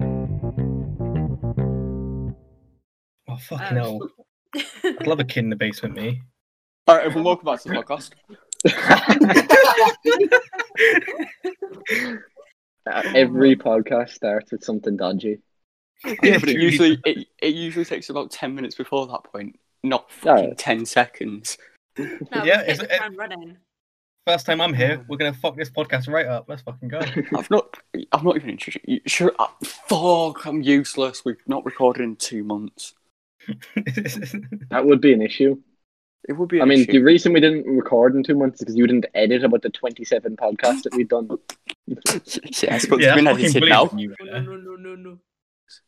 Oh, fucking Um, hell. I'd love a kid in the basement, me. All right, everyone, welcome back to the podcast. Uh, every podcast starts with something dodgy. Yeah, but it usually it, it usually takes about ten minutes before that point, not fucking Yeah. ten seconds. No, Yeah, yeah, is it- it's, eh time running. First time I'm here, we're gonna fuck this podcast right up. Let's fucking go. I've not I've not even introduced you. Sure, I, fuck, I'm useless. We've not recorded in two months. That would be an issue. It would be. I an mean, issue. the reason we didn't record in two months is because you didn't edit about the 27 podcasts that we've done. Oh, yes, but Yeah, it's that's been fucking edited brilliant now. from you No, right no, there. no, no, no,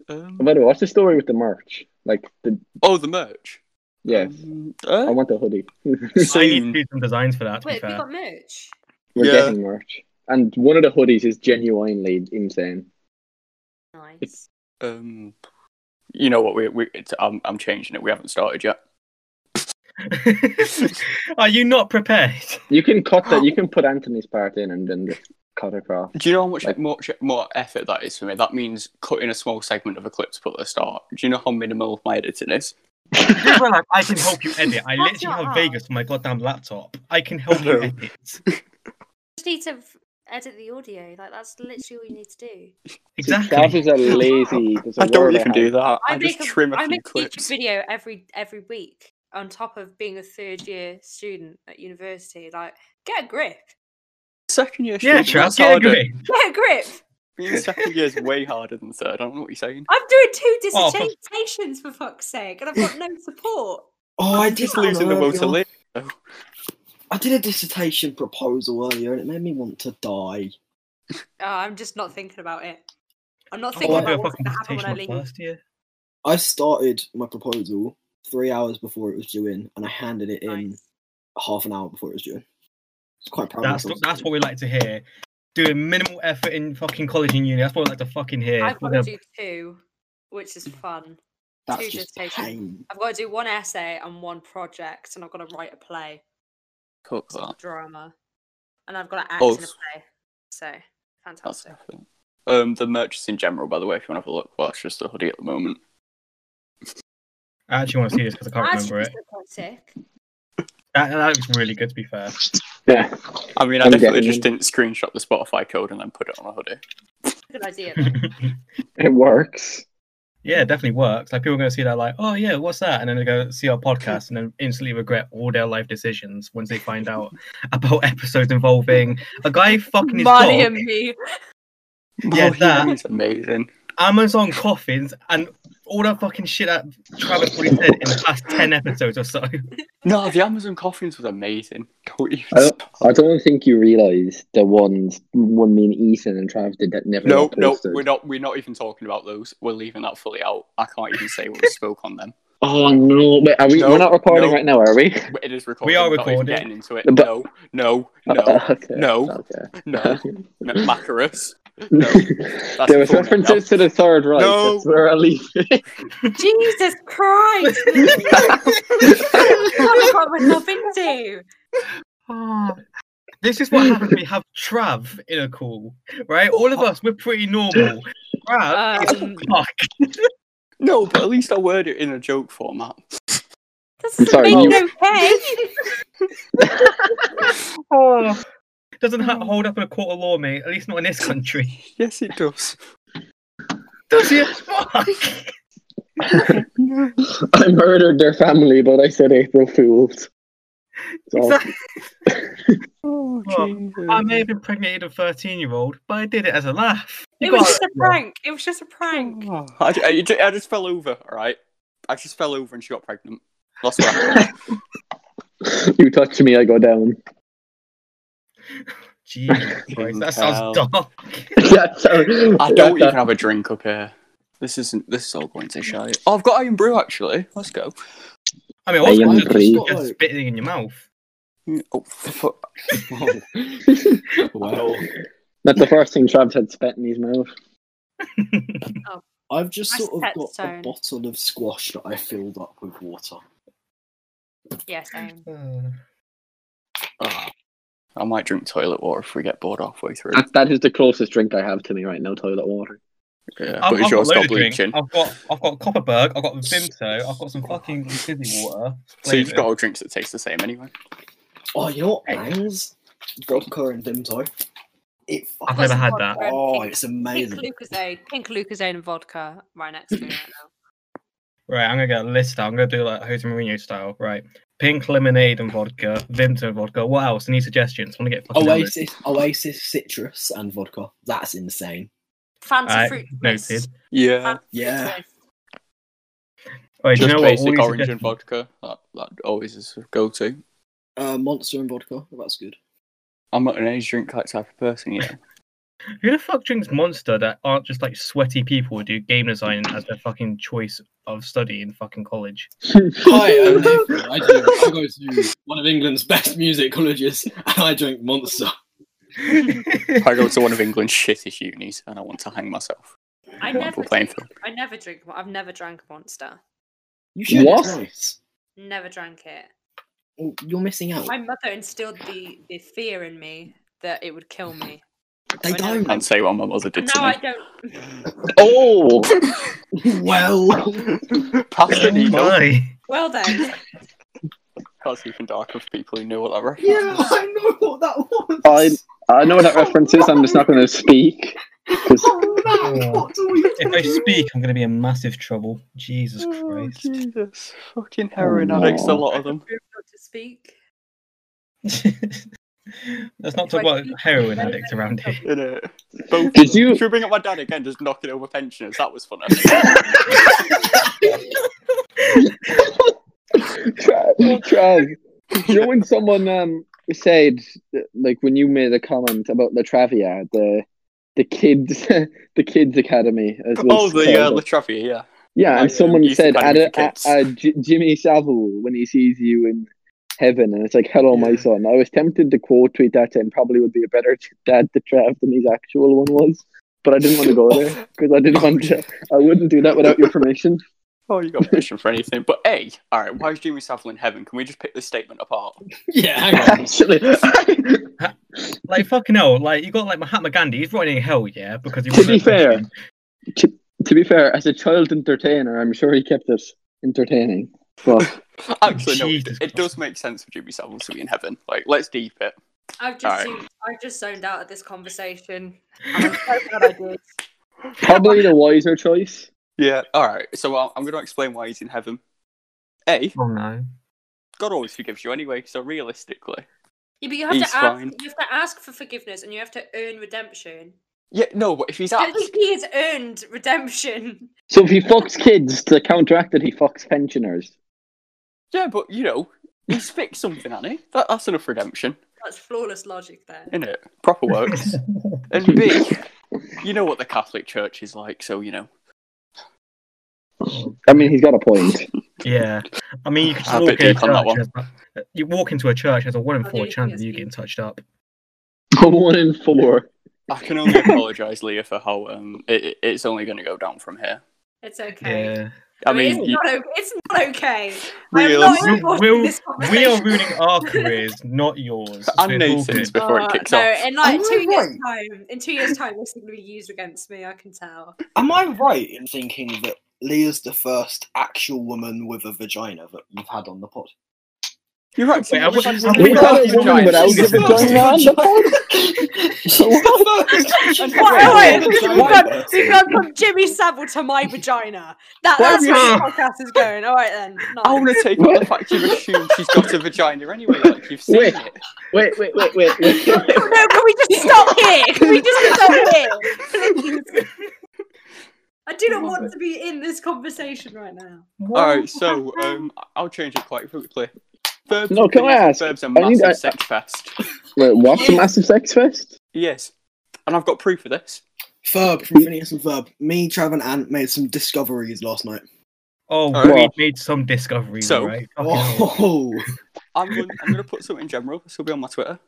no. Um, By the way, what's the story with the merch? Like, the oh, the merch. yeah, Um, I uh, want the hoodie. I need soon. to do some designs for that. To be Wait, we fair, got merch. We're Yeah. getting merch. And one of the hoodies is genuinely insane. Nice. Um, you know what? We we it's, I'm I'm changing it. We haven't started yet. are you not prepared? You can cut that, you can put Anthony's part in and then just cut across. Do you know how much Like- more more effort that is for me? That means cutting a small segment of a clip to put at the start. Do you know how minimal my editing is? You realise I can help you edit. I That's literally not have hard. Vegas on my goddamn laptop. I can help you No. edit. Just need to f- edit the audio. Like that's literally all you need to do. That Exactly. is a lazy. there's a I don't word even do that. I, make just trim a, I few make a clips. YouTube video every every week on top of being a third year student at university. Like, get a grip. Second year, Yeah, student, Chaz, that's get a harder. grip. Get a grip. Being second year is way harder than third. I don't know what you're saying. I'm doing two Oh, for- dissertations for fuck's sake, and I've got no support. Oh, I did Just one losing the will to earlier. live. I did a dissertation proposal earlier, and it made me want to die. Oh, I'm just not thinking about it. I'm not I thinking want to Oh, about do a what's fucking going to happen when I presentation leave. last year. I started my proposal three hours before it was due in, and I handed it in Nice. half an hour before it was due. in. It's quite proud. of That's myself. that's what we like to hear. Doing minimal effort in fucking college and uni. That's what we like to fucking hear. I've We're got to gonna- do two, which is fun. That's two just dissertations. pain. I've got to do one essay and one project, and I've got to write a play, Cook sort that. of drama, and I've got to act Oh, in a s- play. So That's fantastic. effort. Um, the merch is in general, by the way. If you want to have a look, well, it's just a hoodie at the moment. I actually want to see this because I can't Actually, remember it. it's not quite sick. That, that looks really good, to be fair. Yeah. I mean, I I'm definitely getting just it. didn't screenshot the Spotify code and then put it on a hoodie. Good idea. though. It works. yeah, it definitely works. Like people are going to see that, like, oh yeah, what's that? And then they go see our podcast and then instantly regret all their life decisions once they find out about episodes involving a guy fucking his Marley dog, and me. Yeah, that- is Oh, amazing. Amazon coffins, and all that fucking shit that Travis probably said in the past ten episodes or so. No, the Amazon coffins was amazing. Don't even. I don't, I don't think you realise the ones when me and Ethan and Trav did that never No, got no, posted. we're not. We're not even talking about those. We're leaving that fully out. I can't even say what we spoke on them. Oh no! Wait, are we? No, we're not recording no. right now, are we? But It is recording. We are we're not even recording. Getting into it. But- No, no, no, okay. no. Okay. no, no, Macarus. no. there was full name, references to the Third Reich. No. That's where I leave. it. Jesus Christ! I got myself into. This is what happens when we have Trav in a call, right? All of us, we're pretty normal. Trav is Um, fuck. No, but at least I word it in a joke format. This I'm is sorry, me you- okay. Doesn't ha- hold up in a court of law, mate. At least not in this country. Yes, it does. Does it? Fuck. I murdered their family, but I said April Fools. So, Exactly. Oh, Well, Jesus. I may have impregnated a 13 year old, but I did it as a laugh. It You was got- just a prank. It was just a prank. Oh, I, ju- I, ju- I just fell over. All right, I just fell over and she got pregnant. That's what happened. you touch me, I go down. Jesus Christ, that sounds Hell. dumb. That's how- I don't that's even have a drink up here. This isn't. This is all going to shite. Oh, I've got iron brew actually. Let's go. I mean, I also, am just, free. just, just spitting in your mouth. Oh, fu- Well, That's the first thing Trav had spit in his mouth. I've just My sort of set's got down. a bottle of squash that I filled up with water. Yeah, same. Uh, oh. I might drink toilet water if we get bored halfway through. That, that is the closest drink I have to me right now, toilet water. I've, Yeah, but I've it's got yours loads stop of drinks. bleaching. I've got I've got Copperberg, I've got Vimto, I've got some fucking fizzy water. So you've flavoured. got all drinks that taste the same anyway. Oh, you know what? Hey. Bangs, vodka and Vimto. It I've fucking, never had Vodka that. and oh, pink, it's pink amazing. Lucozade, pink Lucozade and vodka right next to me right now. Right, I'm gonna get a list out. I'm gonna do like Jose Mourinho style. Right, pink lemonade and vodka, Vimto and vodka. What else? Any suggestions? Want to get Oh, fucking hammered. Oasis, Oasis, citrus and vodka. That's insane. Fancy Alright, fruit noted. twist. Yeah, Fancy Yeah. fruit twist. Wait, do you just know what? All basic these orange and suggestions- vodka. That, that always is a go-to. Uh, Monster and vodka. That's good. I'm not an energy drink type of person yet. Who the fuck drinks Monster that aren't just like sweaty people who do game design as their fucking choice of study in fucking college? Hi, I'm Nathan. I, do, I go to one of England's best music colleges and I drink Monster. I go to one of England's shittest unis and I want to hang myself. I Well, never, we're playing drink, I never drink. I've never drank a Monster. You should, What? it's Never drank it. Oh, You're missing out. My mother instilled the, the fear in me that it would kill me. they I know. don't. Can't say what my mother did And to now I me. don't. oh, well, Past oh the needle. my. Well then, That's even darker for people who knew what that reference yeah, was. I know what that was. I I know what that reference is. I'm just not going to speak. 'cause- Oh, Yeah. no, what are we If I doing? speak, I'm gonna be in massive trouble. Jesus Oh, Christ. Jesus. Fucking heroin addicts, a a lot lot of them. prove not to speak. Let's not If talk I about speak, heroin then addicts I'm around in here. Both Did you- Should we bring up my dad again, just knocking over pensioners? That was funny. Trav, Trav, you know when someone um said that, like when you made a comment about La Travia, the the kids the kids academy as well. oh, the uh, La Travia, yeah. yeah, like, um, and someone youth said academy "Ada- for uh kids." uh, J- Jimmy Savile when he sees you in heaven, and it's like, "Hello, my Yeah. son." I was tempted to quote tweet that and probably would be a better t- dad to Trav than his actual one was. But I didn't want to go there because I didn't want to. I wouldn't do that without your permission. Oh, you got permission for anything. But A, alright, why is Jimmy Savile in heaven? Can we just pick this statement apart? Yeah, hang on. Actually, Like fucking hell, like you got like Mahatma Gandhi, he's rotting in hell, yeah, because he To was be fair, to be fair, as a child entertainer, I'm sure he kept it entertaining. But Actually, no, it, Jesus it does make sense for Jimmy Savile to be in heaven. Like, let's deep it. I've just Alright. zoned- I've just zoned out of this conversation. And I'm so glad I did. probably the wiser choice. Yeah, alright. So i I'm going to explain why he's in heaven. A, Oh no. God always forgives you anyway, so realistically. Yeah, but you have He's to ask. fine. You have to ask for forgiveness, and you have to earn redemption. Yeah, no, but if he's At asked, least he has earned redemption. So if he fucks kids to counteract it, he fucks pensioners. yeah, but you know, he's fixed something, Annie. That, that's enough redemption, That's flawless logic there. isn't it? Proper works. and B, you know what the Catholic Church is like, so you know. I mean, he's got a point. Yeah, I mean, you could just A walk bit into a deep on that church. as- You walk into a church as a one in Oh, four yeah, chance of yes, you yeah. getting touched up. One in four. I can only apologise, Leah, for how um, it, it- it's only going to go down from here. It's okay. Yeah, I mean, it's, you- not, o- it's not okay. Real- I'm not We- involved in we'll- this we conversation. are ruining our careers, not yours. so and it's all Nathan's good. before it Uh, kicks no, off. in like Am I two years' right? time, in two years' time, this is going to be used against me. I can tell. Am I right in thinking that Leah's the first actual woman with a vagina that you've had on the pod? You're right. Wait, I Leah's wish- had I some wish- good I vibes, wish- guys. without She's a the vagina. first. on the She's the first. Wait, wait, She's we've the gone, first. we've gone from Jimmy Savile to my vagina. That, Why that's have where you- the podcast is going. All right then. I want nice. to take on the fact you've assumed she's got a vagina anyway, like you've seen Wait. it. Wait, wait, wait, wait. Oh, no, can we just stop here? Can we just stop here? Please. I do not want to be in this conversation right now. All right, so um, I'll change it quite quickly. Verbs No, can I opinions, ask? Verbs are I massive need- I- sex fest. wait what's the massive sex fest? Yes, and I've got proof of this. Verb from Phineas and Verb. Me, Trav, and Ant made some discoveries last night. Oh, Alright. we made some discoveries, So- right? Fucking hell. Oh, I'm going, I'm going to put something in general. This will be on my Twitter.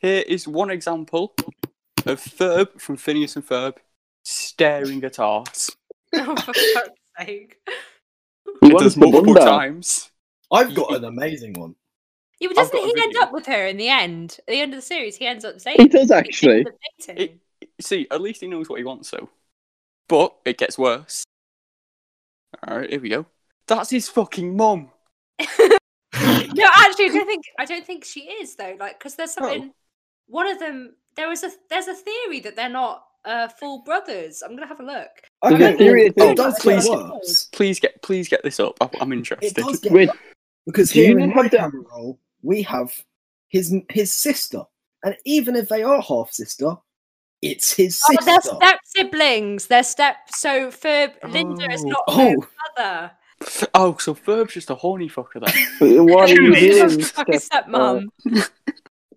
Here is one example of Ferb from Phineas and Ferb staring at arse. Oh, for fuck's sake. He It wants does the multiple bunda. times. I've got an amazing one. Yeah, but I've doesn't got a he end video. up with her in the end? At the end of the series, he ends up dating. He does he ends actually. up dating. It- See, at least he knows what he wants, though. But it gets worse. All right, here we go. That's his fucking mum. no, actually, I don't think I don't think she is though. Like, because there's something. One of them. There was a. There's a theory that they're not uh, full brothers. I'm gonna have a look. There's a theory oh, that says- it, does Please. get worse. Please get, please get this up. I, I'm It interested. does get Wait, worse. Because do you here in have my the- camera roll, we have his his sister, and even if they are half sister, it's his Oh, sister. they're step siblings. They're step. So for Linda is not her Oh, mother. Oh, so Ferb's just a horny fucker then. What are you She's doing? just fucking Steph? stepmom.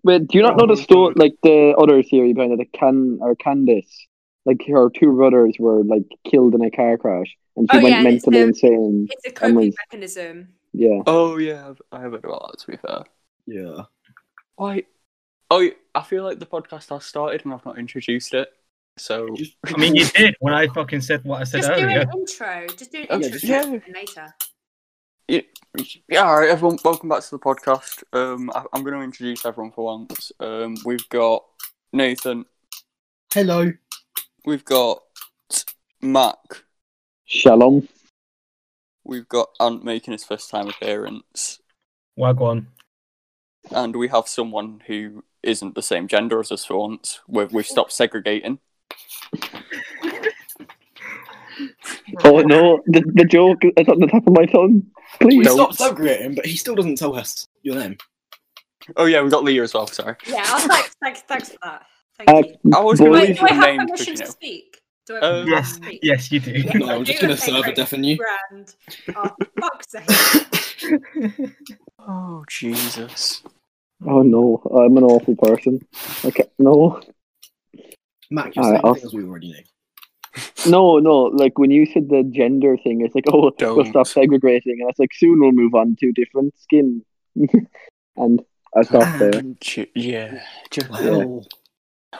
Wait, do you not know the story, like the other theory behind it, like Can or Candace, like her two brothers were like killed in a car crash, and she Oh, went yeah, it's mentally the- insane. It's a coping Emily's- mechanism. Yeah, oh yeah, I've- I have heard about that. To be fair, yeah. why? Oh, I feel like the podcast has started and I've not introduced it. So I mean, you did when I fucking said what I said Just do earlier. an intro. Just do an Oh, intro just- yeah. yeah. later. yeah, all right, everyone, welcome back to the podcast. Um, I, I'm going to introduce everyone for once. Um, we've got Nathan, Hello. we've got Mac, shalom. we've got Ant making his first time appearance, Wagwan. and we have someone who isn't the same gender as us for once. We've, we've stopped segregating. Oh no, the, the joke is on the top of my tongue. We Please, stopped segregating, but he still doesn't tell us your name. Oh yeah, we've got Leah as well. Sorry. Yeah, I'll thanks, thanks, thanks for that. Thank Uh, you. I was boy, gonna Wait, leave do I your have name because permission you to know. speak? Do I have Uh, permission Yes, to speak? Yes, you do. No, I'm just going to serve a deafen you. Grand. Oh, fuck's sake. Oh Jesus! oh no, I'm an awful person. Okay, no, Mac, you're Alright, saying I'll- things we already knew. no, no. Like when you said the gender thing, it's like oh, we'll Don't. stop segregating, and it's like soon we'll move on to different skin, and I stopped there. Um, ju- yeah. Ju- Well,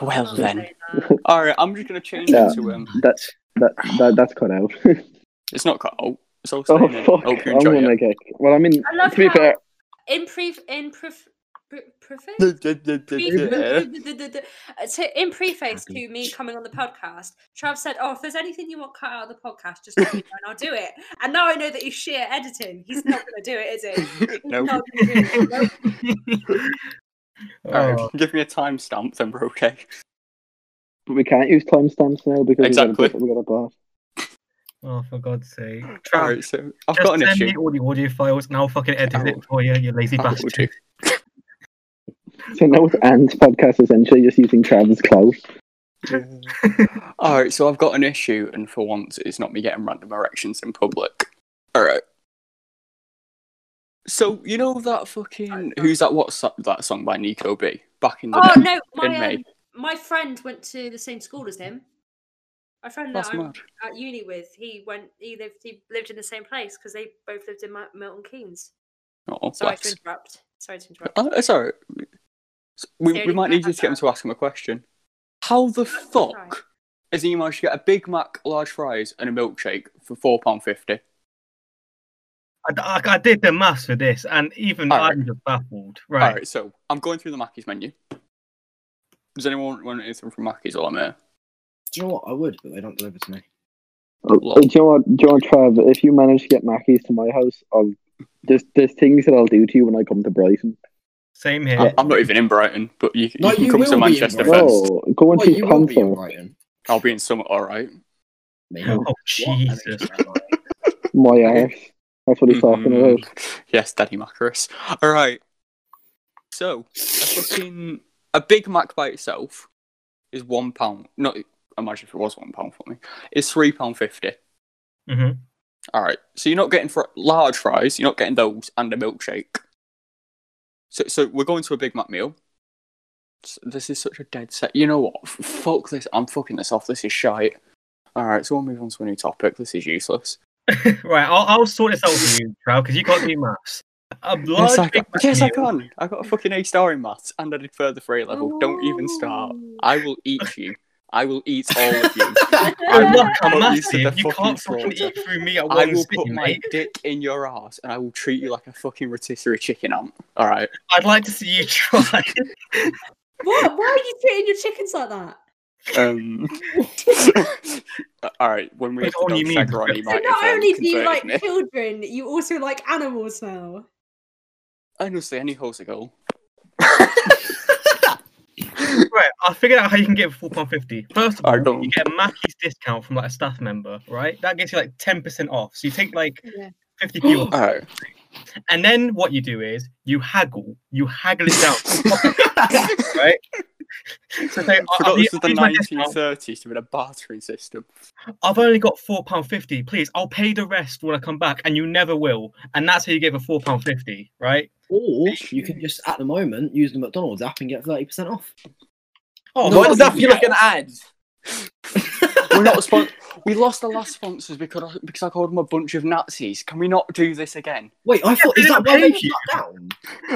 Well then. Don't All right, I'm just gonna change Yeah. it to um. That that, that that's cut out. It's not cut out. It's all oh staying in. fuck! Hope you I'm enjoy gonna it. get. Well, I mean, I love to be how- fair, Improve, improve, preface? Yeah. uh, to, in preface to me coming on the podcast, Trav said, "Oh, if there's anything you want cut out of the podcast, just let me know and I'll do it." And now I know that he's sheer editing. He's not going to do it, is he? He's No. not gonna do it. Nope. All right, Oh, give me a timestamp, then we're okay. but we can't use timestamps now because Exactly. we got a bar. oh, for God's sake. All Trav, right, so I've just um, got an send me issue. all the audio files and I'll fucking edit I it will. for you, you lazy I will do. bastard. So now it's Ant's podcast essentially just using Travis Clout. All right, so I've got an issue, and for once, it's not me getting random erections in public. All right. So you know that fucking who's that? What so- that song by Nico B? Back in the Oh day. no, In my May. um, my friend went to the same school as him. My friend that That's I'm mad. at uni with, he went. He lived. He lived in the same place because they both lived in Ma- Milton Keynes. Oh, Sorry bless. to interrupt. Sorry to interrupt. Uh, it's all right. So We, Sarah, we you might can't need you have to get him that. to ask him a question. How the sorry. fuck has he managed to get a Big Mac, large fries, and a milkshake for four pound fifty? I, I, I did the maths for this and even All right. I'm just baffled. All Right. right, so I'm going through the Mackey's menu. Does anyone want anything from Mackey's while I'm here? do you know what? I would, but they don't deliver to me. Oh, Lol. do you know what, do you know what, Trav? If you manage to get Mackey's to my house, I'll, there's there's things that I'll do to you when I come to Brighton. Same here. I- I'm not even in Brighton, but you, No, you can you come will to be Manchester in Brighton. first. No, going Well, to you will be in concert. Brighton. I'll be in Summit, all right. Maybe. oh, What? I mean, Jesus. My ass. That's what he's talking Mhm. about. Yes, Daddy Macarus. All right. So, a fucking a Big Mac by itself is one pound. No, imagine if it was one pound for me. It's three pound fifty. hmm All right. So you're not getting fr- large fries. You're not getting those and a milkshake. So, so we're going to a Big Mac meal. S- This is such a dead set. You know what? F- fuck this. I'm fucking this off. This is shite. All right. So we'll move on to a new topic. This is useless. Right, I'll, I'll sort this out for you, Trav, because you can't do maths. A large yes, I can. Big Mac Yes, I meal- can. I got a fucking A star in maths, and I did further three level. Oh, Don't even start. I will eat you. I will eat all of you. Good I will luck, I'm put you to massive. the You fucking can't fucking slaughter. eat through me at I one will sit, put my mate. dick in your ass, and I will treat you like a fucking rotisserie chicken ant. All right. I'd like to see you try. What? Why are you treating your chickens like that? Um, all right, when we It's get to only dog me. Sagaroni, you So So might not have, um, only do you converted like me. children, you also like animals now. honestly any hole's a goal. Right, I figured out how you can get full pound fifty. First of I all, don't. you get a Mackey's discount from like a staff member, right? That gets you like ten percent off. So you take like Yeah. fifty p, All right, and then what you do is you haggle, you haggle it down, right? So say, for I, I, those of the I, my discount. 1930s with a bartering system. I've only got four pound fifty. Please, I'll pay the rest when I come back, and you never will. And that's how you get a four pound fifty, right? Or you can just, at the moment, use the McDonald's app and get 30% off. Oh, No, what Why does the- that feel like an ad? We're not spon- We lost the last sponsors because I, because I called them a bunch of Nazis. Can we not do this again? Wait, I thought, they is that didn't why they pay shut you. down?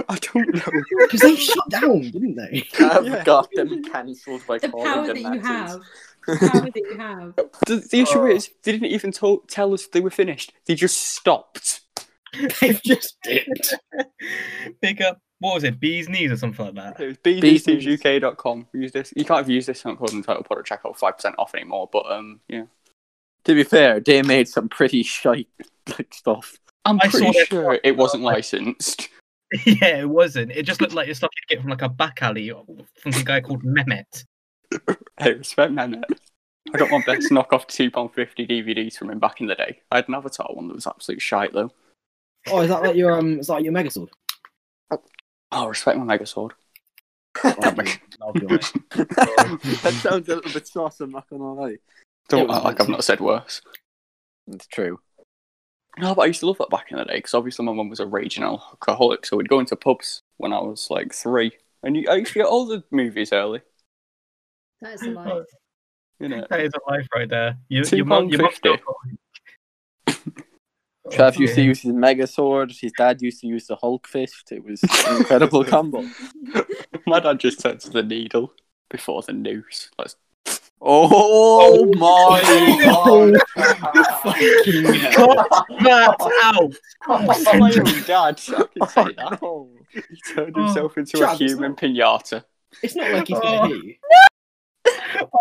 I don't know. Because they shut down, didn't they? I've Yeah. got them cancelled by The calling power that them you Nazis. have. The power that you have. The, the issue Oh. is, they didn't even to- tell us they were finished. They just stopped. They've just dipped. Pick up what was it, bees knees or something like that? It was Beatles. bbcsuk.com. Use this. You can't have used this code on Total Product Checkout five percent off anymore. But um, yeah, To be fair, they made some pretty shite like stuff. I'm I pretty saw that- sure it wasn't licensed. yeah, it wasn't. It just looked like it's stuff you'd get from like a back alley or from a guy called Mehmet. Hey, respect man. man. I got my best knockoff two pound fifty DVDs from him back in the day. I had an Avatar one that was absolute shite though. Oh, is that like your um? Is that like your Megazord? Oh, respect my Megasword. That sounds a little bit sauce, I'm not gonna lie. Don't was act like I've not said worse. It's true. No, but I used to love that back in the day because obviously my mum was a raging alcoholic, so we'd go into pubs when I was like three, and you, I used to get all the movies early. That is a lie. You know, That is a life right there. You, Two your mum, your mum pound fifty. Trav used to use his mega sword, his dad used to use the Hulk fist. It was an incredible combo. my dad just turned to the needle before the noose. Let's Oh my Oh, god! Fucking hell. Cut that out. Oh, my Oh, own dad. I can say that. He turned Oh. himself into a Travis, human no. pinata. It's not like he's gonna Oh. hear you.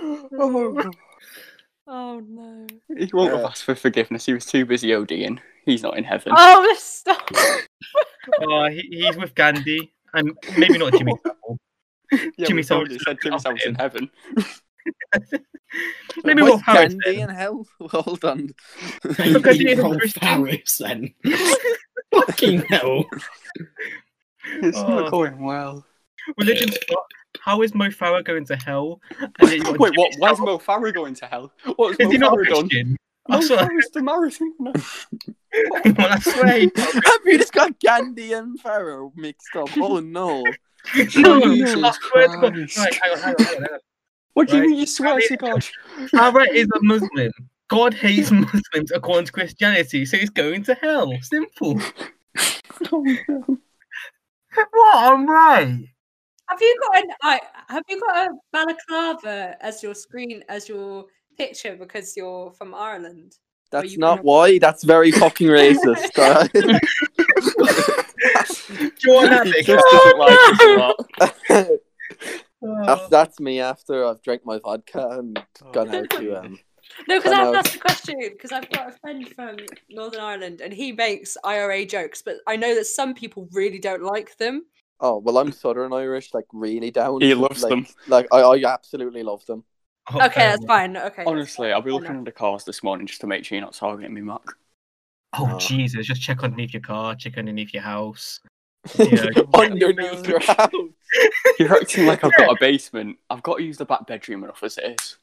Olé! Oh no. He won't have Yeah. asked for forgiveness. He was too busy ODing. He's not in heaven. Oh, stop. Oh, he, he's with Gandhi and maybe not Jimmy Savile. yeah, Jimmy we Savile told you, is said Jimmy up Savile's in in. heaven. Maybe What's Rolf Harris. Gandhi in hell? Hold on. Look at the Rolf Christian- Harris then. Fucking hell. It's Oh. not going well. Religion's fuck. How is Mo Farah going to hell? And yet you want Wait, what? Jimmy Why is Savile- Mo Farah going to hell? What has Is he Mo not Farah done? Christian? Mo That's what Farah's the marathon. No. well, that's right. Have you just got Gandhi and Pharaoh mixed up? Oh no. No, Jesus I swear to God. Christ. Right, hang on, hang on, hang on. hang What do you Right. mean you swear to God? on. Farah is a Muslim. God hates Muslims according to Christianity, so he's going to hell. Simple. What? I'm right. Have you got an I have you got a balaclava as your screen as your picture because you're from Ireland? That's you not gonna- why. That's very fucking racist. alright? Join He Abbott. just doesn't like us a lot. that's, that's me after I've drank my vodka and gone out to um, No, because I I've know. asked the question because I've got a friend from Northern Ireland and he makes IRA jokes, but I know that some people really don't like them. Oh well, I'm Southern Irish, like really down. He loves like, them. Like I, I absolutely love them. Oh, Okay, fair that's enough. fine. Okay. Um, Honestly, I'll be Fair looking enough. under cars this morning just to make sure you're not targeting me, Mark. Oh, Uh, Oh. Jesus. Just check underneath your car, check underneath your house. You know, Underneath your house. Oh, You're acting like I've got a basement. I've got to use the back bedroom enough as it is.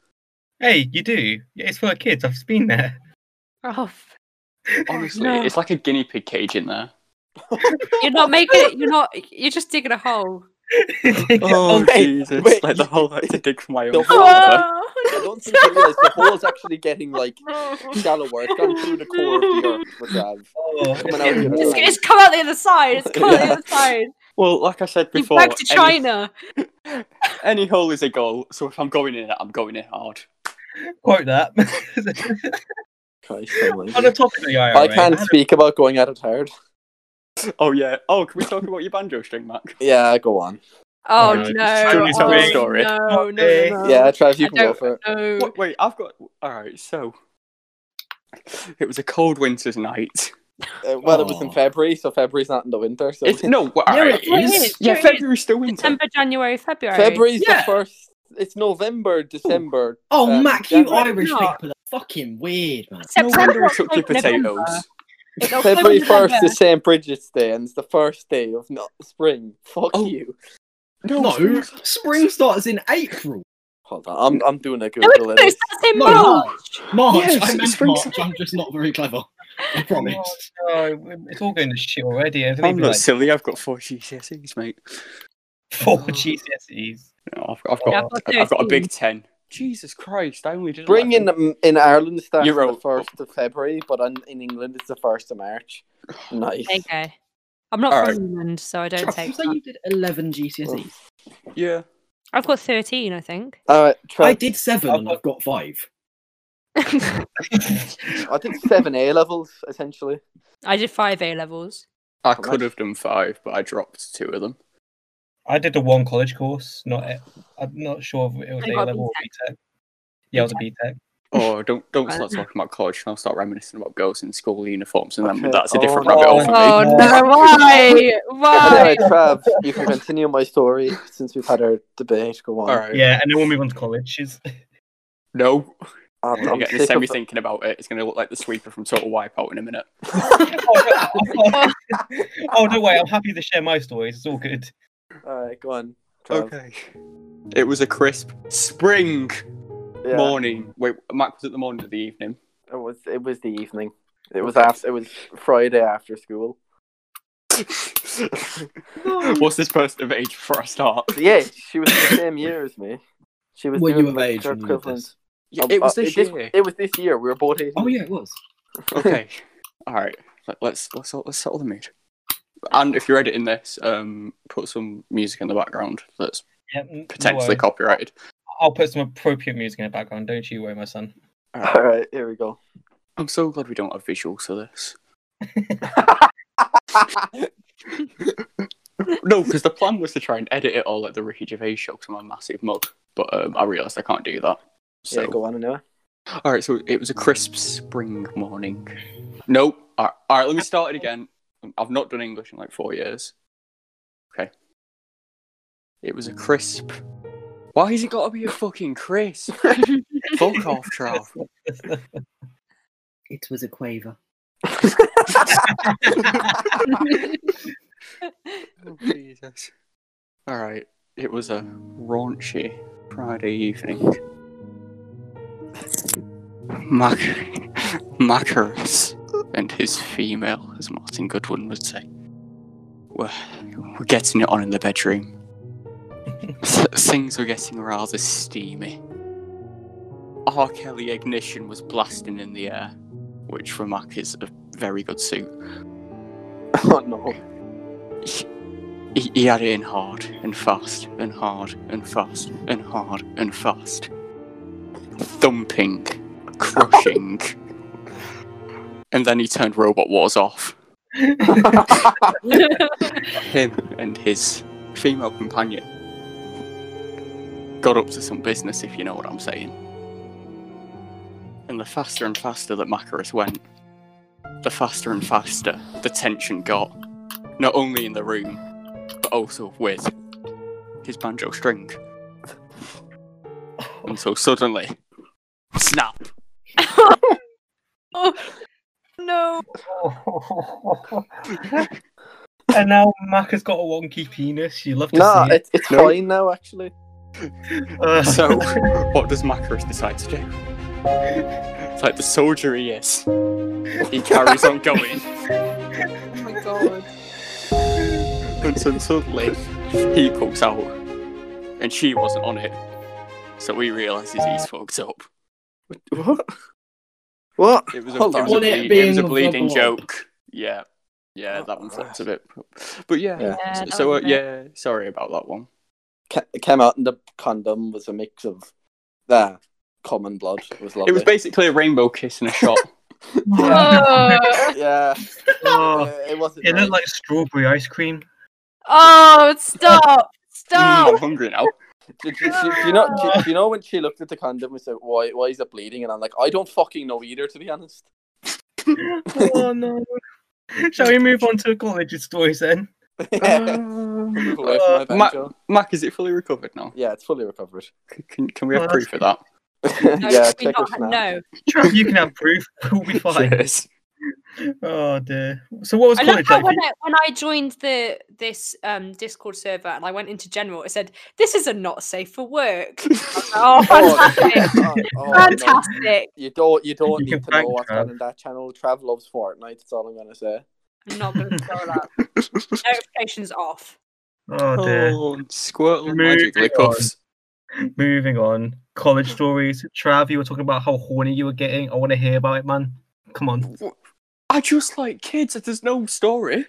hey, you do. Yeah, It's for kids. I've been there. Honestly, no. it's like a guinea pig cage in there. You're not making it. You're not. You're just digging a hole. Oh, wait, Jesus. wait, like the you- hole I had to dig for my own The hole- father. I Oh, don't think you realise the hole's actually getting like shallower. It's gone through the core of the earth, for Grav. Oh, Coming out the other It's, side. it's come out the other side. It's come out Yeah. the other side. Well, like I said You've before, back to any, China. any hole is a goal. So if I'm going in it, I'm going in hard. quote that. Christ On the almighty. topic of the IRA, I can't had a- speak about going at it hard. Oh yeah. Oh, can we talk about your banjo string, Mark? Yeah, go on. Oh, no, no. it's truly Oh, something story. No, no, no, Okay. no. Yeah, Trav, Um, I you can go don't for it. know. Wait, wait, I've got. All right, so it was a cold winter's night. Uh, well, it was in Aw. February, so February's not in the winter. So It's, no, all No, right. it is. Yeah, Sure it is. February's still winter. December, January, February. February's Yeah. the first. It's November, December. Oh, Um, Mac, you yeah, Irish not. people are fucking weird, man. No wonder September, he took your October, November. potatoes. It's October, February first November. is St. Bridget's Day, and it's the first day of not spring. Fuck Oh. you. No, spring starts in April. Hold on, I'm I'm doing a No, it's Google. not. edit. It's in No, March. March. Yes, I meant spring's- March. I'm just not very clever. I promise. Oh, No, it's all going to shit already. It's I'm only not like silly. I've got four GCSEs, mate. four GCSEs. No, I've, I've got. Yeah, I've got I've, got a 13. big ten. Jesus Christ! I only did. Spring in um, in Ireland starts You're the out. first of February, but in, in England it's the first of March. Nice. There you go. I'm not All from England, so I don't Trav, you take say that. you did 11 GCSEs. Yeah. I've got 13, I think. All right, I Trev, did seven and I've got five. I did seven A levels essentially. I did five A levels. I How could much? have done five, but I dropped two of them. I did the one college course. Not, i I'm not sure if it was I A got level or B Tech. Yeah, it was a B Tech. Oh, don't don't Right. start talking about college. I'll start reminiscing about girls in school uniforms, and then Okay. that's a Oh, different no. rabbit hole for me. Oh no! Why? Why? Anyway, Trav, you can continue my story since we've had our debate. Go on. All right. Yeah, and then we'll move on to colleges. No. I'm, I'm I'm getting a sick semi of thinking about it. It's going to look like the sweeper from Total Wipeout in a minute. oh, no, oh no way! I'm happy to share my stories. It's all good. All right, go on. Trav. Okay. It was a crisp spring Yeah, morning. Wait, Mac was it the morning or the evening? it was. It was the evening. It was after. It was Friday after school. What's this person of age before I start? Yeah, she was the same year as me. She was. Were doing you of her age when you did equivalent. this? Yeah, Uh, it was uh, this year. It was this year. We were both 18. Oh, yeah, it was. okay. All right. Let, let's let's let's settle the mood. And if you're editing this, um, put some music in the background that's Yeah, n- no potentially worries. copyrighted. I'll put some appropriate music in the background. Don't you worry, my son. All right. All right, here we go. I'm so glad we don't have visuals for this. no, because the plan was to try and edit it all like the Ricky Gervais show because I'm a massive mug, but um, I realised I can't do that. So, yeah, go on anyway. all right, so it was a crisp spring morning. Nope. All right, all right, let me start it again. I've not done English in like four years. Okay. It was a crisp. Why has it got to be a fucking crisp? Fuck off, Trav. It was a quaver. Oh, Jesus. All right. It was a raunchy Friday evening. Mac- Macarus and his female, as Martin Goodwin would say, were, were getting it on in the bedroom. Th- Things were getting rather steamy. R. Kelly ignition was blasting in the air, which for Mac is a very good suit. Oh no. He, he had it in er hard and fast and hard and fast and hard and fast. Thumping, crushing. and then he turned Robot Wars off. Him and his female companion got up to some business, if you know what I'm saying. And the faster and faster that Macarus went, the faster and faster the tension got, not only in the room, but also with his banjo string. And so suddenly, snap! Oh, no. Oh. and now Mac has got a wonky penis. You love to No, see it. it's, it's No. fine now, actually. Uh, So, what does Macarus decide to do? It's like the soldier he is. He carries on going. Oh my god. until suddenly, he pulls out. And she wasn't on it. So he realises he's fucked up. What? What? It was a, Hold it on. was a, On it ble- it was a being bleeding the blob. joke. Yeah, yeah, that one flopped a bit. But yeah, Yeah. Yeah, so, that so, uh, was a bit- yeah, sorry about that one. Ca- it came out and the condom was a mix of uh, common blood. It was lovely. It was basically a rainbow kiss and a shot. Oh, yeah. Oh, uh, it wasn't. it looked nice. like strawberry ice cream. oh, stop. I'm Stop. hungry now. Do, do- do- do you know? Do, do you know when she looked at the condom and said, "Why? Why is it bleeding?" And I'm like, "I don't fucking know either, to be honest." oh no. Shall we move on to college's stories then? Move away from my Uh, banjo. Mac, Mac, is it fully recovered now? Yeah, it's fully recovered. C- Can, can we have Oh, that's proof of that? No, yeah, we check not, us now. no. Trav, you can have proof. We'll be fine. Cheers. Oh dear. So what was I love college how like? for when you? I, when I joined the this um, Discord server and I went into general, it said this is a not safe for work. I was like, oh, fantastic! Oh, oh, no. fantastic! You don't. You don't You need can to know thank what's Trav. on in that channel. Trav loves Fortnite. That's all I'm gonna say. I'm not going to scroll up. Notifications off. Oh dear. Oh, Squirtle and Moving Magic Puffs. Moving on. College stories. Trav, you were talking about how horny you were getting. I want to hear about it, man. Come on. I just like kids. There's no story.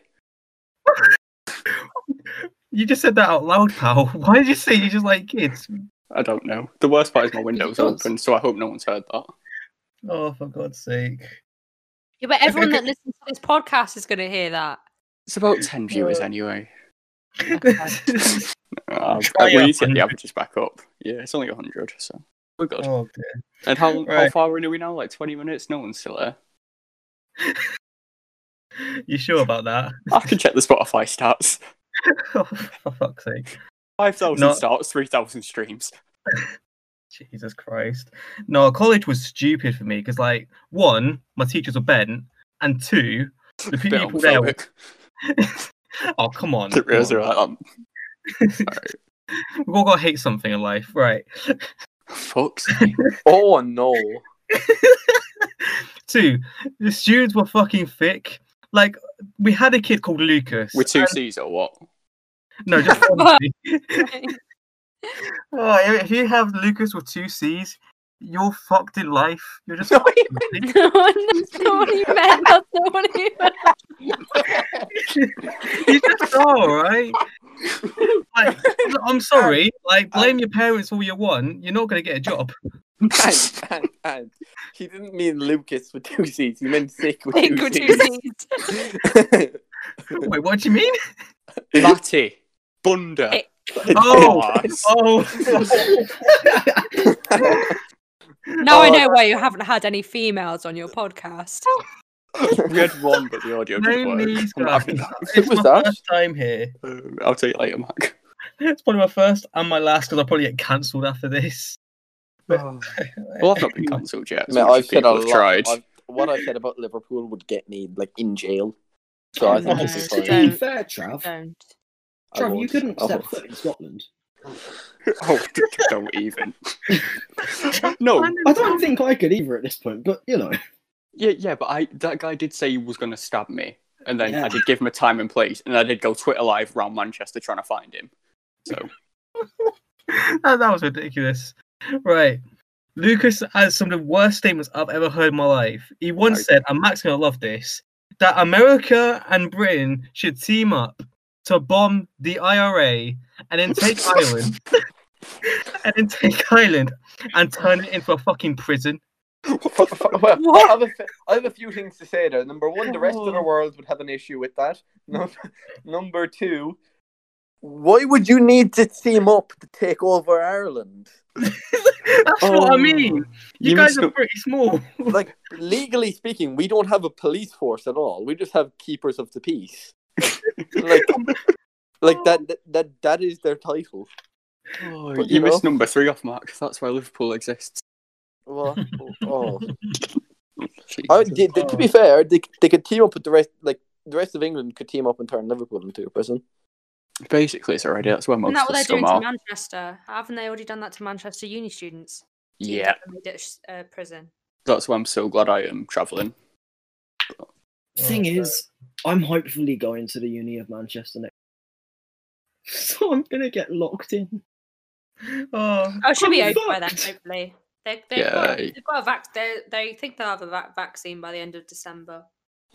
You just said that out loud, pal. Why did you say you just like kids? I don't know. The worst part is my window's does. open, so I hope no one's heard that. Oh, for God's sake. Yeah, but everyone okay. that listens to this podcast is going to hear that. It's about 10 viewers anyway. Uh, Try we a need to get the hundred. averages back up. Yeah, it's only 100, so we're good. oh dear. and how, how right. far in are we now? Like 20 minutes? No one's still there. You sure about that? I can check the Spotify stats. oh, for fuck's sake. 5,000 No. starts, 3,000 streams. Jesus Christ. No, college was stupid for me because, like, one, my teachers were bent, and two, the Bit people there. Were... homophobic. Oh, come on. The come reels on. are like, um, We've all got to hate something in life, right? fuck's sake. Oh no! Two, the students were fucking thick. Like, we had a kid called Lucas. With two C's or what? No, just one C. Oh, if you have Lucas with two C's, you're fucked in life. You're just. No, that's not what he meant. That's not what he meant. you just are, right? Like, I'm sorry. Like, blame your parents all you want. You're not going to get a job. And, and, and he didn't mean Lucas with two C's. He meant sick with Sick two with C's. Wait, what do you mean? Matty. Bunda. It- Oh. Class. Oh, Now I Oh, know why you haven't had any females on your podcast. We had one, but the audio didn't no work. need. I'm guys. having that. It's was my that? first time here. Um, I'll tell you later, Mac. It's probably my first and my last because I'll probably get cancelled after this. Well, I've not been cancelled yet. Mate, so I've said a people lot. have tried. I've- what I said about Liverpool would get me like in jail. So Oh I think this is To fine. Don't- be fair, Trav, Don't. I Trav, you won't. couldn't I step won't. foot in Scotland. Oh, d- d- don't even. no, I don't think I could either at this point, but you know, yeah, yeah, but I that guy did say he was going to stab me, and then Yeah. I did give him a time and place, and I did go Twitter live round Manchester trying to find him. So that, that was ridiculous. Right. Lucas has some of the worst statements I've ever heard in my life. He once said, and Max gonna love this, that America and Britain should team up to bomb the IRA and then take Ireland and then take Ireland and turn it into a fucking prison. Well, I have, a f- I have a few things to say there. Number one, the rest of the world would have an issue with that. Num- Number two, why would you need to team up to take over Ireland? That's what I Oh, mean. You, you guys must are not- pretty small. Like, legally speaking, we don't have a police force at all. We just have keepers of the peace. Like, like that, that, that, that is their title. you, But, you missed know- number three off, Mark. That's why Liverpool exists. Well, oh. I, Jesus. they, they- to be fair, they, they could team up with the rest, like, the rest of England could team up and turn Liverpool into a prison. Basically, it's already. That's where Isn't most that of what the they're doing scum to are. Manchester? Haven't they already done that to Manchester uni students? Teamed Yeah, up and made it a s- uh, prison. that's why I'm so glad I am traveling. thing is, I'm hopefully going to the Uni of Manchester next. So I'm gonna get locked in. oh, Oh, it should be I'm over by then, fucked. hopefully. They, they've, got, Yeah. they've got a vac- they, they think they'll have a vac- vaccine by the end of December.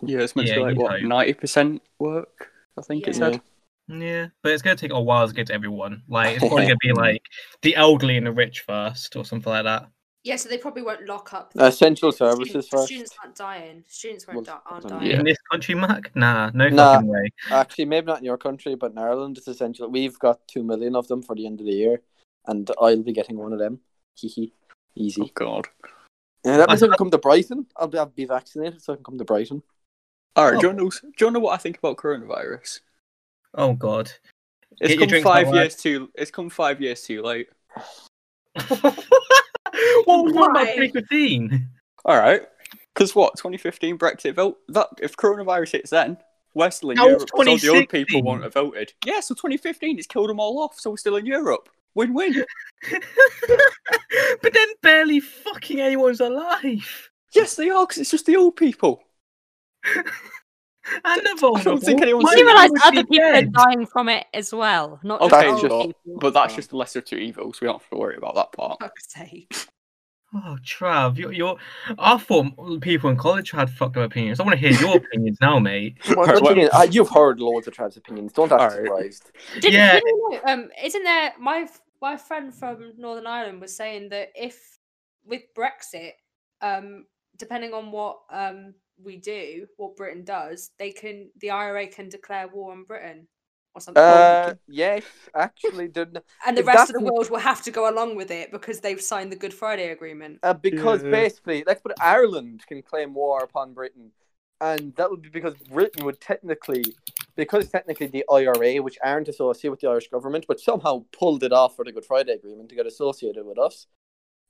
Yeah, it's meant Yeah, to be like you what know. ninety percent work. I think it Yeah. said. Yeah, but it's gonna take a while to get to everyone. Like it's probably gonna be like the elderly and the rich first, or something like that. Yeah, so they probably won't lock up. the Essential students. Uh, services The first. Students aren't dying. Students won't Well, di- aren't I don't dying. know. In this country, Mac? Nah, no Nah. fucking way. Actually, maybe not in your country, but in Ireland, it's essential. We've got two million of them for the end of the year, and I'll be getting one of them. Hee hee. Oh Easy. God. And that means I can come to Brighton. I'll be, I'll be vaccinated, so I can come to Brighton. All right, Oh. do, you know, do you know what I think about coronavirus? Oh god. It's Get your come drinks, five my lad. years too. It's come five years too late. what was that about Why? 2015? All right, because what? 2015 Brexit vote. That if coronavirus hits then, Wesley That was Europe, 'cause all the old 2016. people won't have voted. Yeah, so 2015, it's killed them all off. So we're still in Europe. Win-win. but then barely fucking anyone's alive. yes, they are. Because it's just the old people. And the vulnerable. think anyone's Why Do you realise would other be people dead? are dying from it as well? Not just Okay, old just- people. But that's just the lesser of two evils. We don't have to worry about that part. fuck's sake. Oh, Trav, you're, you're. I thought people in college had fucked up opinions. I want to hear your opinions now, mate. What, Alright, what do you well- mean? Uh, you've heard loads of Trav's opinions. Don't act Alright. surprised. Did, Yeah. did you know, um, isn't there my f- my friend from Northern Ireland was saying that if with Brexit, um, depending on what um we do, what Britain does, they can the IRA can declare war on Britain or something, Uh, yes, actually, did and the if rest of that's the n- world will have to go along with it because they've signed the Good Friday Agreement. uh, because Yeah. basically, let's put it, Ireland can claim war upon Britain, and that would be because Britain would technically, because technically the IRA, which aren't associated with the Irish government, but somehow pulled it off for the Good Friday Agreement to get associated with us.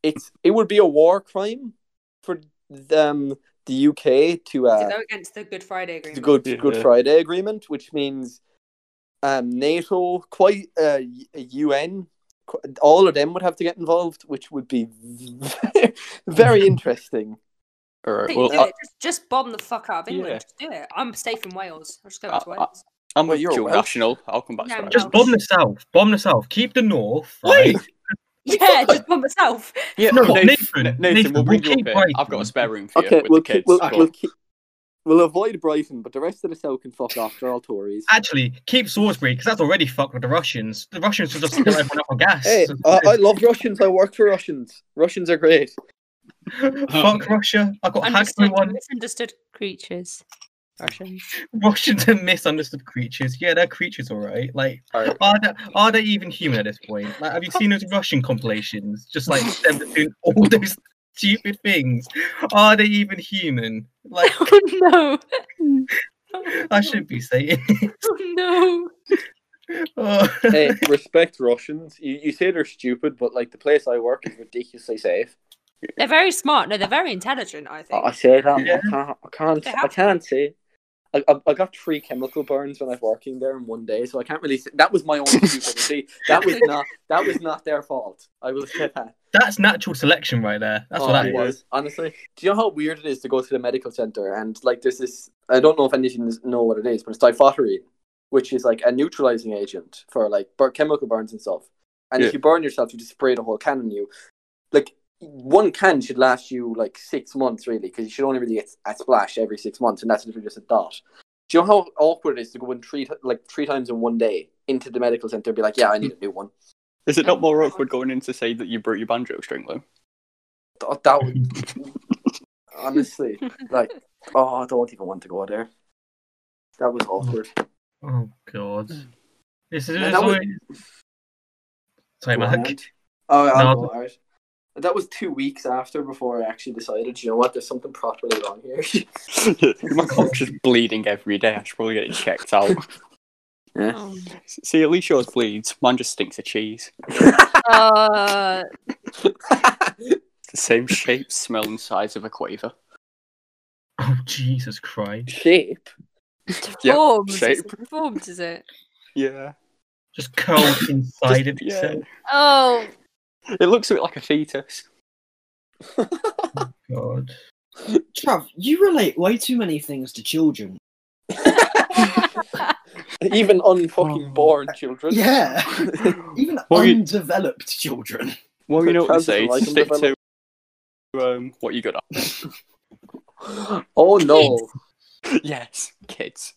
It's it would be a war crime for them, the UK to uh, to go against the Good Friday the Agreement. Good Yeah. Good Friday Agreement, which means um, NATO, quite uh, y- UN, qu- all of them would have to get involved, which would be very interesting. All right. Think, Well, do uh, I, it. Just, just bomb the fuck out of England. Yeah. Just do it. I'm safe in Wales. I'll just go I- back Uh, to I- Wales. I'm Well, a you're dual Welsh. national. I'll come back No, to that. Just bomb the south. Bomb the south. Keep the north. Wait! Right? Yeah, just bomb myself. Yeah, No, Nathan, Nathan, Nathan, Nathan, we'll bring we'll you keep up here. I've got Brighton. a spare room for you Okay, with we'll the kids. keep, we'll, but- we'll keep we'll avoid Brighton, but the rest of the South can fuck off. They're all Tories. Actually, keep Salisbury because that's already fucked with the Russians. The Russians will just kill everyone up on gas. Hey, I, I love Russians. I work for Russians. Russians are great. Fuck Russia. I got hacked by Understood, one. misunderstood creatures. Russians. Russians are misunderstood creatures. Yeah, they're creatures, all right. Like, Alright. are they, are they even human at this point? Like, have you seen those Russian compilations? Just like them doing all those stupid things. Are they even human? Like, Oh no. I shouldn't be saying. Oh no. Oh. Hey, respect Russians. You, you say they're stupid, but like the place I work is ridiculously safe. They're very smart. No, they're very intelligent, I I think. I say that Yeah. I can't. I can't. They I have can't say. I, I, I got three chemical burns when I was working there in one day, so I can't really. Say, that was my own stupidity. That was not. That was not their fault. I will say that. That's natural selection right there. That's Oh, what that it was. was. Honestly, do you know how weird it is to go to the medical center and like there's this? I don't know if any of you know what it is, but it's diphotherine, which is like a neutralizing agent for like bur- chemical burns and stuff. And Yeah. if you burn yourself, you just spray the whole can on you. Like one can should last you like six months really, because you should only really get a splash every six months, and that's literally just a dot. Do you know how awkward it is to go in three t- like three times in one day into the medical center and be like, yeah, I need a new one. Is it not more awkward going in to say that you broke your banjo string, though? Th- that would honestly like oh i don't even want to go there that was awkward Oh god. This is Yeah, this that was- always- Sorry, Go on, Mark. Ant. oh No. I'll go, all right. that was two weeks after before i actually decided you know what there's something properly wrong here my cock's just bleeding every day. I should probably get it checked out. Oh. See, at least yours bleeds. Mine just stinks of cheese. Uh, It's the same shape, smell, and size of a quaver. Oh Jesus Christ. shape Yep, deformed. shape. It's deformed, is it? Yeah. Just curled inside of yeah. itself. Oh, It looks a bit like a fetus. God. Trav, you relate way too many things to children. Oh, even Oh. unfucking born children Yeah. Even Well, you- undeveloped children. Well, you know what they Trousers say. are like Stick them, to um, what you got at. oh no yes, kids.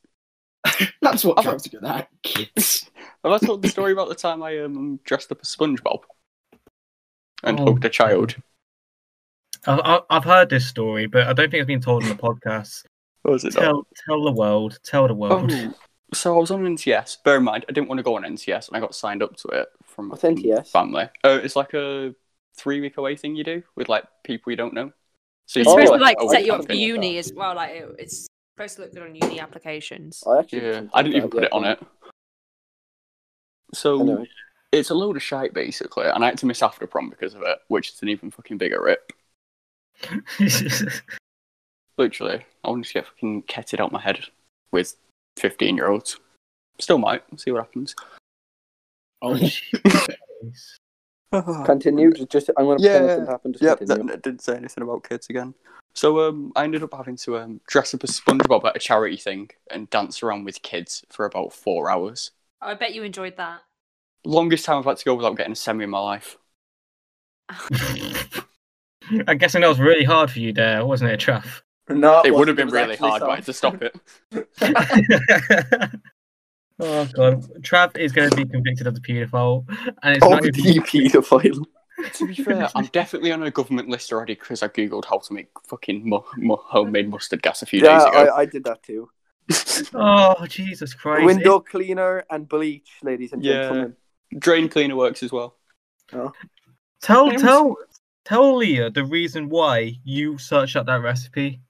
That's what I've- Trav's good at. Kids. Have I told the story about the time I um, dressed up as SpongeBob and Oh. hugged a child? I've, I've- I've heard this story, but I don't think it's been told on the podcast. Was it not? Tell, tell the world. Tell the world. Oh, so I was on NTS. Bear in mind, I didn't want to go on NTS, and I got signed up to it from my What's NTS? family. Uh, it's like a three-week away thing you do with like people you don't know. So It's Oh, supposed yeah. to like Oh, set you yeah. up for uni as well. Like it, it's supposed to look good on uni applications. Oh. I actually Yeah, think I didn't that, even put yeah, it on it. I know. So it's a load of shite basically, and I had to miss after prom because of it, which is an even fucking bigger rip. Literally, I wanted to get fucking ketted out my head with fifteen-year-olds. Still might see what happens. Oh, Jeez. Continue. Just, just I'm going to Yeah. pretend it didn't happen. Just Yep, that, continue. that didn't say anything about kids again. So um, I ended up having to um, dress up as SpongeBob at a charity thing and dance around with kids for about four hours. Oh, I bet you enjoyed that. Longest time I've had to go without getting a semi in my life. I'm guessing that was really hard for you there, wasn't it, Traff? No, it would have wasn't. been was really actually hard, but I had to stop it. soft. oh god, Trav is going to be convicted of the paedophile, and it's Oh, not. even- the paedophile. to be fair, I'm definitely on a government list already because I googled how to make fucking mu- mu- homemade mustard gas a few Yeah, days ago. I, I did that too. Oh Jesus Christ! Window cleaner and bleach, ladies and Yeah. gentlemen. Drain cleaner works as well. It- tell James. tell tell Leah the reason why you searched up that recipe,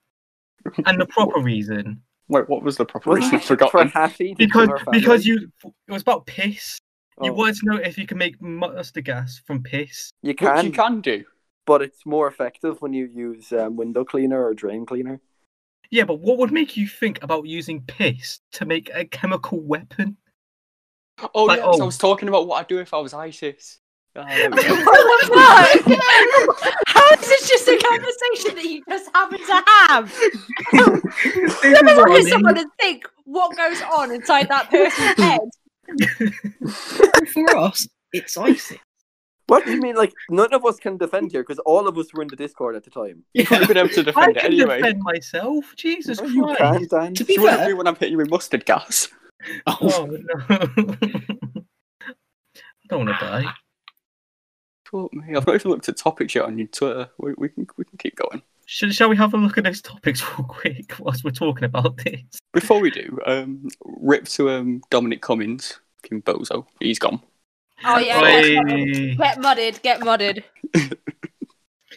and the proper reason Wait, what was the proper Was reason? it I've forgotten. For Hattie, to because kill her family? because you it was about piss. You Oh, wanted to know if you can make mustard gas from piss. you Which can, you can do. but it's more effective when you use um, window cleaner or drain cleaner. Yeah, but what would make you think about using piss to make a chemical weapon? Oh, Like, yeah, 'cause oh. I was talking about what I'd do if I was ISIS. Ah, there we go. Oh no! How is this just a conversation that you just happen to have? This I is just what I wanted mean. someone to think what goes on inside that person's head. For us, it's icy. What do you mean? Like none of us can defend here because all of us were in the Discord at the time. You wouldn't have been able to I defend it can anyway. defend myself. Jesus No, Christ! Oh, you can, Dan. To be You wouldn't fair, do when I'm hitting you with mustard gas. oh, Oh no! I don't want to die. Fuck me. I've not even looked at topics yet on your Twitter. We, we can we can keep going. Shall, shall we have a look at those topics real quick whilst we're talking about this? Before we do, um, rip to um Dominic Cummings, fucking bozo. He's gone. Oh yeah, Oi. get mudded, get mudded, get mudded.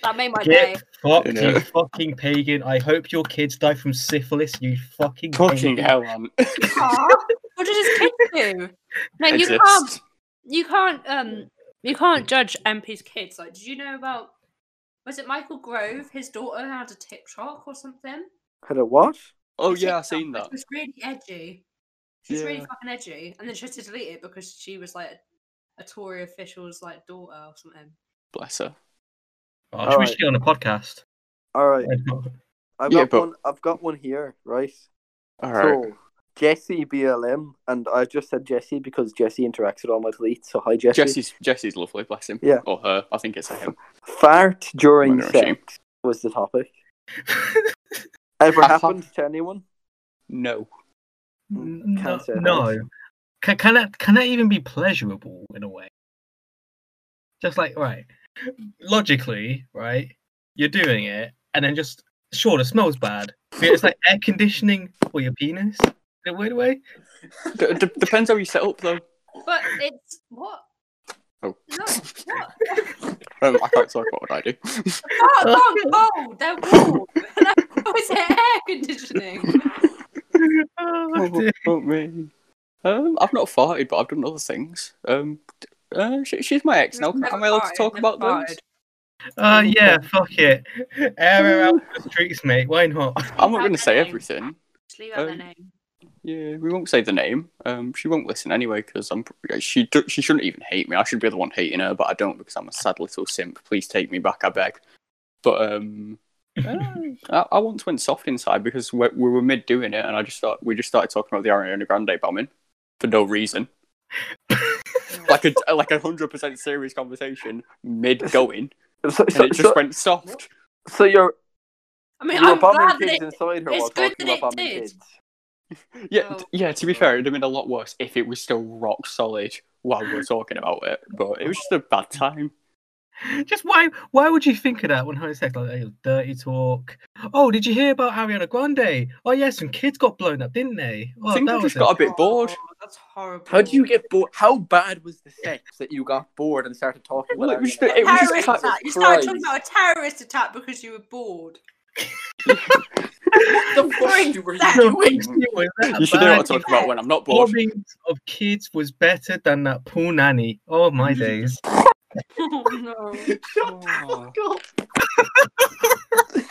that made my day. Get fucked, I know. you fucking pagan! I hope your kids die from syphilis. You fucking Fucking pagan. hell, man. Aw, what did his kid do? Man, you can't, Exist. you can't, um, you can't judge MP's kids. Like, did you know about? Was it Michael Grove? His daughter had a TikTok or something. Had a what? Oh A yeah, I've TikTok, seen but that. She was really edgy. She was really Yeah. fucking edgy, and then she had to delete it because she was like a Tory official's like daughter or something. Bless her. Oh, should we Alright. shit on a podcast? All right, I've got Yeah, but- one. I've got one here, right? All So Jesse BLM, and I just said Jesse because Jesse interacts with all my tweets. So hi, Jesse. Jesse's Jesse's lovely, bless him. Yeah. Or her. I think it's a him. Fart during Wonder if sex was the topic. Ever I have- happened to anyone? No. N- Can't say that. no. Can, can that can that even be pleasurable in a way? Just like right, logically, right? You're doing it, and then just sure, the smells bad. But it's like air conditioning for your penis in a weird way. D- d- depends how you set up though. But it's what? Oh. No, what? Um, I can't talk about what I do. Fart aren't cold, they're warm. How is it air conditioning? Oh, Oh, dear. fuck me. Um, I've not farted, but I've done other things. Um, t- uh, she, she's my ex now. Never Am I allowed to farted, talk never about those? farted. Uh, yeah, fuck it. Air her out the streets, mate. Why not? I'm not going Without to say name. everything. Just leave out their Um, name. Yeah, we won't say the name. Um, she won't listen anyway because I'm. pr- She do, she shouldn't even hate me. I should be the one hating her, but I don't because I'm a sad little simp. Please take me back, I beg. But um, uh, I, I once went soft inside because we, we were mid doing it, and I just thought we just started talking about the Ariana Grande bombing for no reason. like a like a hundred percent serious conversation mid going, So, and so, it so, just went soft. so you're I mean, you were I'm glad bombing that kids it, inside her it's while good talking that about it bombing did. kids. Yeah, Oh. d yeah. To be fair, it'd have been a lot worse if it was still rock solid while we were talking about it. But it was just a bad time. Just why? Why would you think of that when Honey's like, oh, dirty talk? Oh, did you hear about Ariana Grande? Oh, yeah, some kids got blown up, didn't they? Oh, I think that I just was got a bit bored. That's horrible. How do you get bored? How bad was the sex that you got bored and started talking? Well, about it was Ariana the- it was Grande? just terrorist cut- attack? You started talking Christ. about a terrorist attack because you were bored. the fuck you were Sex. No, doing? it was that You should know what I'm bad. talking about when I'm not bored. Bobbings of kids was better than that pool nanny. Oh my days! Oh no. I,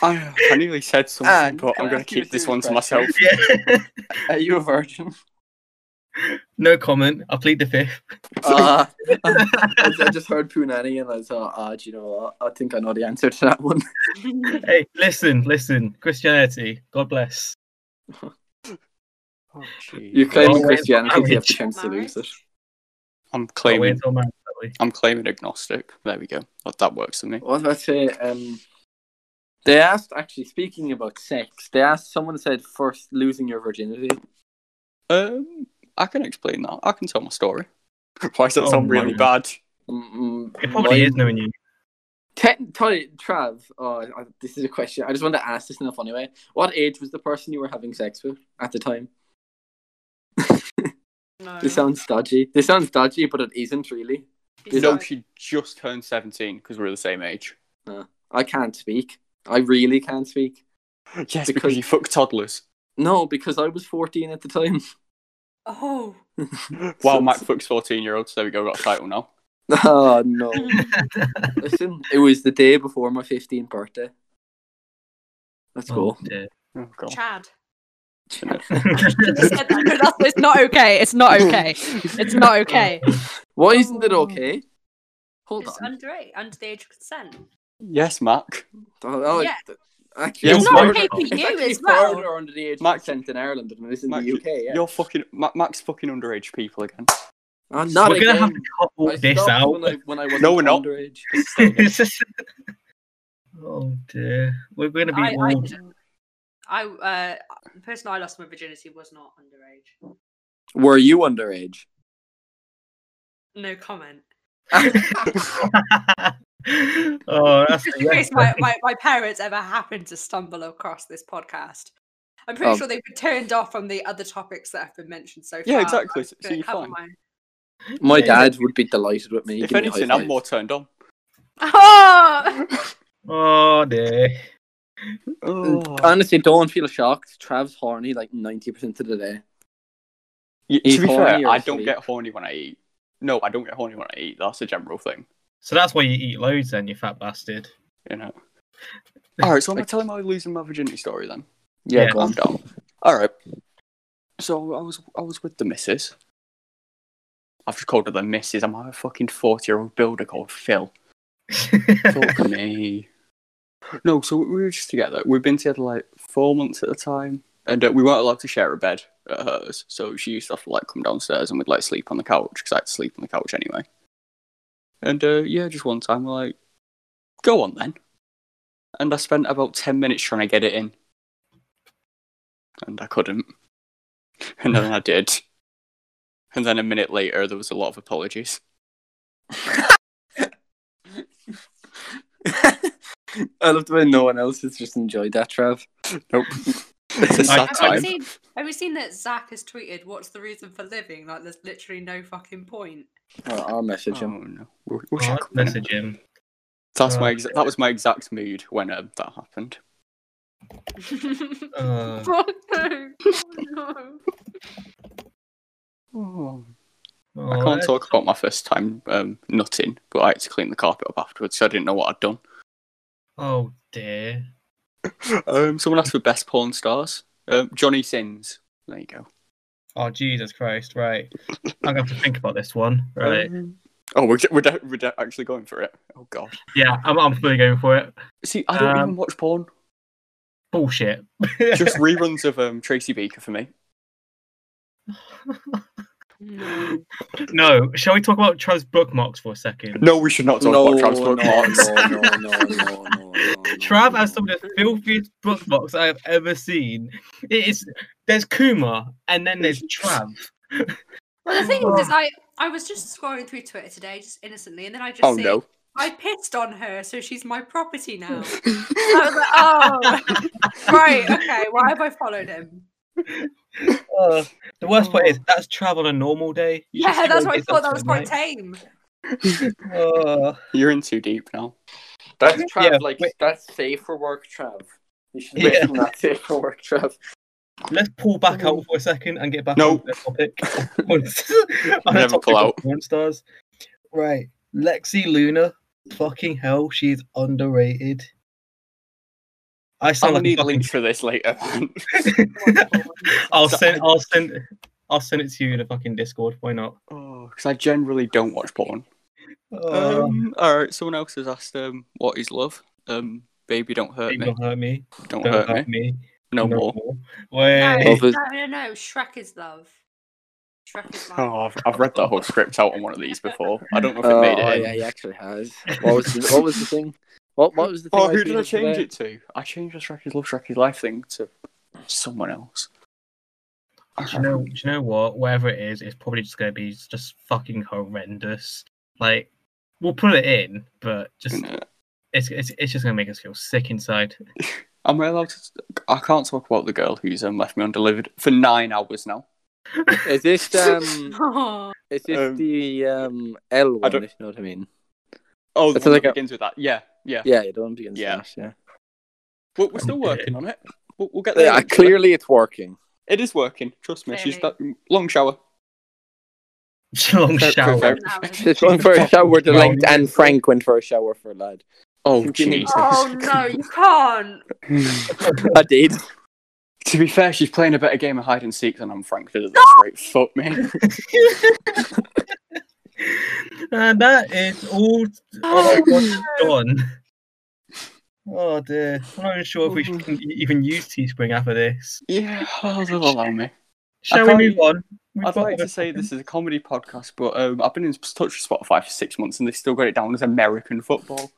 I nearly said something, Anne, but can I'm I going to ask you a keep this serious one to question? myself. Yeah. Are you a virgin? no comment. I plead the fifth. Uh, I, I just heard Poonani and I thought, ah, do you know what? I think I know the answer to that one. Hey, listen, listen. Christianity. God bless. Oh, jeez. You're Well, claiming wait, Christianity, you have the marriage. chance to lose it. Can't I'm wait claiming. until marriage, shall we? I'm claiming agnostic. There we go. That, that works for me. What did I say? Um, they asked, actually, speaking about sex, they asked, someone said, first losing your virginity. Um, I can explain that. I can tell my story. Why does that Oh sound my really God. bad? Mm, mm, It probably mine- is knowing you. Te- Tony, Trav, oh, I- this is a question. I just wanted to ask this in a funny way. What age was the person you were having sex with at the time? No. This sounds dodgy. This sounds dodgy, but it isn't really. He's No, like- she just turned 17 because we're the same age. I can't speak. I really can't speak. Yes, Because- because you fuck toddlers. No, because I was 14 at the time. Oh. Wow, Mac fucks 14 year olds. There we go. Got a title now. Oh, no. Listen, it was the day before my 15th birthday. Let's Oh, go. dear. Oh, God. Chad. Just said that, but that's- it's not okay. It's not okay. It's not okay. Why isn't it okay? Hold Oh. It's on. under eight, under the age of consent. Yes, Mac. Oh, oh, Yeah. th- Actually, It's it's not murder. okay for It's you actually as well. murder under the age of Max- consent in Ireland than it is in Max, the UK. Yeah. You're fucking. Ma- Mac's fucking underage people again. Oh, not We're gonna again. have to couple I this stopped out. When I, when I was No, we're not. underage. oh dear, we're gonna be I, I old. didn't. I uh, the person I lost my virginity was not underage. Were you underage? No comment. oh, that's Just in case my, my, my parents ever happened to stumble across this podcast. I'm pretty Oh. Um, sure they've been turned off from the other topics that have been mentioned so far. Yeah, but I'm exactly, just so gonna you're cover fine. mine. My Yeah. dad would be delighted with me. if Give me a anything, high I'm five. more turned on. Ah! Oh, oh dear. Oh. Honestly, don't feel shocked. Trav's horny like ninety percent of the day. Y- He's to be horny fair, or I is don't he? get horny when I eat. No, I don't get horny when I eat. That's a general thing, So that's why you eat loads, then you fat bastard. you know. All right, so am I telling my losing my virginity story then? Yeah, Yeah. go on. I'm down. All right. So I was I was with the missus. I've just called her the missus. Am I a fucking forty year old builder called Phil? Fuck me. No, so we were just together. We've been together like four months at a time, and uh, we weren't allowed to share a bed at hers. So she used to have to like come downstairs and we'd like sleep on the couch because I had to sleep on the couch anyway. And uh, yeah, just one time we're like, go on then. And I spent about ten minutes trying to get it in, and I couldn't. And then I did. And then a minute later, there was a lot of apologies. I love the way no one else has just enjoyed that, Trav. Nope. it's a I've Have sad you, time. seen, have you seen that Zach has tweeted, What's the reason for living? Like, there's literally no fucking point. I'll, I'll message Oh him. no. We'll, Oh, we'll check that's on it. message him. That's my Oh, exa- that was my exact mood when um, that happened. Uh, oh no. Oh, no. oh, I can't that's- talk about my first time um, nutting, but I had to clean the carpet up afterwards, so I didn't know what I'd done. Oh dear. Um, someone asked for best porn stars. Um, Johnny Sins. There you go. Oh Jesus Christ! Right, I'm gonna have to think about this one. Right. Um, oh, we're, we're, de- we're de- actually going for it. Oh god. Yeah, I'm I'm fully going for it. See, I don't Um, even watch porn. Bullshit. Just reruns of um, Tracy Beaker for me. No. no. Shall we talk about Trav's bookmarks for a second? No, we should not talk about Travis Bookmarks. no, no, no, no, no. Trav has some of the filthiest bookmarks I have ever seen. It is there's Kuma and then there's Trav. Well, the thing is, Oh. is I, I was just scrolling through Twitter today, just innocently, and then I just Oh see no. I pissed on her, so she's my property now. I was like, oh, right, okay. Why have I followed him? Uh, the worst part is that's travel on a normal day. You should Yeah, see that's what I it does thought. That to was a quite night. tame. Uh, You're in too deep now. That's Trav, Yeah, like wait. that's safe for work, Trav. You should make Yeah. him that safe for work, Trav. let's pull back out for a second and get back No. on the topic. On the Never topic pull of out. porn stars. Right, Lexi Luna. Fucking hell, she's underrated. I I'm sound like gonna a need fucking links for this later. man. I'll send. I'll send. I'll send it to you in a fucking Discord. Why not? oh, because I generally don't watch porn. Uh, Um, all right. Someone else has asked um, what is love. Um, baby, don't hurt Baby, me. don't hurt me. Don't, Don't hurt, hurt me. me. No, more. No, Wait. no, Love is- no, no. Shrek is love. Shrek is love. Oh, I've, I've read that whole script out on one of these before. I don't know if it Oh, made it. oh, in. yeah, he actually has. What was the, what was the thing? What what was the thing? Oh, was who did I reading change today? it to? I changed the Shrek is Love, Shrek is Life thing to someone else. I Do you can't know? remember. Do you know what? Whatever it is, it's probably just gonna be just fucking horrendous. Like, we'll put it in, but just No. it's it's, it's just gonna make us feel sick inside. Am I allowed to? I can't talk about the girl who's um, left me undelivered for nine hours now. Is this um Oh, is this Um, the um L I one? don't- If you know what I mean? Oh, the That's one like that a- begins with that. Yeah, yeah. Yeah, you don't begin. Yeah. Yeah, yeah. We're, we're still working on it. We'll, we'll get there. yeah eventually. clearly, it's working. It is working. Trust me. She's that Clearly. long shower. Long Fair- fair- shower. fair. seven hours. This one for a shower to Well, length, and Frank went for a shower for a lad. Oh, You need- Jesus. Oh no, you can't. I did. to be fair, she's playing a better game of hide and seek than I'm. Frank did at this rate. Fuck me. and that is all. Oh, God, gone. Oh dear. I'm not even sure if we Oh. should even use Teespring after this. Yeah, well, they'll allow me. Shall we can't- move on? We've I'd got like to other say this is a comedy podcast, but um, I've been in touch with Spotify for six months and they've still got it down as American football.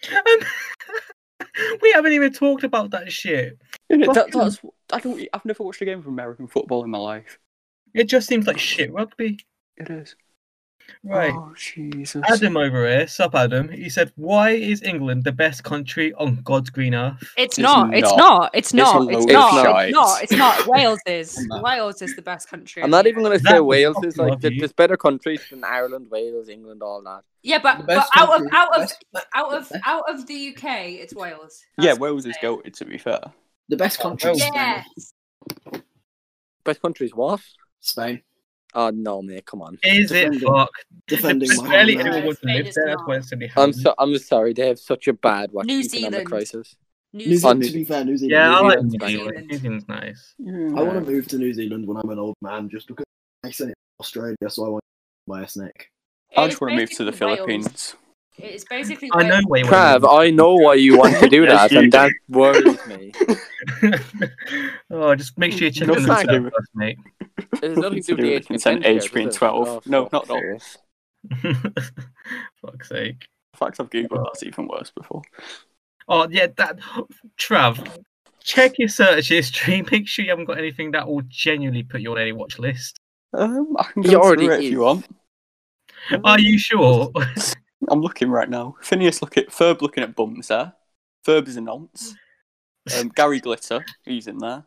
we haven't even talked about that shit. Innit? That, Fucking- that's, I don't, I've never watched a game of American football in my life. It just seems like shit rugby. It is. Right. Oh, Jesus. Adam over here, sup Adam. He said, Why is England the best country on God's green earth? It's not. It's not. not. It's a not. It's load of not. shite. It's not. It's not. Wales is. Nah. Wales is the best country. I'm in not the even world. gonna That say would Wales fucking is like love there- you. there's better countries than Ireland, Wales, England, all that. Yeah, but, but best out of country- out of best- best- out of best- out of the UK, it's Wales. yeah, That's- Wales is goated, to be fair. The best country is yeah. Spain. Best countries what? Spain. Oh no, mate, come on. Is it Defending- fucked? Defending There's my barely homeland. anyone wants to Spain live is there. That's not. why it's simply I'm happening. so I'm sorry, they have such a bad watch New economic Zealand. crisis. New New Zealand. Zealand, to be fair, New Zealand. Yeah, I like New New Zealand. Zealand. New Zealand's nice. I want to move to New Zealand when I'm an old man, just because I say Australia, so I want my snake. I It just is want to move to the basically Wales. Philippines. It is basically. I know way Wales. Trav, I know why you want to do Yes, that, you and do. that worries me. oh, just make sure you check No on the fact. server first, mate. It has nothing to do with the age Consent consent age here, being does it? Oh, 12. No, fuck not at all. serious. Fuck's sake. In fact, I've Googled that's even worse before. Oh yeah, that Trav. Check your search history. Make sure you haven't got anything that will genuinely put you on any watch list. Um, I can He go already through it if is. you want. Are you sure? I'm looking right now. Phineas look at Ferb looking at bums there. Ferb is a nonce. Um, Gary Glitter, he's in there.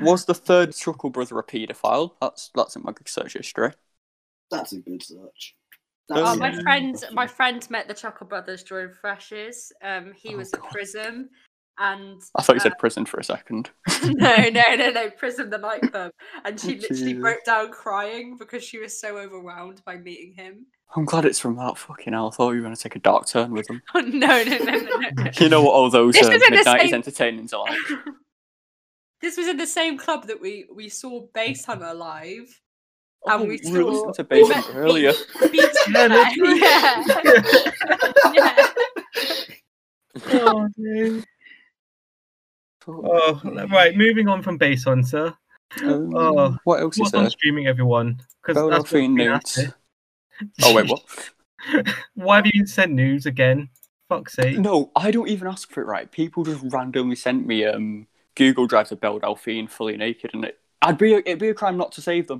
Was the third Truckle brother a paedophile? That's that's in my search history. That's a good search. Oh, Um, my friend, my friend met the Chuckle Brothers during Freshers. Um, he Oh, was at God. Prism, and I thought you said prison for a second. no, no, no, no, Prism the nightclub, and she literally Jesus. broke down crying because she was so overwhelmed by meeting him. I'm glad it's from that fucking hell. I thought you were going to take a dark turn with them. Oh, no, no, no, no, no, no. You know what all those This um, isn't the mid-90s same- entertainments are like. this was in the same club that we we saw Bass Hunter live, Oh, and we we were saw listening to Bass met Hunter earlier. Beat- Beat Yeah, that's Hunter. yeah. yeah. oh, dear. Oh, right. Moving on from base on, sir. Um, Oh, what else is What's on there? streaming, everyone? Because that's what Bonafide we nudes. Oh wait, what? Why have you been sent news again? Fuck's sake. No, I don't even ask for it right. People just randomly sent me um, Google Drive to Belle Delphine fully naked, and it, I'd be it'd be a crime not to save them.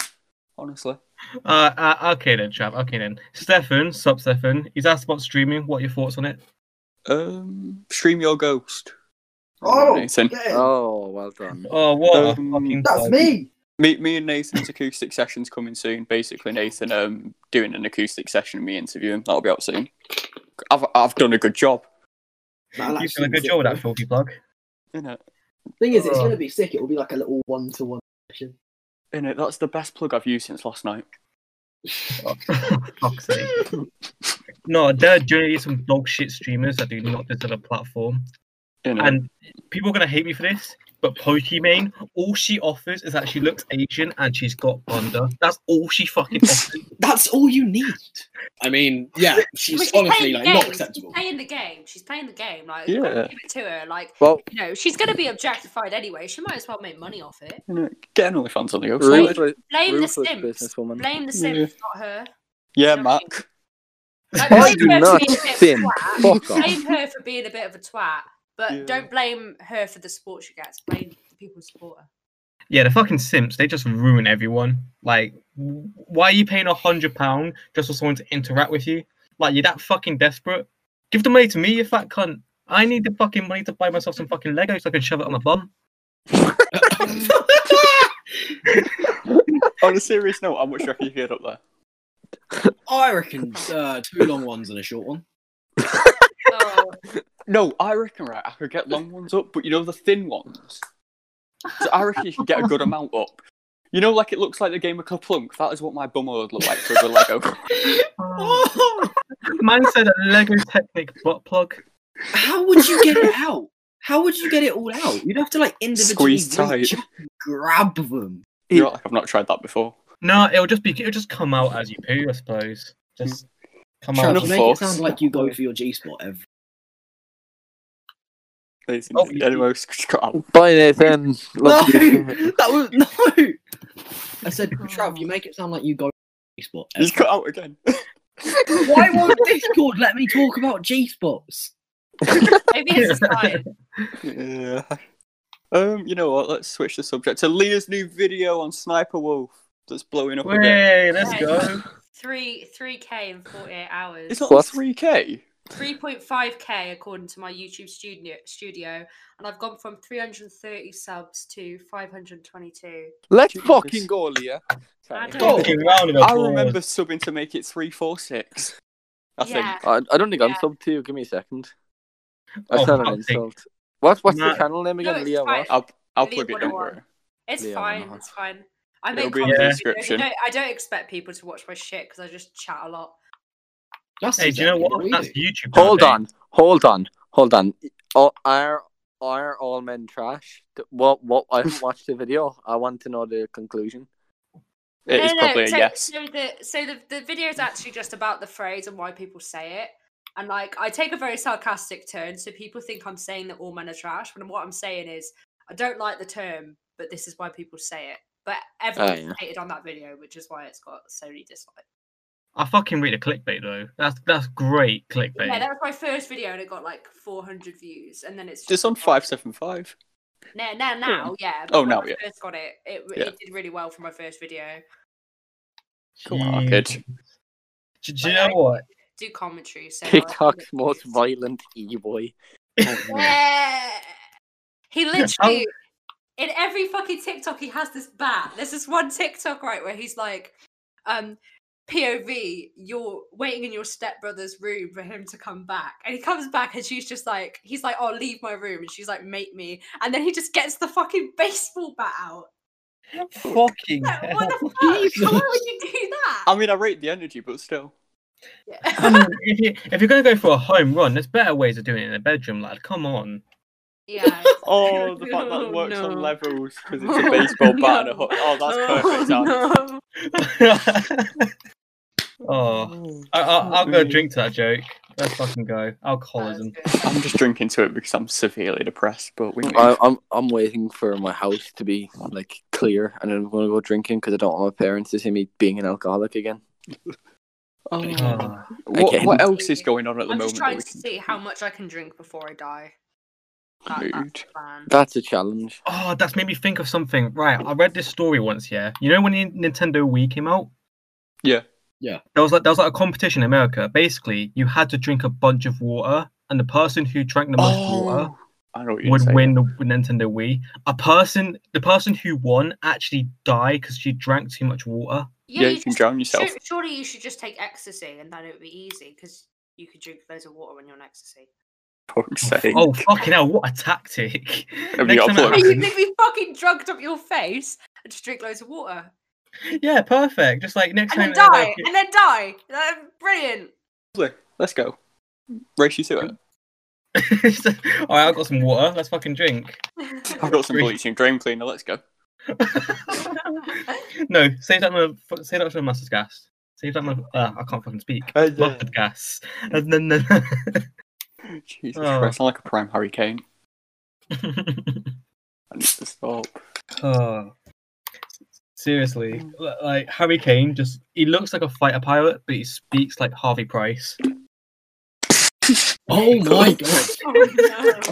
Honestly, Uh, uh, okay then, Trav. Okay then. Stefan, sup, Stefan. He's asked about streaming. What are your thoughts on it? Um, stream your ghost. Oh, Nathan. yeah. Oh, well done. Oh, what Um, a fucking That's plug. me. Me, me and Nathan's acoustic session's coming soon. Basically, Nathan um doing an acoustic session, and me interviewing. That'll be out soon. I've I've done a good job. That'll You've done a actually good be job with sick. that filthy plug. Innit? Thing is, it's Oh. going to be sick. It will be like a little one-to-one session. Innit? That's the best plug I've used since last night. Fuck's sake. No, there are generally some dog shit streamers that do not deserve a platform. Innit? And people are gonna hate me for this, but Pokimane, all she offers is that she looks Asian and she's got bunda. That's all she fucking offers. That's all you need. I mean, yeah, Well, she's honestly playing the like game. not She's acceptable. playing the game. She's playing the game. Like, you gotta Yeah. give it to her. Like, Well, you know, she's gonna be objectified anyway. She might as well make money off it. Innit? Get an fans on the go. Really? side. ruthless, Blame ruthless the Sims. businesswoman. Blame the Sims, Yeah. not her. Yeah, Sorry. Mac. Like, I do blame her for not being a bit of a sin. twat. Fuck off. Blame her for being a bit of a twat, but Yeah. don't blame her for the support she gets. Blame the people who support her. Yeah, the fucking simps, they just ruin everyone. Like, w- why are you paying a hundred pound just for someone to interact with you? Like, you're that fucking desperate. Give the money to me, you fat cunt. I need the fucking money to buy myself some fucking Lego so I can shove it on my bum. On a serious note, how much do you reckon you get up there? I reckon uh, two long ones and a short one. Oh, No, I reckon right. I could get long ones up, but you know the thin ones. So I reckon you can get a good amount up. You know, like it looks like the game of Kaplunk. That is what my bum would look like to a good Lego. Oh, Man said a Lego Technic butt plug. how would you get it out? How would you get it all out? You'd have to like individually Squeeze tight. reach up and grab them. You're like I've not tried that before. No, it'll just be it'll just come out as you poo, I suppose. Just come Trying out. Sure as- enough. to make it force. sound like you go for your G spot every. Nathan, Oh, anyway, cut out. Bye, Nathan. No, Love you. that was no. I said, Trav, you make it sound like you go for G spot. He's cut out again. Why won't Discord let me talk about G spots? maybe it's fine. yeah. Um, you know what? Let's switch the subject to Leah's new video on Sniper Wolf that's blowing up. a bit. Way, let's go. Three three k in forty eight hours. It's not What? three k. Three point five k according to my YouTube studio studio, and I've gone from three hundred and thirty subs to five hundred twenty two. Let's Jesus. fucking go, Leah. I Sorry. don't- Fucking round of I applause. remember subbing to make it three four six. I Yeah, think. I, I don't think I'm Yeah. sub to you. Give me a second. Oh, That's not an fuck's sake. insult. What, what's No. the channel name No, again, it's Leah? fine. What? I'll I'll Leah plug it. Don't worry. it's Leo fine. Manhart. It's fine. I It'll make be in the Yeah. content videos. I description. don't, I don't expect people to watch my shit because I just chat a lot. That's Hey, do you know exactly what? we That's do. YouTube. Hold nowadays. on, hold on, hold on. Oh, are are all men trash? Th- What what? I haven't watched the video. I want to know the conclusion. It is probably so, a yes. So the so the, the video is actually just about the phrase and why people say it. And like I take a very sarcastic turn, so people think I'm saying that all men are trash. But what I'm saying is I don't like the term, but this is why people say it. But Oh, everyone yeah. hated on that video, which is why it's got so many dislikes. I fucking read a clickbait though. That's that's great clickbait. Yeah, that was my first video, and it got like 400 views. And then it's Just on five seven five. Now, now, now, yeah. Oh, when now, I yeah. First got it. It, Yeah. it did really well for my first video. Come on, kid. Do, do you know what? Do commentary. So I think TikTok's it's- most violent e boy. Yeah. He I'll- literally in every fucking TikTok he has this bat. There's this one TikTok right where he's like, um, POV, you're waiting in your stepbrother's room for him to come back. And he comes back and she's just like, he's like, oh, leave my room. And she's like, make me. And then he just gets the fucking baseball bat out. Fucking. Like, hell. what the fuck? Why Jesus. would you do that? I mean, I rate the energy, but still. I Yeah. mean, if, you, if you're gonna go for a home run, there's better ways of doing it in a bedroom, lad. Come on. yeah. Oh, the fact that No, it works no. Oh, on levels because it's a baseball bat and a No. hook. Oh, that's Oh, perfect. Dan. no. oh, I, I, I'll go drink to that joke. Let's fucking go. That's Alcoholism. good. I'm just drinking to it because I'm severely depressed. But we. I, I'm I'm waiting for my house to be like clear, and then I'm gonna go drinking because I don't want my parents to see me being an alcoholic again. Oh. Oh, What, Again. what else is going on at the I'm moment? just that trying we to see how much I can drink before I die. That, can that's mood? the plan. That's a challenge. oh, that's made me think of something. Right, I read this story once. Yeah, you know when the Nintendo Wii came out, Yeah. Yeah. There was like there was like a competition in America. Basically, you had to drink a bunch of water, and the person who drank the most Oh. water I know what you're would saying. win the Nintendo Wii. A person, the person who won, actually died because she drank too much water. Yeah, you can drown yourself. Sur- Surely you should just take ecstasy and then it would be easy because you could drink loads of water when you're on ecstasy. Fuck's sake. Oh fucking hell! What a tactic! Have you Next got time plugs? it you happens- would be fucking drugged up your face and just drink loads of water yeah, perfect. Just like next and then time. there's, die like, and then die. That's brilliant. Lovely. Let's go. Race you to it. All right, I've got some water. Let's fucking drink. Oh, I've got some bleaching drain cleaner. Let's go. No, save that one. for- Save that for master's gas. Save that one. Uh, I can't fucking speak. Mustard gas. And then, then Jesus Oh. Christ, I'm like a prime Harry Kane. I need to stop. Oh. Seriously, li- like Harry Kane, just he looks like a fighter pilot, but he speaks like Harvey Price. Oh my god.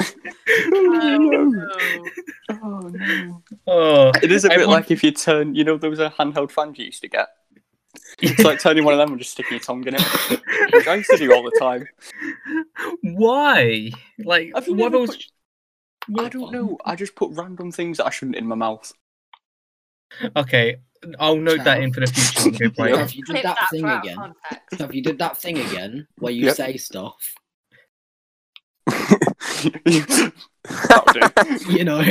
Oh no. Oh, It is a bit everyone- like if you turn, you know, those are handheld fans you used to get. It's like turning one of them and just sticking your tongue in it. Which I used to do all the time. why? Like, Have you what never was? I don't know. I just put random things that I shouldn't in my mouth. Okay, I'll note that in for the future. when we go Yeah. right? If you Clip did that that thing for our again, context. if you did that thing again where you Yep. say stuff, That'll do. you know,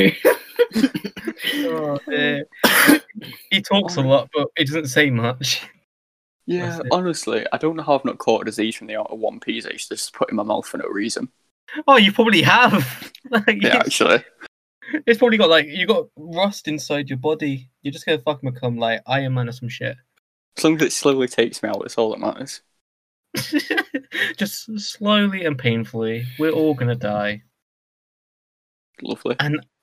Oh, dear. he Oh. talks a lot, but it doesn't say much. Yeah, That's it. honestly, I don't know how I've not caught a disease from the out of one piece I used to just put in my mouth for no reason. Oh, you probably have. like, Yeah, it's, actually. it's probably got like you got rust inside your body. You're just gonna fucking become like Iron Man or some shit. As long as it slowly takes me out, that's all that matters. just slowly and painfully, we're all gonna die. Lovely.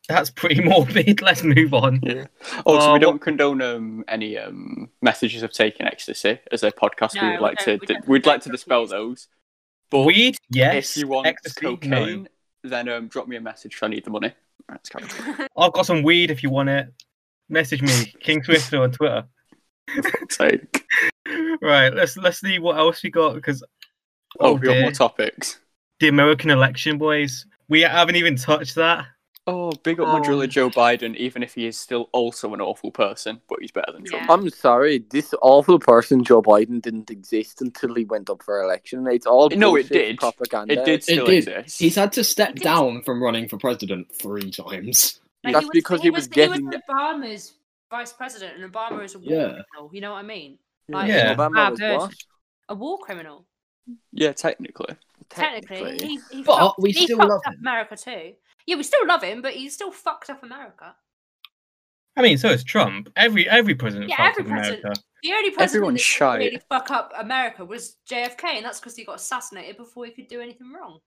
That's pretty morbid. Let's move on. Yeah. Oh, Uh, so we what- don't condone um, any um, messages of taking ecstasy as a podcast. we No, would like we to don't- we d- don't we'd like to condone dispel drugs. those. Weed, yes. if you want Ecstasy, no. cocaine, then um, drop me a message. I need the money. That's kind of I've got some weed if you want it. Message me, King Twister on Twitter. insane. Right, let's let's see what else we got because Oh, oh, we got dear. more topics. the American election, boys. We haven't even touched that. Oh, big up my Oh. driller Joe Biden, even if he is still also an awful person, but he's better than Trump. Yeah. I'm sorry, this awful person, Joe Biden, didn't exist until he went up for election. It's all No, it bullshit did. propaganda. It did still did. exist. He's had to step He did. down from running for president three times. Like, That's because he was getting- Obama's vice president, and Obama is a war Yeah. criminal. You know what I mean? Yeah. Obama was Bad. what? A war criminal. Yeah, technically. Technically, he, he But fucked, we he still fucked love up him. America too. Yeah, we still love him, but he still fucked up America. I mean, so is Trump. Every every president. Yeah, fucks every up president. America. The only president Everyone's that didn't shy. really fuck up America was JFK, and that's because he got assassinated before he could do anything wrong.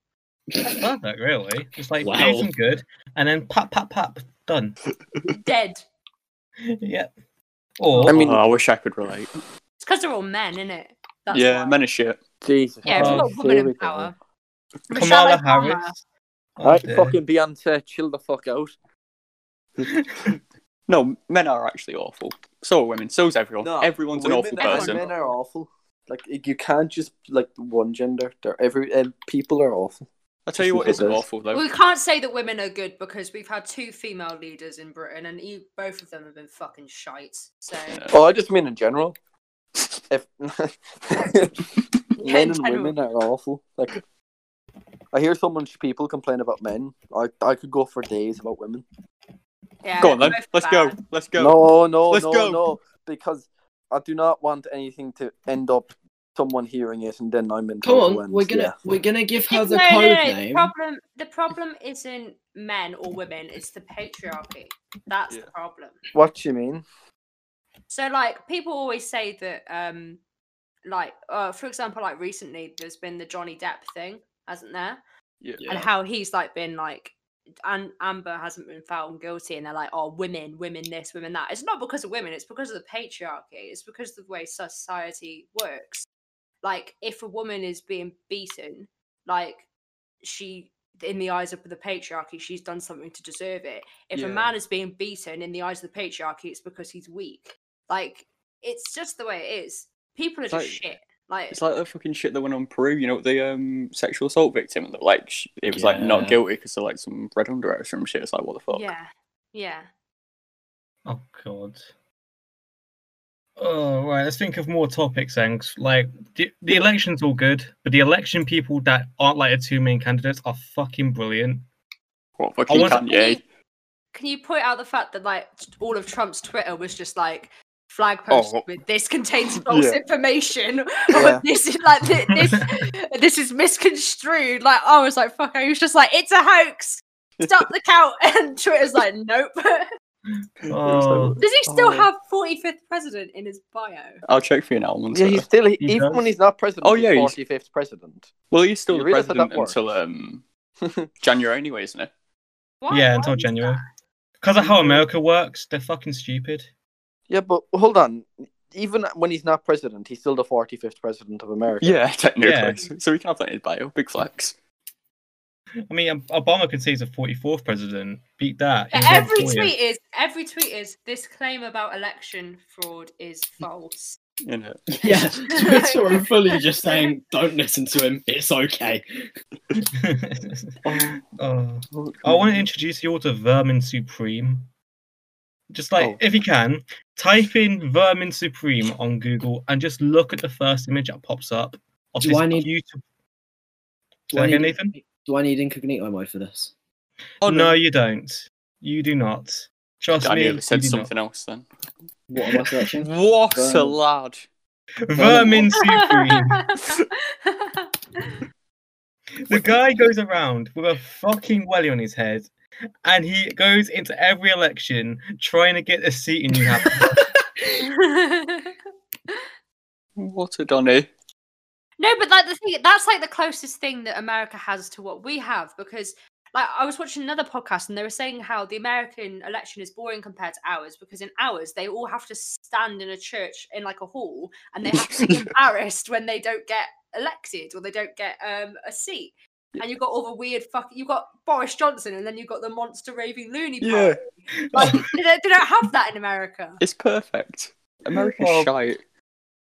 That's perfect, really. Just like Wow. do some good, and then pap pap pap, done. Dead. yep. Or I mean- Oh, I wish I could relate. It's because they're all men, isn't it? That's yeah, why. men are shit. Jesus. Yeah, if Oh, you've got a woman here we in go. power. Kamala Michelle Obama. Harris. Oh, All right, dear. fucking Beyonce, chill the fuck out. No, men are actually awful. So are women. So's everyone. Everyone's an awful women and person. Men are awful. Like you can't just like one gender. They're every and people are awful. I'll tell you what isn't awful though. We can't say that women are good because we've had two female leaders in Britain, and e- both of them have been fucking shite. So Oh, I just mean in general. If men and general. women are awful, like I hear so much people complain about men. I I could go for days about women. yeah, Go on they're then. both Let's go. bad. Let's go. No, no, Let's no, go. no, because I do not want anything to end up someone hearing it and then I'm in come trouble on, and- we're gonna yeah. we're gonna give her the no, code no, no, The name. problem, the problem isn't men or women; it's the patriarchy. That's Yeah. the problem. What do you mean? So, like, people always say that, um, like, uh, for example, like recently, there's been the Johnny Depp thing, hasn't there? and how he's like been like and amber hasn't been found guilty and they're like oh women women this women that it's not because of women it's because of the patriarchy it's because of the way society works like if a woman is being beaten like she in the eyes of the patriarchy she's done something to deserve it if Yeah. a man is being beaten in the eyes of the patriarchy it's because he's weak like it's just the way it is People are It's just like- shit. Like, It's like that fucking shit that went on Peru, you know, the um, sexual assault victim, and they're like, sh- it was like Yeah. not guilty because they're like some red underwear or some shit. It's like, what the fuck? yeah, yeah. Oh god. Oh right, let's think of more topics. Thanks. Like the, the election's all good, but the election people that aren't like the two main candidates are fucking brilliant. What fucking Kanye? Can you point out the fact that like t- all of Trump's Twitter was just like flag post Oh. with this contains false Yeah. information Yeah. or this is like thi- this this is misconstrued. Like I was like fuck, I was just like it's a hoax. Stop the count, and Twitter's like nope. Oh. Does he still have forty fifth president in his bio? I'll check for you now. One Yeah, sec. he's still he, He even does. when he's not president. Oh, he's yeah, he's- 45th president. Well, he's still You the realise how that president works? until um, January anyway, isn't it? Why? yeah, until January. Because of how America works, they're fucking stupid. Yeah, but hold on. Even when he's not president, he's still the 45th president of America. Yeah, technically. Yeah. So we can have that in his bio. Big flex. I mean, Ob- Obama could say he's a 44th president. Beat that. But He's on every 40th. tweet is every tweet is this claim about election fraud is false. You know. Yeah, Twitter are fully just saying, don't listen to him, it's okay. Oh. I want Mm-hmm. to introduce you all to Vermin Supreme. Just like, Oh. if you can, type in Vermin Supreme on Google and just look at the first image that pops up. Of Do this I need- beautiful- Do I, Say again, need, Nathan? do I need incognito mode for this? Oh, no, you don't. You do not. Trust I me. nearly you said do not. something else then. What am I searching? What a Vermin. lad. Vermin Supreme. The guy goes around with a fucking welly on his head, and he goes into every election trying to get a seat in New Hampshire. What a Donny. No, but like the thing that's like the closest thing that America has to what we have because like I was watching another podcast and they were saying how the American election is boring compared to ours because in ours they all have to stand in a church in like a hall and they have to be embarrassed when they don't get elected or they don't get um a seat. And you've got all the weird fuck you've got Boris Johnson and then you've got the monster raving loony party. Yeah. Like they, don't, they don't have that in America. It's perfect. America's Well, shite.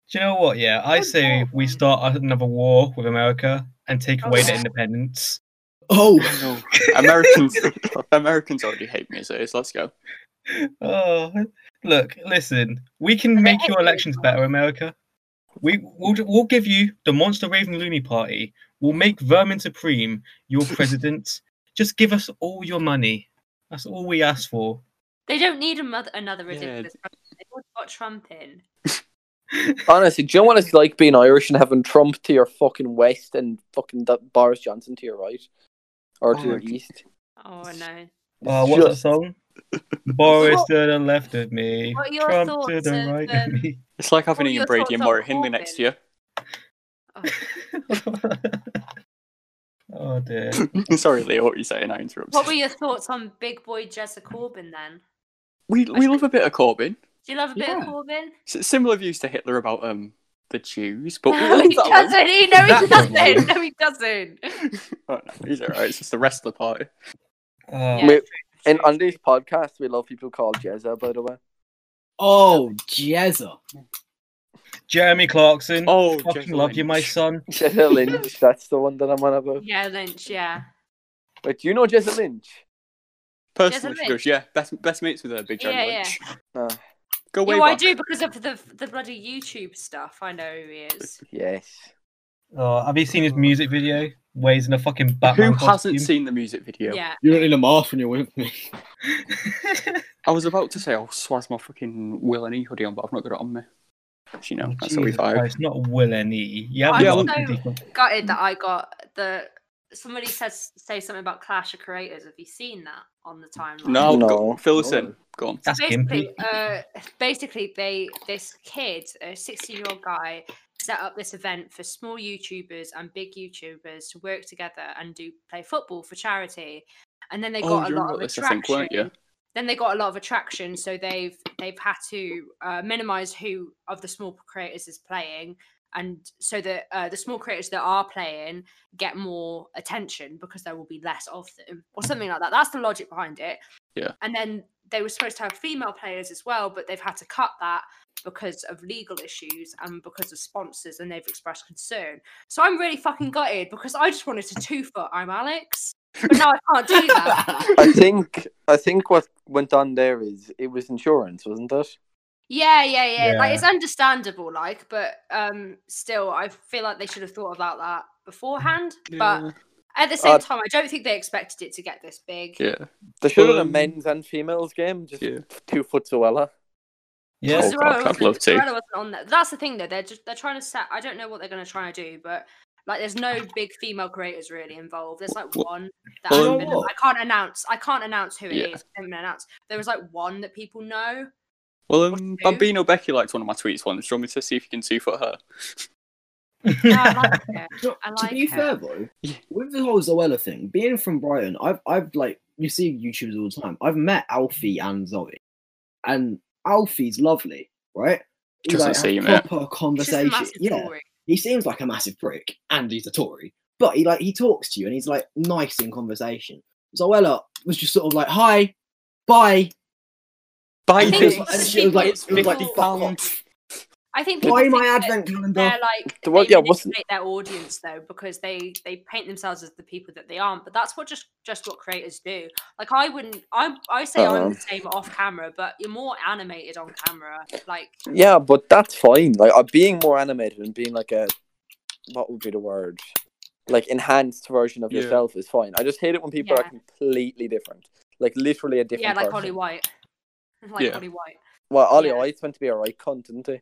Do you know what? Yeah, I Good say thought, we man. start another war with America and take Oh, away their yeah. independence. Oh, No. Americans Americans already hate me, so it's- let's go. Oh, look, listen, we can But make your anyway, elections better, America. We will we'll give you the Monster Raven Looney Party. We'll make Vermin Supreme your president. Just give us all your money. That's all we ask for. They don't need another another Yeah. ridiculous president. They've already got Trump in. Honestly, do you know what it's like being Irish and having Trump to your fucking west and fucking that Boris Johnson to your right or to Oh your my g- east? Oh no. Uh, It's what's that just- song? Boris What- to the left of me, what are your Trump to thoughts the of, right of um, me. It's like having What are Ian your Brady thoughts and on Maura Hindley next Corbyn? year. oh dear. Sorry, Leo, what are you saying? I interrupted. What were your thoughts on big boy Jessa Corbyn then? we we love a bit of Corbyn. Do you love a bit Yeah. of Corbyn? S- similar views to Hitler about um the Jews, but we'll No, he leave that one. doesn't. He, no, he That one, doesn't. No, he doesn't. Oh, no, he's alright. It's just the rest of the party. Uh, Yeah. Wait, and on these podcasts, we love people called Jezza, by the way. oh, Jezza. Jeremy Clarkson. Oh, fucking Jezza love you, my Lynch. son. Jezza Lynch, that's the one that I'm on about. Yeah, Lynch. Yeah. Wait, do you know Jezza Lynch? Personally, Jezza she goes, yeah, best best mates with her, Big John Yeah, Lynch. No. Go Yeah, way well, I back. do because of the the bloody YouTube stuff. I know who he is. Yes. Oh, have you seen his music video? Where he's in a fucking Batman Who hasn't costume? seen the music video? Yeah. You don't need a mask when you're with me. I was about to say I'll swaz my fucking Will and E hoodie on, but I've not got it on me. As you know, that's how we Jesus five. Christ, not Will and E. You I haven't also- got anything from- Gutted that I got the. Somebody says say something about Clash of Creators. Have you seen that on the timeline? No, No. go, fill us No. Oh. in. Go on. That's basically, gimpy. uh, basically, they this kid, a 16 year old guy, set up this event for small YouTubers and big YouTubers to work together and do play football for charity. And then they oh, got a you lot remember of this, I think, weren't you? attraction. Then they got a lot of attraction, so they've they've had to uh, minimize who of the small creators is playing, and so that uh, the small creators that are playing get more attention because there will be less of them, or something like that. That's the logic behind it. Yeah. And then they were supposed to have female players as well, but they've had to cut that because of legal issues and because of sponsors, and they've expressed concern. So I'm really fucking gutted because I just wanted to two foot. I'm Alex, but now I can't do that. I think I think what went on there is it was insurance, wasn't it? Yeah, yeah, yeah, Like Yeah. it's understandable, like, but um still I feel like they should have thought about that beforehand. But at the same I'd- time, I don't think they expected it to get this big. They should have done a Um, men's and females game, just two foot Zoella. Yeah. Oh, God, I'd love to. Cinderella wasn't on that. That's the thing though, they're just they're trying to set I don't know what they're gonna try and do, but like there's no big female creators really involved. There's like Wh- one that Well, hasn't you been, know I can't announce I can't announce who it Yeah. is. I haven't announced. There was like one that people know. Well, um, Bambino Becky liked one of my tweets once. Do you want me to see if you can two foot her? I to be fair though, with the whole Zoella thing, being from Brighton, I've I've like you see YouTubers all the time. I've met Alfie and Zoe, and Alfie's lovely, right? We, Doesn't have seem it. proper conversation. massive Yeah, Tory. he seems like a massive prick, and he's a Tory, but he like he talks to you and he's like nice in conversation. Zoella was just sort of like, "Hi, bye." Bye, and she was, and she was like, It's it was like, £50 "Fuck off." I think Buy people my think that advent calendar. They're like The what- they yeah, what's- manipulate their audience though because they they paint themselves as the people that they aren't. But that's what just just what creators do. Like I wouldn't. I I say I'm Uh-huh. Um. the same off camera, but you're more animated on camera. Like Yeah, but that's fine. Like uh, being more animated and being like a what would be the word? Like enhanced version of Yeah. yourself is fine. I just hate it when people Yeah. are completely different. Like literally a different yeah, like person. Holly White. Like Yeah. Holly White. Well, Ollie Yeah. White's meant to be a right cunt, didn't he?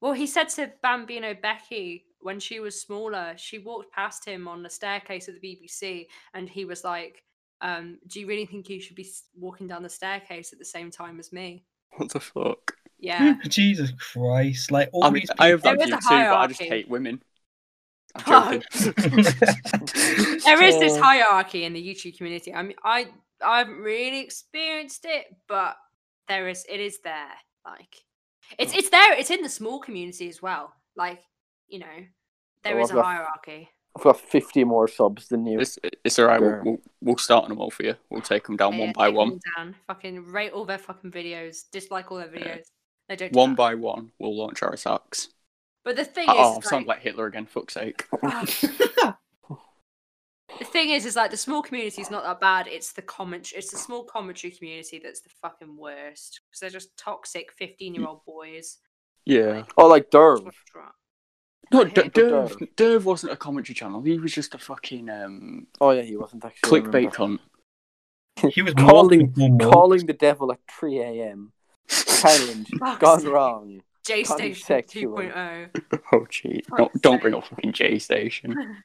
Well, he said to Bambino Becky when she was smaller, she walked past him on the staircase of the BBC, and he was like, um, "Do you really think you should be s- walking down the staircase at the same time as me?" What the fuck? Yeah. Jesus Christ! Like all I mean, these. I have There that is view a too, but I just hierarchy. hate women. Oh. I'm joking. there is this Oh. hierarchy in the YouTube community. I mean, I I haven't really experienced it, but there is it is there. Like it's it's there. It's in the small community as well. Like you know, there Oh, is a I've got- hierarchy. I've got fifty more subs than you. It's, it's alright. We'll, Girl. we'll, we'll start them all for you. We'll take them down Yeah, one by take 'em all one. Down. Fucking rate all their fucking videos. Dislike all their videos. No, don't. do One that. by one, we'll launch our attacks. But the thing Oh, is, I've is sounded like, like Hitler again, fuck's sake. Oh, the thing is, is like the small community is not that bad. It's the comment. It's the small commentary community that's the fucking worst because they're just toxic fifteen-year-old boys. Yeah. Oh, like Derv. No, D- Derv. Derv, Derv wasn't a commentary channel. He was just a fucking um, Oh yeah, he wasn't actually. I clickbait remember. cunt. He was calling multiple modes. calling the devil at three a.m. Challenge Fuck's gone sake. wrong. J Station Pansexual. 2.0. Oh, jeez. Fuck's Don't, don't bring sake. up fucking J Station.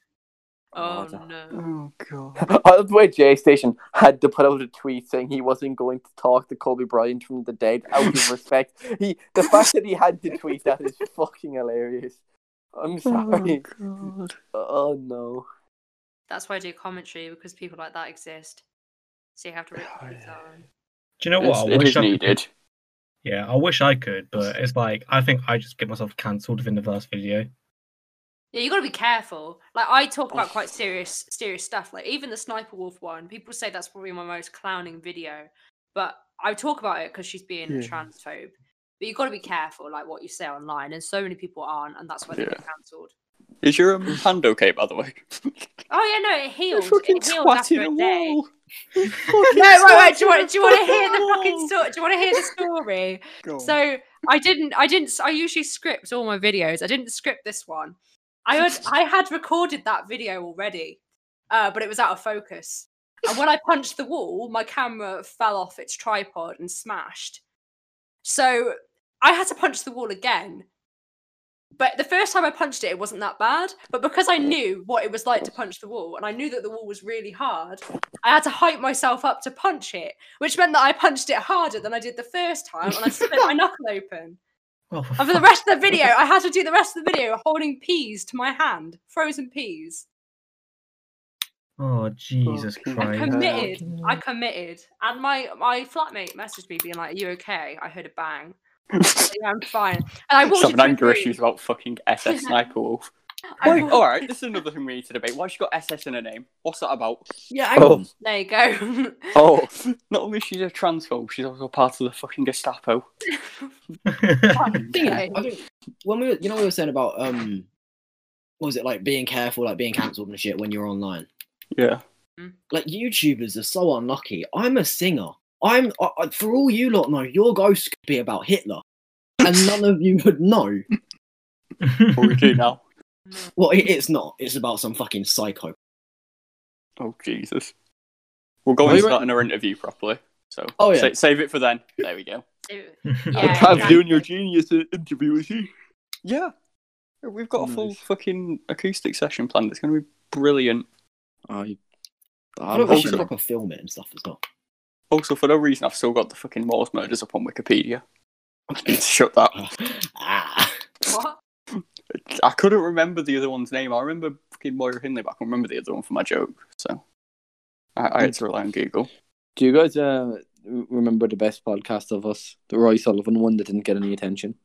Oh God. no. Oh, God. I love the way J Station had to put out a tweet saying he wasn't going to talk to Kobe Bryant from the dead out of respect. He, the fact that he had to tweet that is fucking hilarious. I'm sorry. Oh, God. Oh, no. That's why I do commentary because people like that exist. So you have to rip Oh, these on. Do you know what? It's- it is I could- needed. Yeah, I wish I could, but it's like I think I just get myself cancelled within the first video. Yeah, you got to be careful. Like I talk about quite serious, serious stuff. Like even the Sniper Wolf one, people say that's probably my most clowning video, but I talk about it because she's being a Yeah. transphobe. But you got to be careful, like what you say online, and so many people aren't, and that's why they get Yeah. cancelled. Is your um, hand okay, by the way? Oh yeah, no, it healed. fucking It healed after twatting a a day. wall. no, wait, wait. Do you Fucking want? Do you want to twatting hear the a fucking wall. story? Do you want to hear the story? Go on. so I didn't. I didn't. s- I usually script all my videos. I didn't script this one. I had, I had recorded that video already, uh, but it was out of focus. And when I punched the wall, my camera fell off its tripod and smashed. So I had to punch the wall again. But the first time I punched it, it wasn't that bad. But because I knew what it was like to punch the wall, and I knew that the wall was really hard, I had to hype myself up to punch it, which meant that I punched it harder than I did the first time, and I split my knuckle open. Oh, And for the rest of the video, I had to do the rest of the video holding peas to my hand, frozen peas. Oh Jesus I Christ! committed. I committed. And my my flatmate messaged me being like, "Are you okay?" I heard a bang. I was like, yeah, I'm fine. And I walked Some into a anger room- issues about fucking SS Sniper Wolf. Wait, oh. all right. This is another thing we need to debate. Why she got SS in her name? What's that about? Yeah, Oh. hang on. There you go. Oh, not only is she a transphobe, she's also part of the fucking Gestapo. thing is, I don't- when we were, you know, we were saying about um, what was it like being careful, like being cancelled and shit when you're online. Yeah. Like YouTubers are so unlucky. I'm a singer. I'm I, I- for all you lot know, your ghost could be about Hitler, and none of you would know. What we do now? Well, it, it's not. It's about some fucking psycho. Oh Jesus. We'll go Well, into you- that in our interview properly. So Oh, yeah. sa- save it for then. There we go. Yeah, you and your genius interview with you. Yeah. We've got a full fucking acoustic session planned. It's going to be brilliant. I, I don't we should proper film it and stuff as well. Also, for no reason, I've still got the fucking Morse murders up on Wikipedia. Shut that. Ah. What? I couldn't remember the other one's name. I remember fucking Moira Hindley, but I can remember the other one for my joke. So I, I had to rely on Google. Do you guys uh, remember the best podcast of us? The Roy Sullivan one that didn't get any attention.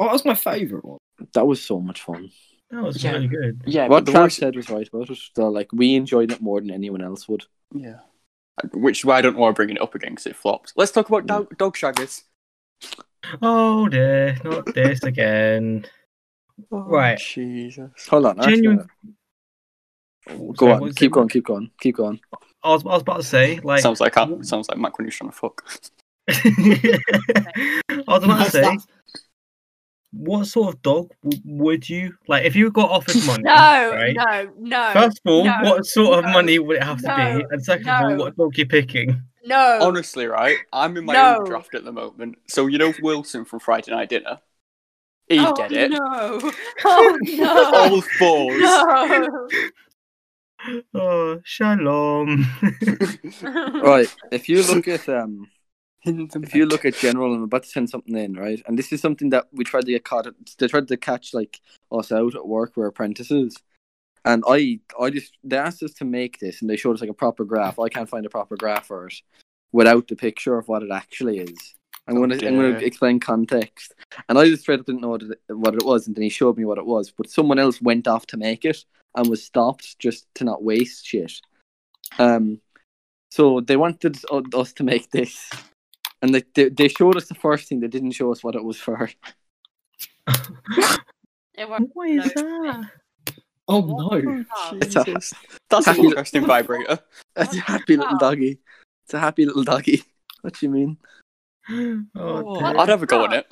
Oh, that was my favourite one. That was so much fun. That was really good. Yeah, what but the Trav worst- said was right about it. Though, like we enjoyed it more than anyone else would. Yeah. Which is why I don't know why I'm bringing it up again because it flops. Let's talk about dog, dog shaggers. Oh dear, not this again. Right. Jesus. Hold on. actually, oh, Genuine. uh, Go Sorry, what on. was Keep it? going. Keep going. Keep going. I was, I was about to say, like, sounds like that. Sounds like Mac when he's trying to fuck. I was about to say, what sort of dog w- would you like if you got offered money? No, right? no, no. First of all, no, what sort of no, money would it have to no, be? And second of all, no. what dog you picking? No. Honestly, right? I'm in my Oh. No. own draft at the moment. So you know Wilson from Friday Night Dinner. He oh, did it. No. Oh no. All fours. no. Oh, shalom. Right. If you look at um, if you look at general, I'm about to send something in, right? And this is something that we tried to get caught. They tried to catch like us out at work. We're apprentices, and I, I just they asked us to make this, and they showed us like a proper graph. I can't find a proper graph for it without the picture of what it actually is. I'm gonna, I'm dear. gonna explain context. And I just straight up didn't know what it, what it was, and then he showed me what it was. But someone else went off to make it and was stopped just to not waste shit. Um, so they wanted u- us to make this, and they, they they showed us the first thing. They didn't show us what it was for. It won't, What is no. that? Oh no. It's a, That's an Happy- interesting vibrator. it's a happy little doggy. It's a happy little doggy. What do you mean? Oh, dear. I'd have a go on it.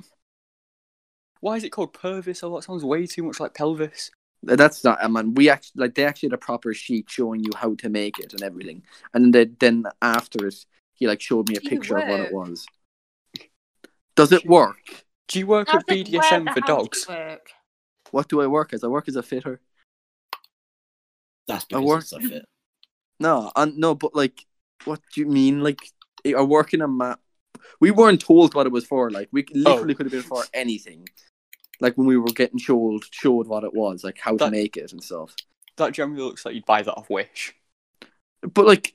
Why is it called Purvis? Oh, that sounds way too much like pelvis. That's not. I mean, we actually like they actually had a proper sheet showing you how to make it and everything. And then then after it, he like showed me a Do you picture of what it work? was. Does it work? Do you work That's at like where the BDSM for house dogs? work. What do I work as? I work as a fitter. That's I because work. it's a fit. No, and no, but like, what do you mean? Like, eh, I work in a map. We weren't told what it was for. Like, we literally could have been for anything. Like when we were getting showed showed what it was, like how to That- make it and stuff. That generally looks like you'd buy that off Wish. But like,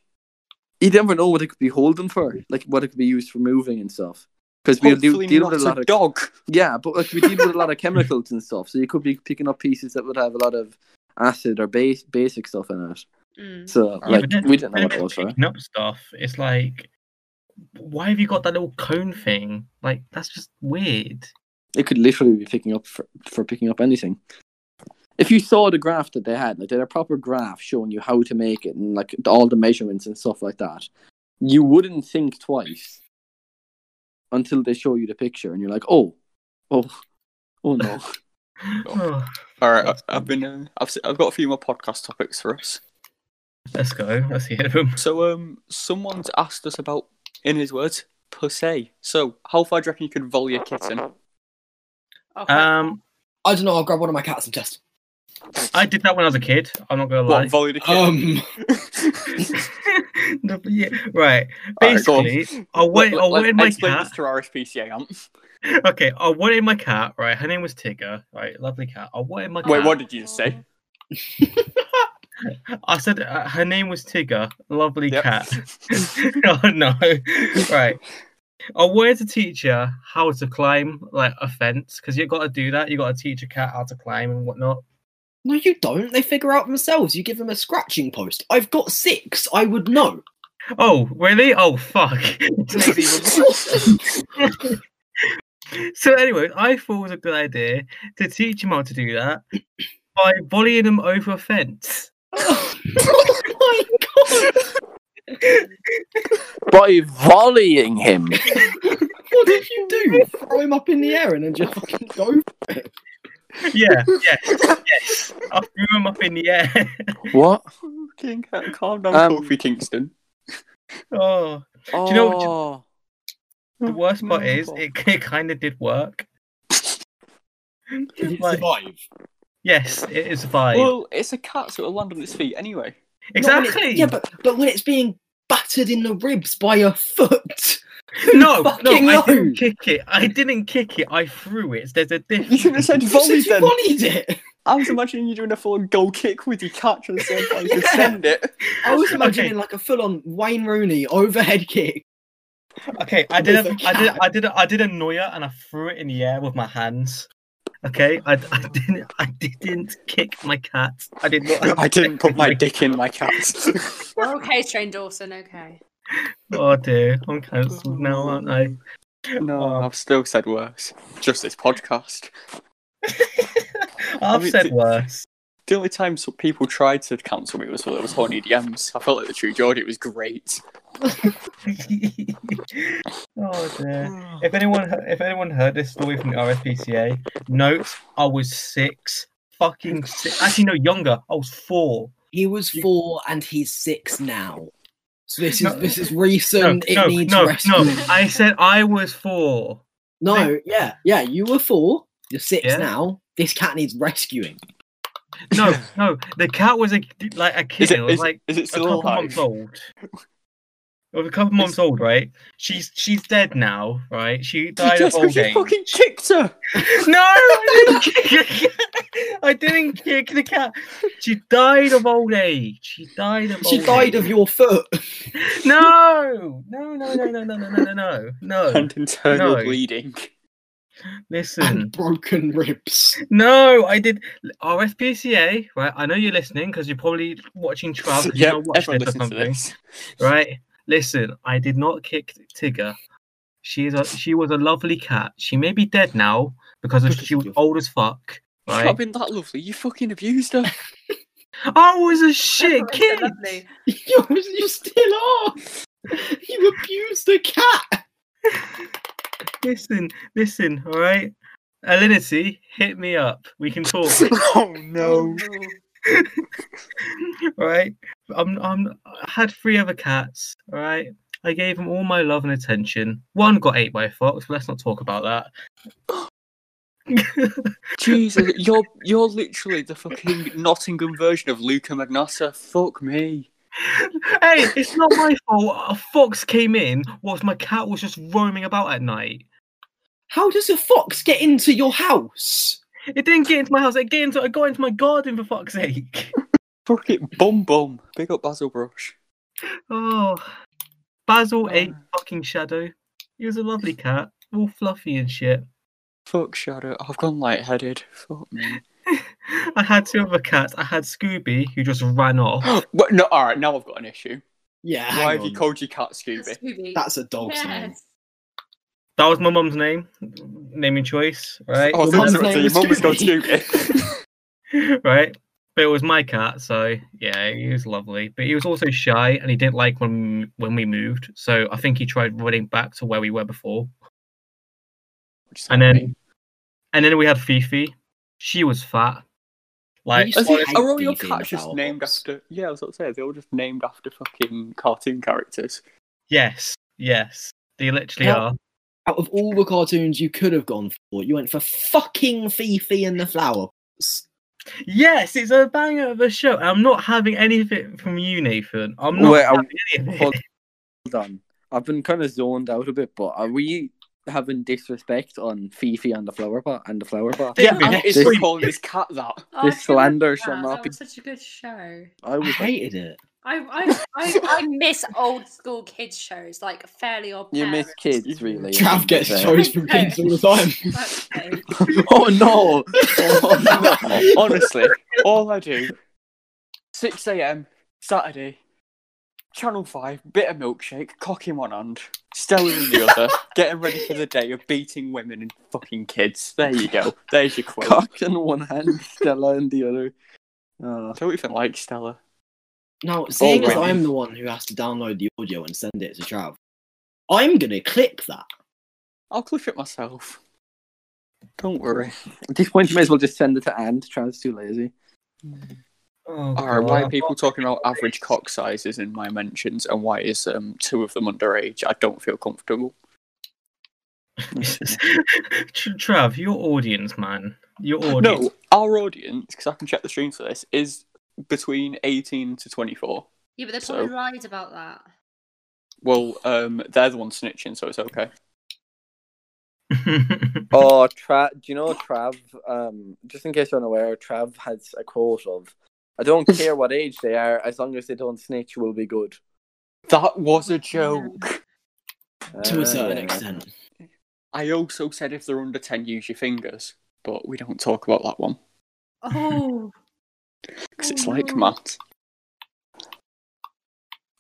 you never know what it could be holding for. Like what it could be used for moving and stuff. Because we Hopefully do deal not with a lot of dog. yeah, but like we deal with a lot of chemicals and stuff. So you could be picking up pieces that would have a lot of acid or base basic stuff in it. Mm. So Yeah, like but then- we didn't know then what if it was it's for. Picking up stuff, it's like, why have you got that little cone thing? Like, that's just weird. It could literally be picking up for, for picking up anything. If you saw the graph that they had, like they had a proper graph showing you how to make it and like all the measurements and stuff like that, you wouldn't think twice until they show you the picture and you're like, oh, oh, oh no. Oh, All right, I, I've been, uh, I've, s- I've got a few more podcast topics for us. let's go. Let's hear them. So, um, someone's asked us about, in his words, pussy. So, how far do you reckon you could volley a kitten? Okay. Um, I don't know. I'll grab one of my cats and just. I did that when I was a kid. I'm not gonna lie. What volley a kitten? Um, No, but yeah, right. Alright, go on. Basically, I wanted, I oh, Let- let- wanted my explain cat. this to our RSPCA. Amp. Okay, I wanted my cat. Right, her name was Tigger. Right, lovely cat. I wanted my Wait, cat. what did you just say? I said uh, her name was Tigger. Lovely Yep. cat. oh no! Right. I wanted to teach her how to climb like a fence because you got to do that. You got to teach a cat how to climb and whatnot. No, you don't. They figure out themselves. You give them a scratching post. I've got six. I would know. Oh, really? Oh, fuck. so, anyway, I thought it was a good idea to teach him how to do that by volleying him over a fence. Oh By volleying him. What did you do? Throw him up in the air and then just fucking go for it. Yeah, yes, yes. I threw him up in the air. What? Fucking calm down, Um, Kofi Kingston. Oh. Do you know what? Oh. the worst part is, it, it kind of did work. Did it Like- survive? Yes, it is a vibe. Well, it's a cat, so it'll land on its feet anyway. Not when it- yeah, but but when it's being battered in the ribs by a foot. no, no, fucking I know. didn't kick it. I didn't kick it. I threw it. There's a difference. You should have said You volley said then. volleyed it. I was imagining you doing a full goal kick with your catch at the same time to Yeah. send it. I was imagining like a full-on Wayne Rooney overhead kick. Okay, I did. With A, a I did. I did. A, I did a Neuer, and I threw it in the air with my hands. Okay, I, I didn't. I didn't kick my cat. I did not. I didn't put my dick in my cat. We're okay, Shane Dawson. Okay. oh dear, I'm cancelled now, aren't I? No, I've still said worse. Just this podcast. I've said worse. The only time some people tried to cancel me was when it was horny DMs. I felt like the true Geordie was great. Oh dear. If anyone, he- if anyone heard this story from the RSPCA, note I was six, fucking six. Actually, no, younger. I was four. He was four, and he's six now. So this is No. this is recent. it no, needs no, rescue. no. I said I was four. No, yeah, yeah. You were four. You're six Yeah. now. This cat needs rescuing. No, no. The cat was a like a kid. Is it- it was is- like is it still a couple alive? months old. It was a couple months old, right? She's she's dead now, right? She died of Just old because you age. fucking kicked her! No, I didn't kick. I didn't kick the cat. She died of old age. She died Oh, of. She old age. died of your foot. No, no, no, no, no, no, no, no, no, no, no. And internal No. bleeding. Hmm. Listen. Broken ribs. No, I did RSPCA, right? I know you're listening because you're probably watching Trav. 'cause you Yep, don't watch everyone this or listens to something, this. right? Listen, I did not kick Tigger. She is a she was a lovely cat. She may be dead now because of, she was old as fuck, She's not right? been that lovely. You fucking abused her. I Oh, was a shit kid. you, you still are. You abused the cat. Listen, listen, all right. Alinity, hit me up. We can talk. oh no. right? I'm, I'm, I had three other cats, all right? I gave them all my love and attention. One got ate by a fox, but let's not talk about that. Jesus, you're you're literally the fucking Nottingham version of Luca Magnassa. Fuck me. Hey, it's not my fault. A fox came in whilst my cat was just roaming about at night. How does a fox get into your house? It didn't get into my house. It, get into, it got into my garden, for fuck's sake. Fuck it, bum bum. Big up Basil Brush. Oh, Basil ate fucking Shadow. He was a lovely cat, all fluffy and shit. Fuck Shadow. I've gone lightheaded. Fuck me. I had two other cats. I had Scooby, who just ran off. What? No, all right. Now I've got an issue. Yeah. Why have you called your cat Scooby? That's a dog's name. That was my mum's name, naming choice, right? Oh, I thought you were saying your mum was called Scooby. right? But it was my cat, so yeah, he was lovely. But he was also shy, and he didn't like when when we moved. So I think he tried running back to where we were before. And then, and then we had Fifi. She was fat. Like, Are they- are all your cats just named after? Yeah, I was about to say they're all just named after fucking cartoon characters. yes, yes, they literally How- are. Out of all the cartoons you could have gone for, you went for fucking Fifi and the Flower. Pots. Yes, it's a banger of a show. I'm not having anything from you, Nathan. I'm not Wait, I- having any of it. hold, hold on. I've been kind of zoned out a bit, but are we having disrespect on Fifi and the flower pot and the flower pot? Yeah, and it's This- calling his cat that. Oh, I this feel like slander that. shall That not be. was such a good show. I was hated it. I, I, I, I miss old school kids shows like Fairly Odd You miss kids, really. Trav gets stories from kids all the time. oh no! Oh, no. Honestly, all I do, 6 a.m. Saturday, Channel 5, bit of milkshake, cock in one hand, Stella in the other, getting ready for the day of beating women and fucking kids. There you go. There's your quote. Cock in one hand, Stella in the other. Oh, I don't even like Stella. Now, seeing as Alright. I'm the one who has to download the audio and send it to Trav, I'm gonna clip that. I'll clip it myself. Don't worry. At this point, you may as well just send it to Anne. Trav's too lazy. Oh, Alright, why Uh, are people talking about average cock sizes in my mentions and why is um, two of them underage? I don't feel comfortable. Tr- Trav, your audience, man. Your audience. No, our audience, because I can check the stream for this, is between 18 to 24. Yeah, but they're So- probably right about that. Well, um, they're the ones snitching, so it's okay. Oh, Trav, do you know Trav? Um, just in case you're unaware, Trav has a quote of, "I don't care what age they are, as long as they don't snitch, we'll be good." That was a joke. To a Uh, certain extent. I also said if they're under 10, use your fingers, but we don't talk about that one Oh. because it's Mm. like Matt.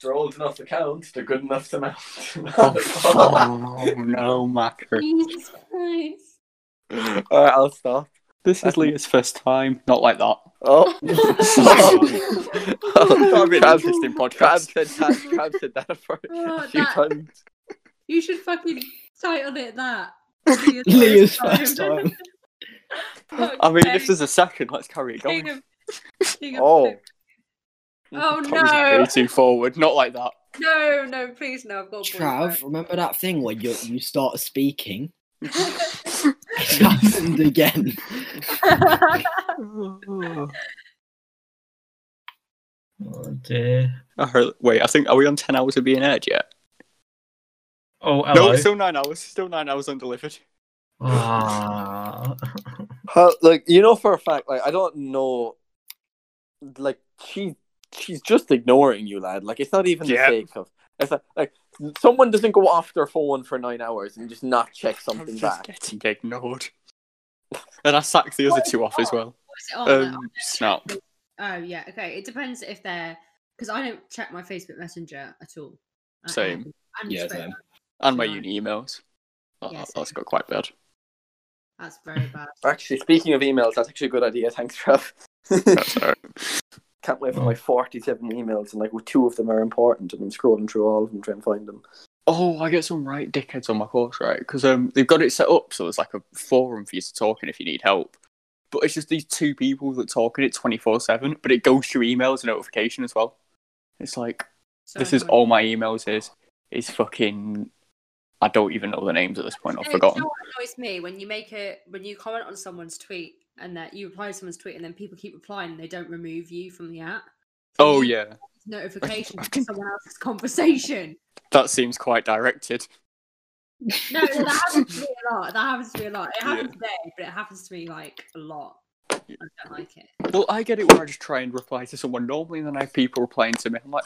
They're old enough to count. They're good enough to mount. oh no, Macker. Jesus Christ. Alright, I'll stop. This is Leah's first time. Not like that. Oh, That'd be an Trav- interesting Trav podcast. said that. Trav said that for Oh, a few that- times. You should fucking title it that. Leah's first time. I mean, if there's a second, let's carry it King going. of, king of Oh, Oh that was way no! too forward. Not like that. No, no, please no, I've got a Trav, remember that thing where you you start speaking? it happened again. boyfriend. Oh dear. Alright, wait, I think are we on ten hours of being aired yet? Oh, No, hello. it's still nine hours. Still nine hours undelivered. Ah. How, like you know for a fact, like I don't know, like she she's just ignoring you, lad. Like it's not even Yeah. the sake of it's like, like someone doesn't go off their phone for nine hours and just not check something I'm just back. getting ignored. And I sacked the other two off as well. What's Oh, it on? Um, snap. oh yeah, okay. It depends if they're because I don't check my Facebook Messenger at all. I- Same. I'm just very bad. And my uni emails. Oh, Yeah, that- that's got quite bad. That's very bad. Actually, speaking of emails, that's actually a good idea. Thanks, Trav. That's alright. Can't wait for my forty-seven emails, and like well, two of them are important, and I'm scrolling through all of them trying to find them. Oh, I get some right dickheads on my course, right? Because um, they've got it set up so there's like a forum for you to talk in if you need help. But it's just these two people that talk in it 24 7, but it goes through emails and notification as well. It's like, Oh, So this is annoying. all my emails is. Is fucking. I don't even know the names at this point, I've Hey, forgotten. You know what annoys me when you make it when you comment on someone's tweet and that you reply to someone's tweet and then people keep replying and they don't remove you from the app Oh, yeah. It's notification to someone else's conversation. That seems quite directed. No, no, that happens to me a lot. That happens to me a lot. It happens today, but it happens to me like a lot. I don't like it. Well, I get it when I just try and reply to someone normally, and then I have people replying to me. I'm like,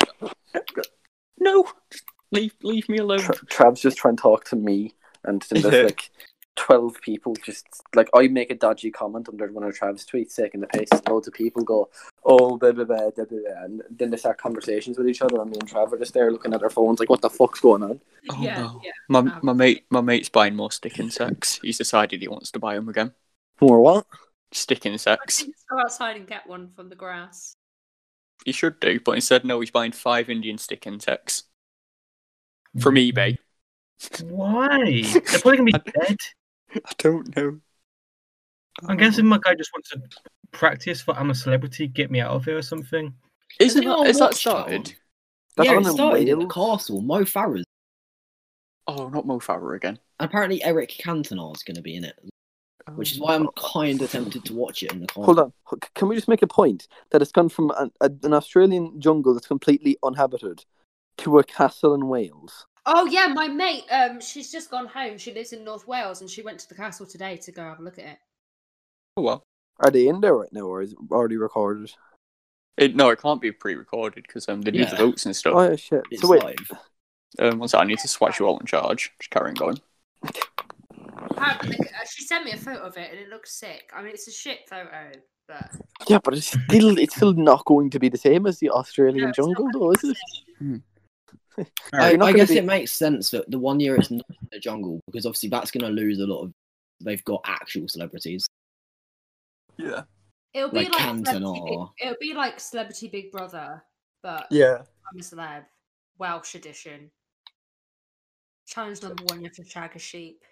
no, just leave, leave me alone. Tra- Trav's just trying to talk to me, and then there's Yeah. like twelve people just like I make a dodgy comment under one of Trav's tweets, taking the piss. and Loads of people go, "Oh, blah blah blah blah blah," blah," and then they start conversations with each other. And me and Trav are just there looking at their phones, like, "What the fuck's going on?" Oh yeah, no, yeah. my my mate, my mate's buying more stick insects. He's decided he wants to buy them again. More what? Stick I insects. should just go outside and get one from the grass. He should do, but instead, no, he's buying five Indian stick insects from eBay. Why? They're probably gonna be dead. I don't know. I'm guessing my guy just wants to practice for I'm a celebrity, get me out of here or something. Isn't Anyone that, is that watched that one? started? That's yeah, on it a started in the wheel. castle, Mo Farah's. Oh, not Mo Farah again. Apparently, Eric Cantona's going to be in it, which is why I'm kind of tempted to watch it in the castle. Hold on. H- Can we just make a point that it's gone from an, a, an Australian jungle that's completely uninhabited to a castle in Wales? Oh yeah, my mate. Um, she's just gone home. She lives in North Wales, and she went to the castle today to go have a look at it. Oh well. Are they in there right now, or is it already recorded? It, no, it can't be pre-recorded because um, they do the Yeah. votes and stuff. Oh, shit. So It's wait- live. Um, one second, I need to swatch you all in charge. Just carrying on. Apparently, like, uh, she sent me a photo of it and it looks sick. I mean, it's a shit photo, but Yeah, but it's still it's still not going to be the same as the Australian jungle, though, is it? I, You're not I gonna guess be- it makes sense that the one year it's not in the jungle because obviously that's going to lose a lot of. They've got actual celebrities. Yeah. it'll be Like like, Canton celebrity Big- or- it'll be like Celebrity Big Brother, but Yeah. I'm a celeb, Welsh edition. Challenge number one: you have to shag a sheep.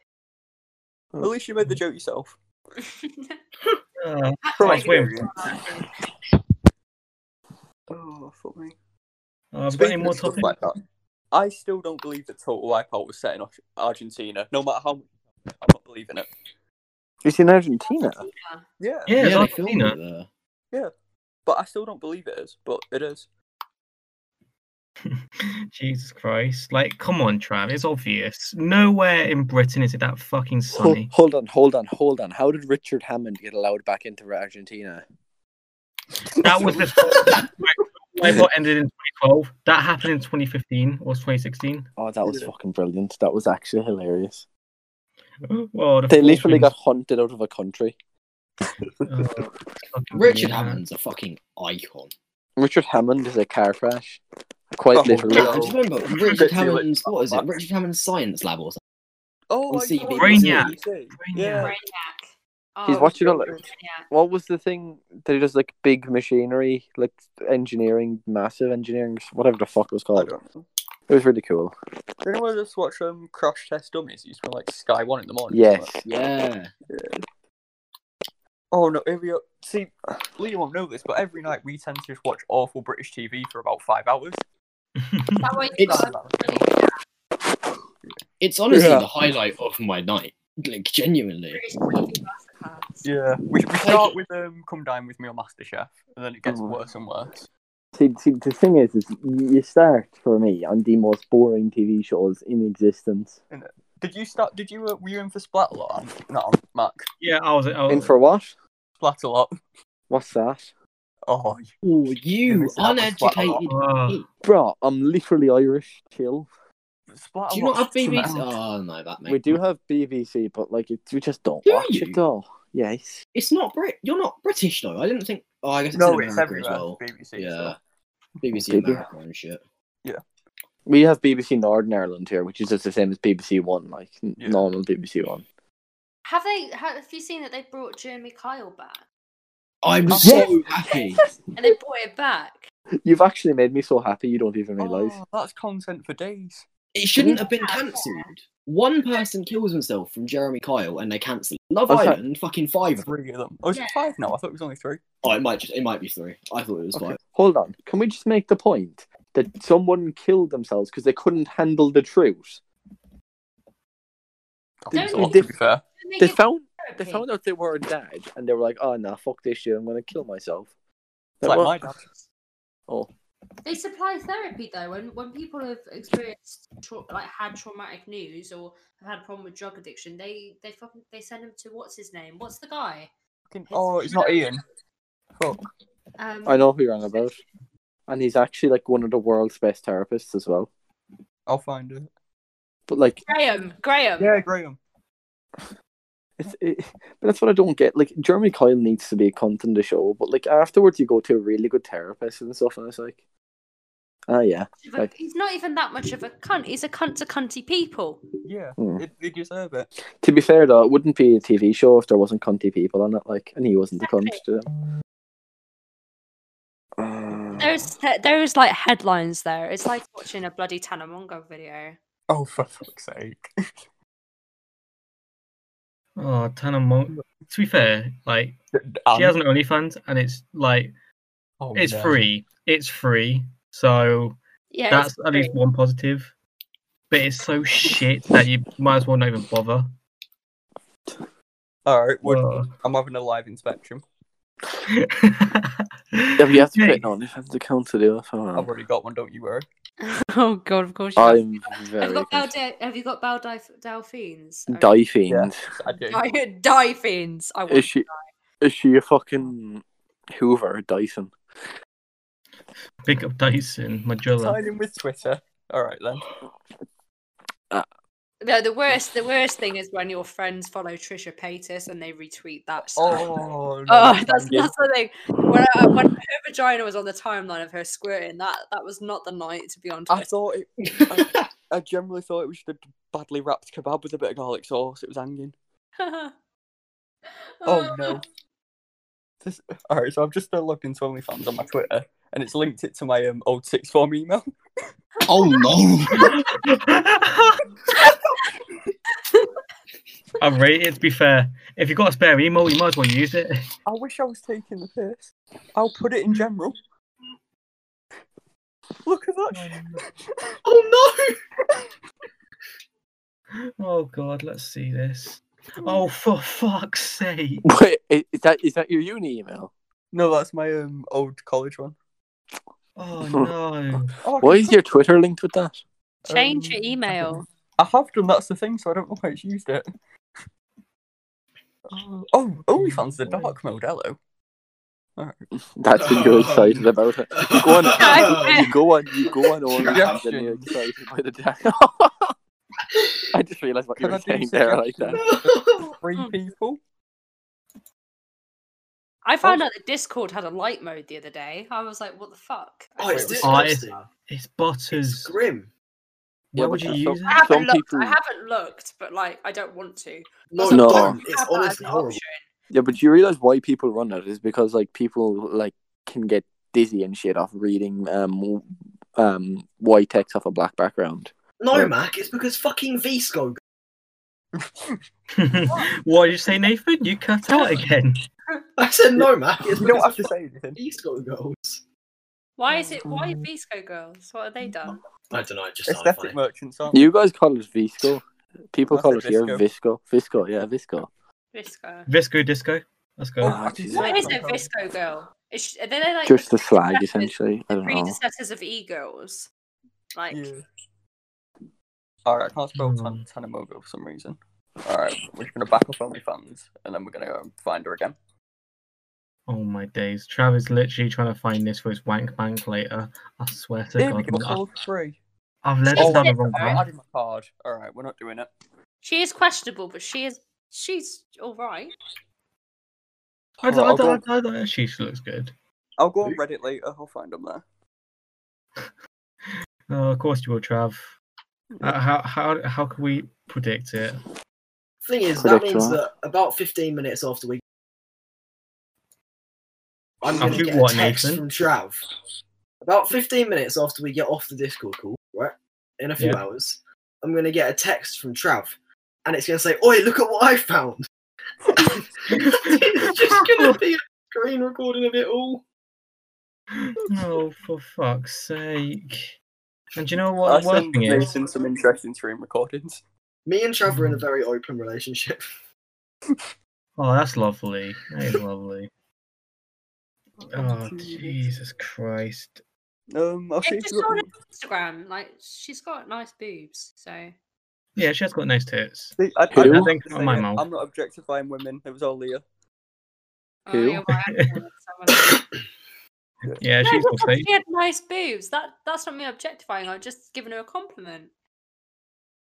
At least you made the joke yourself. Uh, Right. Oh, fuck me. Uh, have we got Speaking any of more stuff topics? like that, I still don't believe that total wipeout was set in Ar- Argentina. No matter how, much- I'm not believing it. It's in Argentina. Yeah. Yeah, it's Yeah, they filmed Argentina. it there. Yeah, but I still don't believe it is. But it is. Jesus Christ. Like, come on, Trav. It's obvious. Nowhere in Britain is it that fucking Ho- sunny. hold on, hold on, hold on. How did Richard Hammond get allowed back into Argentina? That was the wipeout ended in 2012. That happened in 2015 or 2016. Oh, that was fucking brilliant. That was actually hilarious. Well, the they literally Falklands- got hunted out of a country. uh, Richard Hammond's a fucking icon. Richard Hammond is a car crash. Quite literally. I just remember Richard Hammond's what is it? Richard Hammond's science lab or something. Oh, On I CBBC. know what Brainiac. you're saying. Yeah. Oh, He's watching all. What was the thing that he does? Like big machinery, like engineering, massive engineering, whatever the fuck it was called. It was really cool. Did anyone just watch um Crash Test Dummies? It used to be like Sky One in the morning. Yes. wasn't it? Yeah. Oh no, every see, Liam won't know this, but every night we tend to just watch awful British TV for about five hours. That way you It's- got a really It's honestly Yeah. the highlight of my night. Like genuinely. British TV masterclass. Yeah. We, we start with um Come Dine with Me on MasterChef, and then it gets Mm. worse and worse. See, see, the thing is, is you start for me on the most boring TV shows in existence. And, uh, Did you start? Did you uh, were you in for Splat a lot? No, Mark. Yeah, I was. I was In for what? Splat a lot. What's that? Oh, Oh, you uneducated. Uh, Ah. Bro, I'm literally Irish. Chill. Splat Do you not have BBC? Oh no, that makes. We do have BBC, but like, it, we just don't Do watch you? it though. Yes. It's not Brit. You're not British though. I didn't think. Oh, I guess it's No, in it's America as everywhere, well. BBC, yeah. so. BBC Did you? America and shit. We have BBC Northern Ireland here, which is just the same as BBC One, like n- normal BBC One. Have they? Have, have you seen that they brought Jeremy Kyle back? I'm Yes. so happy. And they brought it back. You've actually made me so happy. You don't even realize. Oh, Oh, that's content for days. It shouldn't have been cancelled. One person kills himself from Jeremy Kyle and they cancel it. Love Okay. Island, fucking five of them. Three of them. Oh, is it five now? I thought it was only three. Oh, it might just it might be three. I thought it was five. Hold on. Can we just make the point that someone killed themselves because they couldn't handle the truth? Don't They- you- they- to be fair. Don't They they found get they found out they were dead, and they were like, "Oh no, fuck this shit! I'm gonna kill myself." It's like Well, my dad. Oh, They supply therapy though. When when people have experienced tra- like had traumatic news or have had a problem with drug addiction, they they fucking they send him to what's his name? What's the guy? Oh, it's not Ian. Fuck. Um, I know who you're on about, and he's actually like one of the world's best therapists as well. I'll find it. But like, Graham. Graham. Yeah, Graham. It's, it, but that's what I don't get. Like Jeremy Kyle needs to be a cunt in the show, but like afterwards you go to a really good therapist and stuff, and it's like, oh yeah, But like he's not even that much of a cunt. He's a cunt to cunty people. Yeah, Hmm. it, they deserve it. to be fair though, it wouldn't be a TV show if there wasn't cunty people on it. Like, and he wasn't a cunt to them. There's there- there's like headlines there. It's like watching a bloody Tanamongo video. Oh, for fuck's sake. Oh, Tana Monk. To be fair, like um, Oh. she has an OnlyFans, and it's like Oh, it's no. free. It's free. So Yeah, that's it's at least one positive. But it's so shit that you might as well not even bother. All right, we're- Whoa. I'm having a live inspection. Yeah, but you have to create an OnlyFans account to do it. so, I've already got one, don't you worry. Oh god, of course. I'm Have you very got Bal Dau- have you got Bal Dau- Delphines? die fiend. Di- Delphines. I want Is she? Is she a fucking Hoover Dyson? Pick up Dyson, Majula. Sign in with Twitter. All right then. No, the worst, the worst thing is when your friends follow Trisha Paytas and they retweet that. stuff. Oh, no, Oh, that's, thank that's the thing. When, I, uh, when her vagina was on the timeline of her squirting, that that was not the night to be on Twitter. I thought it. I, I generally thought it was just a badly wrapped kebab with a bit of garlic sauce. It was hanging. Oh, Oh no. This, all right, so I've just uh, logged into OnlyFans on my Twitter, and it's linked it to my um, old six form email. Oh no! I rate it. To be fair, if you've got a spare email, you might as well use it. I wish I was taking the piss. I'll put it in general. Look at that. Oh no! oh god, let's see this. Oh, for fuck's sake! Wait, i- is that is that your uni email? No, that's my um, old college one. Oh no! Oh, I Um, Why can- is your Twitter linked with that? Change your email. I have done. That's the thing. So I don't know why it's used it. Oh, oh OnlyFans the dark mode. Hello. That's when you're excited about it. You go on, you go on, you go on OnlyFans and you're excited by the dark. I just realised what you Can I were do saying there. I like that. suggestions for Three people. I found out that Discord had a light mode the other day. I was like, what the fuck? Oh, it's Oh, it's, disgusting. it's butters. It's grim. Why Yeah, would you but use I it? haven't Some looked. people- I haven't looked, but like, I don't want to. No, No. don't. Have It's that as honestly an horrible. option. Yeah, but you realise why people run that is because like people like can get dizzy and shit off reading um um white text off a black background. No, Yeah. Mac, it's because fucking VSCO. What did you say, Nathan? You cut out again. I said no, Mac. It's You don't because have to say anything. VSCO goes. Why is it? Why Visco girls? What have they done? I don't know. It just sounded Aesthetic funny. merchants aren't. You guys call it visco. People I call it said here visco. visco. Visco, yeah, visco. Visco. Visco disco. Let's go. Oh. Ah, Jesus. What is a Visco girl? Is she, are they like Just the slag, essentially. I the don't know. predecessors of e girls? Like, Yeah. All right, I can't spell Hmm. tan- Tanamogo for some reason. All right, we're just gonna back up OnlyFans, and then we're gonna go and find her again. Oh my days. Trav is literally trying to find this for his wank bank later. I swear to Here we God. go, I- all three. I've led us Oh, down the I wrong path. added my card. All right, we're not doing it. she is questionable, but she is she's all right. I don't, I I'll don't, I don't, she she looks good. I'll go on Reddit later. I'll find them there. No, of course you will, Trav. Uh, how, how, how can we predict it? Thing is, that Predict means what? that about 15 minutes after we. I'm I'll going to do get what, a text Nathan? from Trav. About 15 minutes after we get off the Discord call, right? In a few Yeah. hours, I'm going to get a text from Trav. And it's going to say, Oi, look at what I found. it's just going to be a screen recording of it all. Oh, for fuck's sake. And do you know I what the worst sent thing is? Nathan some interesting stream recordings. Me and Trav Hmm. are in a very open relationship. Oh, that's lovely. That is lovely. Oh, Jesus Christ. Um, I'll see Yeah, if just you on got, Instagram, like she's got nice boobs. So Yeah, she has got nice tits. see, I, I Who? don't Think have to not say my it. mouth. I'm not objectifying women. It was all Leah. oh, Who? yeah, well, I have one, someone else. Yeah, no, she's just got said nice. she had nice boobs. That that's not me objectifying. I'm just giving her a compliment.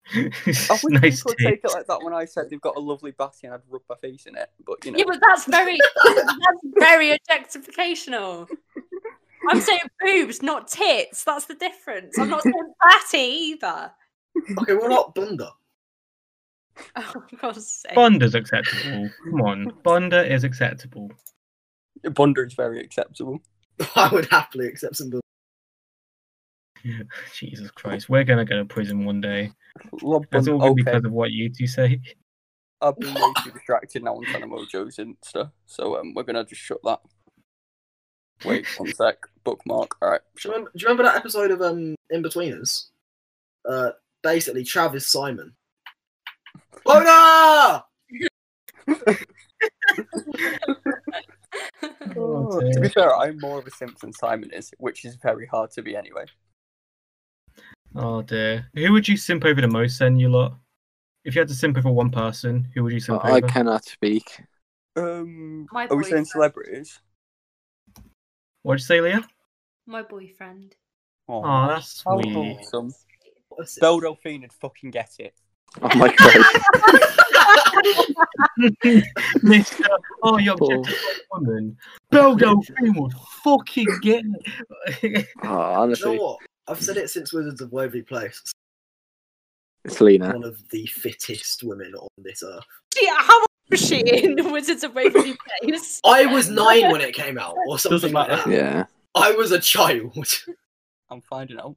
I wish nice people would take it tits. like that when I said they've got a lovely batty and I'd rub my face in it. But you know, Yeah, but that's very that's very objectificational. I'm saying boobs, not tits. That's the difference. I'm not saying fatty either. Okay, we're not bunda. Oh, for God's sake. Bonda's acceptable. Come on. Bonda is acceptable. Bonder is very acceptable. I would happily accept some bunda. Jesus Christ. We're going to go to prison one day. Lob That's bun- all gonna be okay. because of what you two say. I've been way too distracted now on Tanamojo's Insta, so um, we're gonna just shut that. Wait one sec. Bookmark. All right. Do you, remember, do you remember that episode of um In Betweeners? Uh, basically, Travis Simon. Bona! Oh, to be dear. fair, I'm more of a Simpson Simon is, which is very hard to be anyway. Oh dear. Who would you simp over the most then, you lot? If you had to simp over one person, who would you simp I over? cannot speak. Um, My are we saying boyfriend. celebrities? What'd you say, Leah? My boyfriend. Oh, Aw, that's how sweet. wholesome. Belle Delphine would fucking get it. Oh my god. Mister, oh, you're objective woman. Beldo would fucking get it. Oh, You know what? I've said it since Wizards of Waverly Place. It's Lena. One of the fittest women on this earth. She, how old was she in Wizards of Waverly Place? I was nine when it came out, or something Doesn't like matter. that. Yeah. I was a child. I'm finding out.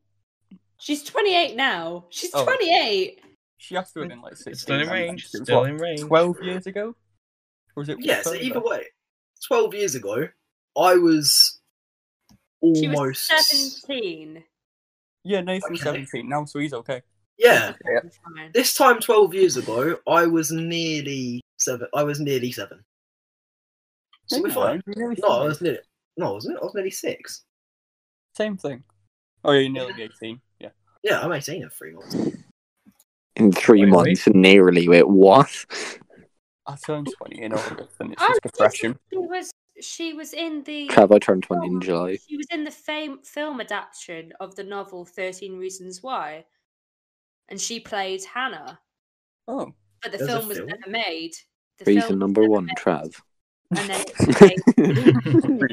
She's 28 now. She's Oh. 28. She has to have been like 16. still in I mean, range, it was, still what, in range. 12 years ago? Or is it Yeah, so further? either way, 12 years ago, I was She was almost. 17. Yeah, Nathan was Okay. 17 now, so he's okay. Yeah. Fine. This time 12 years ago, I was nearly seven. I was nearly seven. So we're fine. No, I was nearly. No, I wasn't. I was nearly six. Same thing. Oh, yeah, you're nearly 18. Yeah. Yeah, I'm 18 in three months. In three Wait, months, nearly. Wait, what? I turned 20 in August, and it's Oh, just depression. She was she was in the Trav, I turned 20 in July. she was in the fame film adaptation of the novel 13 Reasons Why. And she played Hannah, Oh. but the There's a film was film? never made. The film Reason was number never one, made, Trav. And then it became, Reason number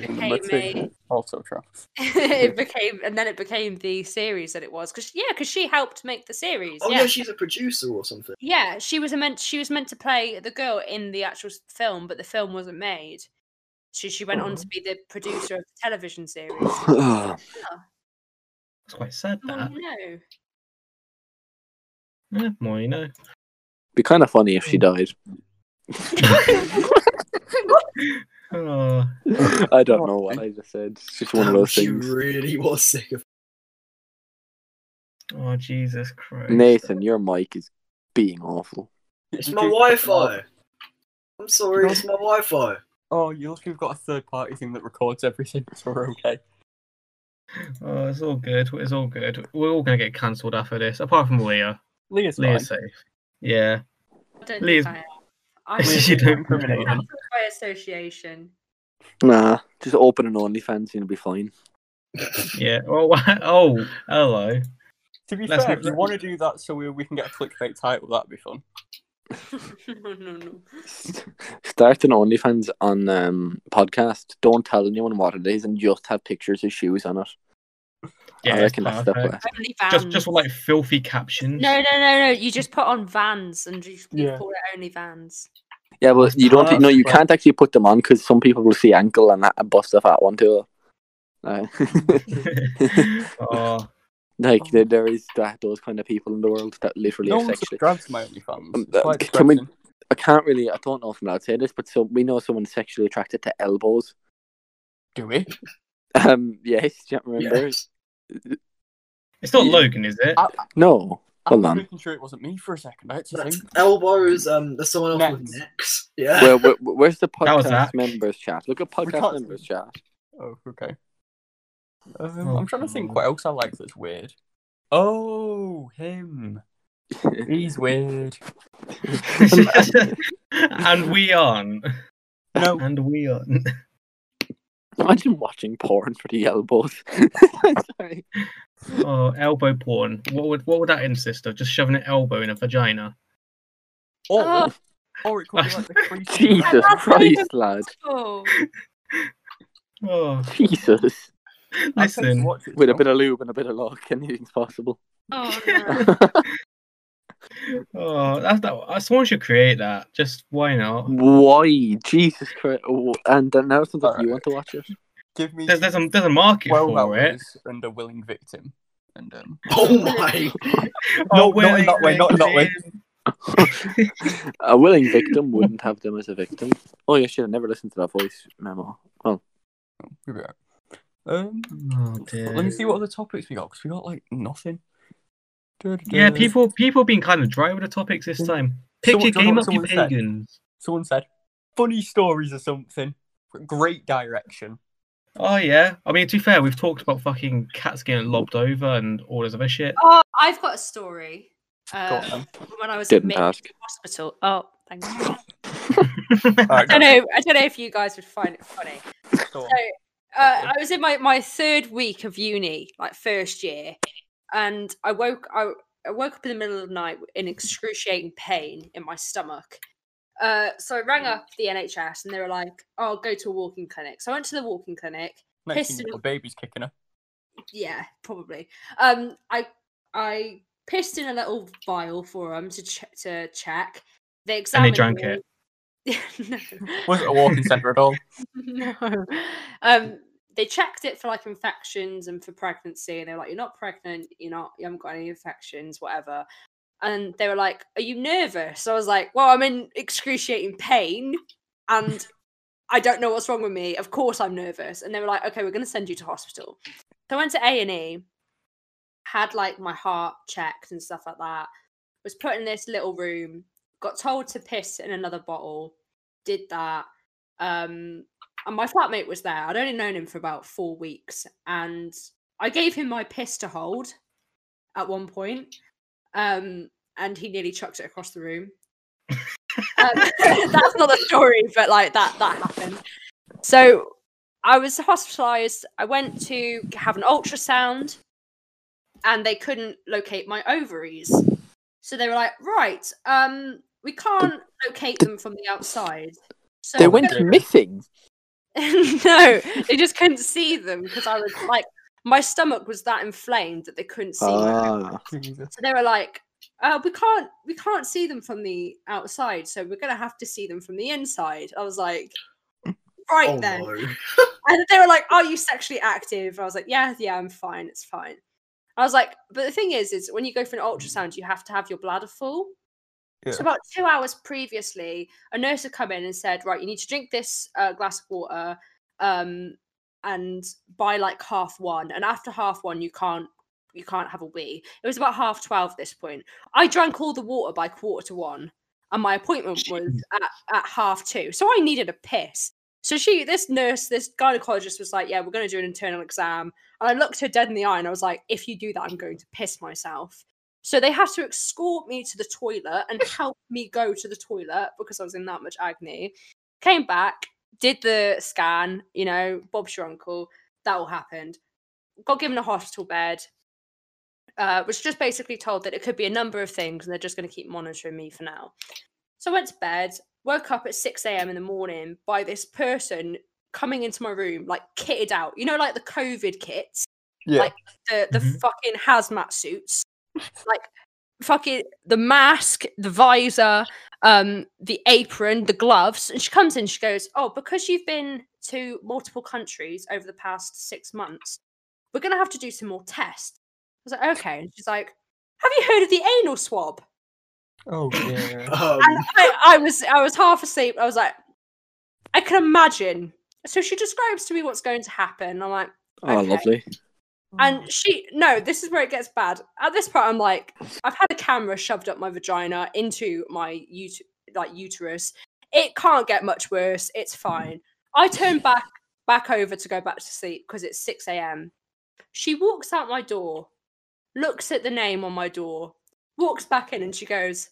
became two. Also, Trav. it became and then it became the series that it was because yeah because she helped make the series Oh, yeah. yeah, she's a producer or something. Yeah, she was meant she was meant to play the girl in the actual s- film, but the film wasn't made. She she went Oh. on to be the producer of the television series. That's quite sad. The That one you know. yeah, more you know. Be kind of funny if she died. Oh, I don't know what I just said. It's just one of Damn, those Oh, she things. really was sick of. oh Jesus Christ! Nathan, your mic is being awful. It's You my do- Wi-Fi. I'm sorry, it's my Wi-Fi. Oh, you look, you've got a third party thing that records everything, so we're okay. Oh, it's all good. It's all good. We're all gonna get cancelled after this, apart from Leah. Leah's Leah's Leah's safe. Yeah. I don't Liz- think I am. I'm Liz, guilty you don't- by association. Nah, just open an OnlyFans and you'll be fine. Yeah. Oh, wa- oh, hello. To be Let's fair, not- if you want to do that so we, we can get a clickbait title, that'd be fun. no, no, no. Start an OnlyFans on um podcast. Don't tell anyone what it is and just have pictures of shoes on it. Yeah, I it's reckon that's the perfect. way. Only Just, just vans. Um, like filthy captions. No, no, no, no. You just put on vans and you, you Yeah. call it only vans. Yeah, Oh, but it's you don't. No, you perfect. can't actually put them on because some people will see ankle and, that, and bust a fat one too. Uh, oh, like there, there is that those kind of people in the world that literally No are one sexually. subscribes to my OnlyFans. Um, It's quite uh, can we- depressing. I can't really. I don't know if I'm allowed to say this, but so we know someone's sexually attracted to elbows. Do we? Um, yes, do you remember? Yes. it's not Yeah. Logan, is it? I- No, I hold was on. making sure it wasn't me for a second. I had to That's think. elbows. Um, there's someone else Necks. with necks. Yeah. Where, where, where's the was podcast that. members chat? Look at podcast can't- members chat. Oh, okay. Um, Oh, I'm trying to think God. what else I like that's weird. Oh, him. He's weird. and we aren't. No, And we aren't. Imagine watching porn for the elbows. Sorry. Oh, elbow porn. What would what would that insist of? Just shoving an elbow in a vagina. or, Oh. or it could be like the creepy. Jesus Christ, lad. Oh, Oh, Jesus. I'm tempted to listen. watch it With a now. bit of lube and a bit of luck, anything's possible. oh no. Oh, that's that. uh, Someone should create that. Just why not? Why? Jesus Christ. Oh, And then now it sounds like Alright. you want to watch it. Give me There's there's a there's a market twelve for it. hours and a willing victim. And um, Oh my! Oh, No, not in that way, not in that way. a willing victim wouldn't have them as a victim. Oh, yeah, shit, I never listened to that voice memo. Well, we'll be right. Um, Oh dear. let me see what other topics we got because we got like nothing. Yeah, Da-da-da. people people being kind of dry with the topics this time. Pick Uh, Someone- your do you game know up, you what someone said? pagans. Someone said funny stories or something. Great direction. Oh yeah. I mean, to be fair, we've talked about fucking cats getting lobbed over and all this other shit. Oh, I've got a story. on Um, when I was Didn't admitted ask. to hospital. Oh, thank you. Alright, I don't know. I don't know if you guys would find it funny. go on. So uh, I was in my, my third week of uni, like first year, and I woke I, I woke up in the middle of the night in excruciating pain in my stomach. Uh, so I rang Mm. up the NHS and they were like, "Oh, go to a walking clinic." So I went to the walking clinic. pissed Nineteen in little babies kicking her. yeah, probably. Um, I I pissed in a little vial for them to ch- to check. They And examined they drank me. it. Was it a walking centre at all? no. Um, they checked it for like infections and for pregnancy, and they were like, "You're not pregnant. You're not. You haven't got any infections. Whatever." And they were like, "Are you nervous?" I was like, "Well, I'm in excruciating pain, and I don't know what's wrong with me. Of course, I'm nervous." And they were like, "Okay, we're going to send you to hospital." So I went to A and E, had like my heart checked and stuff like that. Was put in this little room. Got told to piss in another bottle. Did that. Um, and my flatmate was there. I'd only known him for about four weeks, and I gave him my piss to hold at one point, um, and he nearly chucked it across the room. um, that's not the story, but like that that happened. So I was hospitalised. I went to have an ultrasound, and they couldn't locate my ovaries. So they were like, "Right, um, we can't locate them from the outside." So they we're went gonna- missing. no, they just couldn't see them because I was like, my stomach was that inflamed that they couldn't see. my Ah. so they were like, uh, "We can't, we can't see them from the outside, so we're gonna have to see them from the inside." I was like, "Right Oh then," and they were like, "Are you sexually active?" I was like, "Yeah, yeah, I'm fine, it's fine." I was like, "But the thing is, is when you go for an ultrasound, you have to have your bladder full." Yeah. So about two hours previously, a nurse had come in and said, "Right, you need to drink this uh, glass of water." Um, and by like half one, and after half one, you can't you can't have a wee. It was about half twelve at this point. I drank all the water by quarter to one, and my appointment was at, at half two. So I needed a piss. So she, this nurse, this gynecologist was like, "Yeah, we're going to do an internal exam." And I looked her dead in the eye, and I was like, "If you do that, I'm going to piss myself." So they had to escort me to the toilet and help me go to the toilet because I was in that much agony. Came back, did the scan, you know, Bob's your uncle. That all happened. Got given a hospital bed, uh, was just basically told that it could be a number of things and they're just going to keep monitoring me for now. So I went to bed, woke up at 6 a.m. in the morning by this person coming into my room, like kitted out, you know, like the COVID kits, Yeah. like the, the fucking hazmat suits, like fucking the mask, the visor, um, the apron, the gloves. And she comes in, she goes, Oh, because you've been to multiple countries over the past six months, we're going to have to do some more tests. I was like, Okay. And she's like, Have you heard of the anal swab? Oh yeah. Um, and I, I was I was half asleep. I was like, I can imagine. So she describes to me what's going to happen. I'm like, Ah, Oh, lovely. and she no, this is where it gets bad. At this point, I'm like, I've had a camera shoved up my vagina into my ut- like uterus. It can't get much worse. It's fine. I turn back back over to go back to sleep because it's six a.m. She walks out my door, looks at the name on my door, walks back in, and she goes,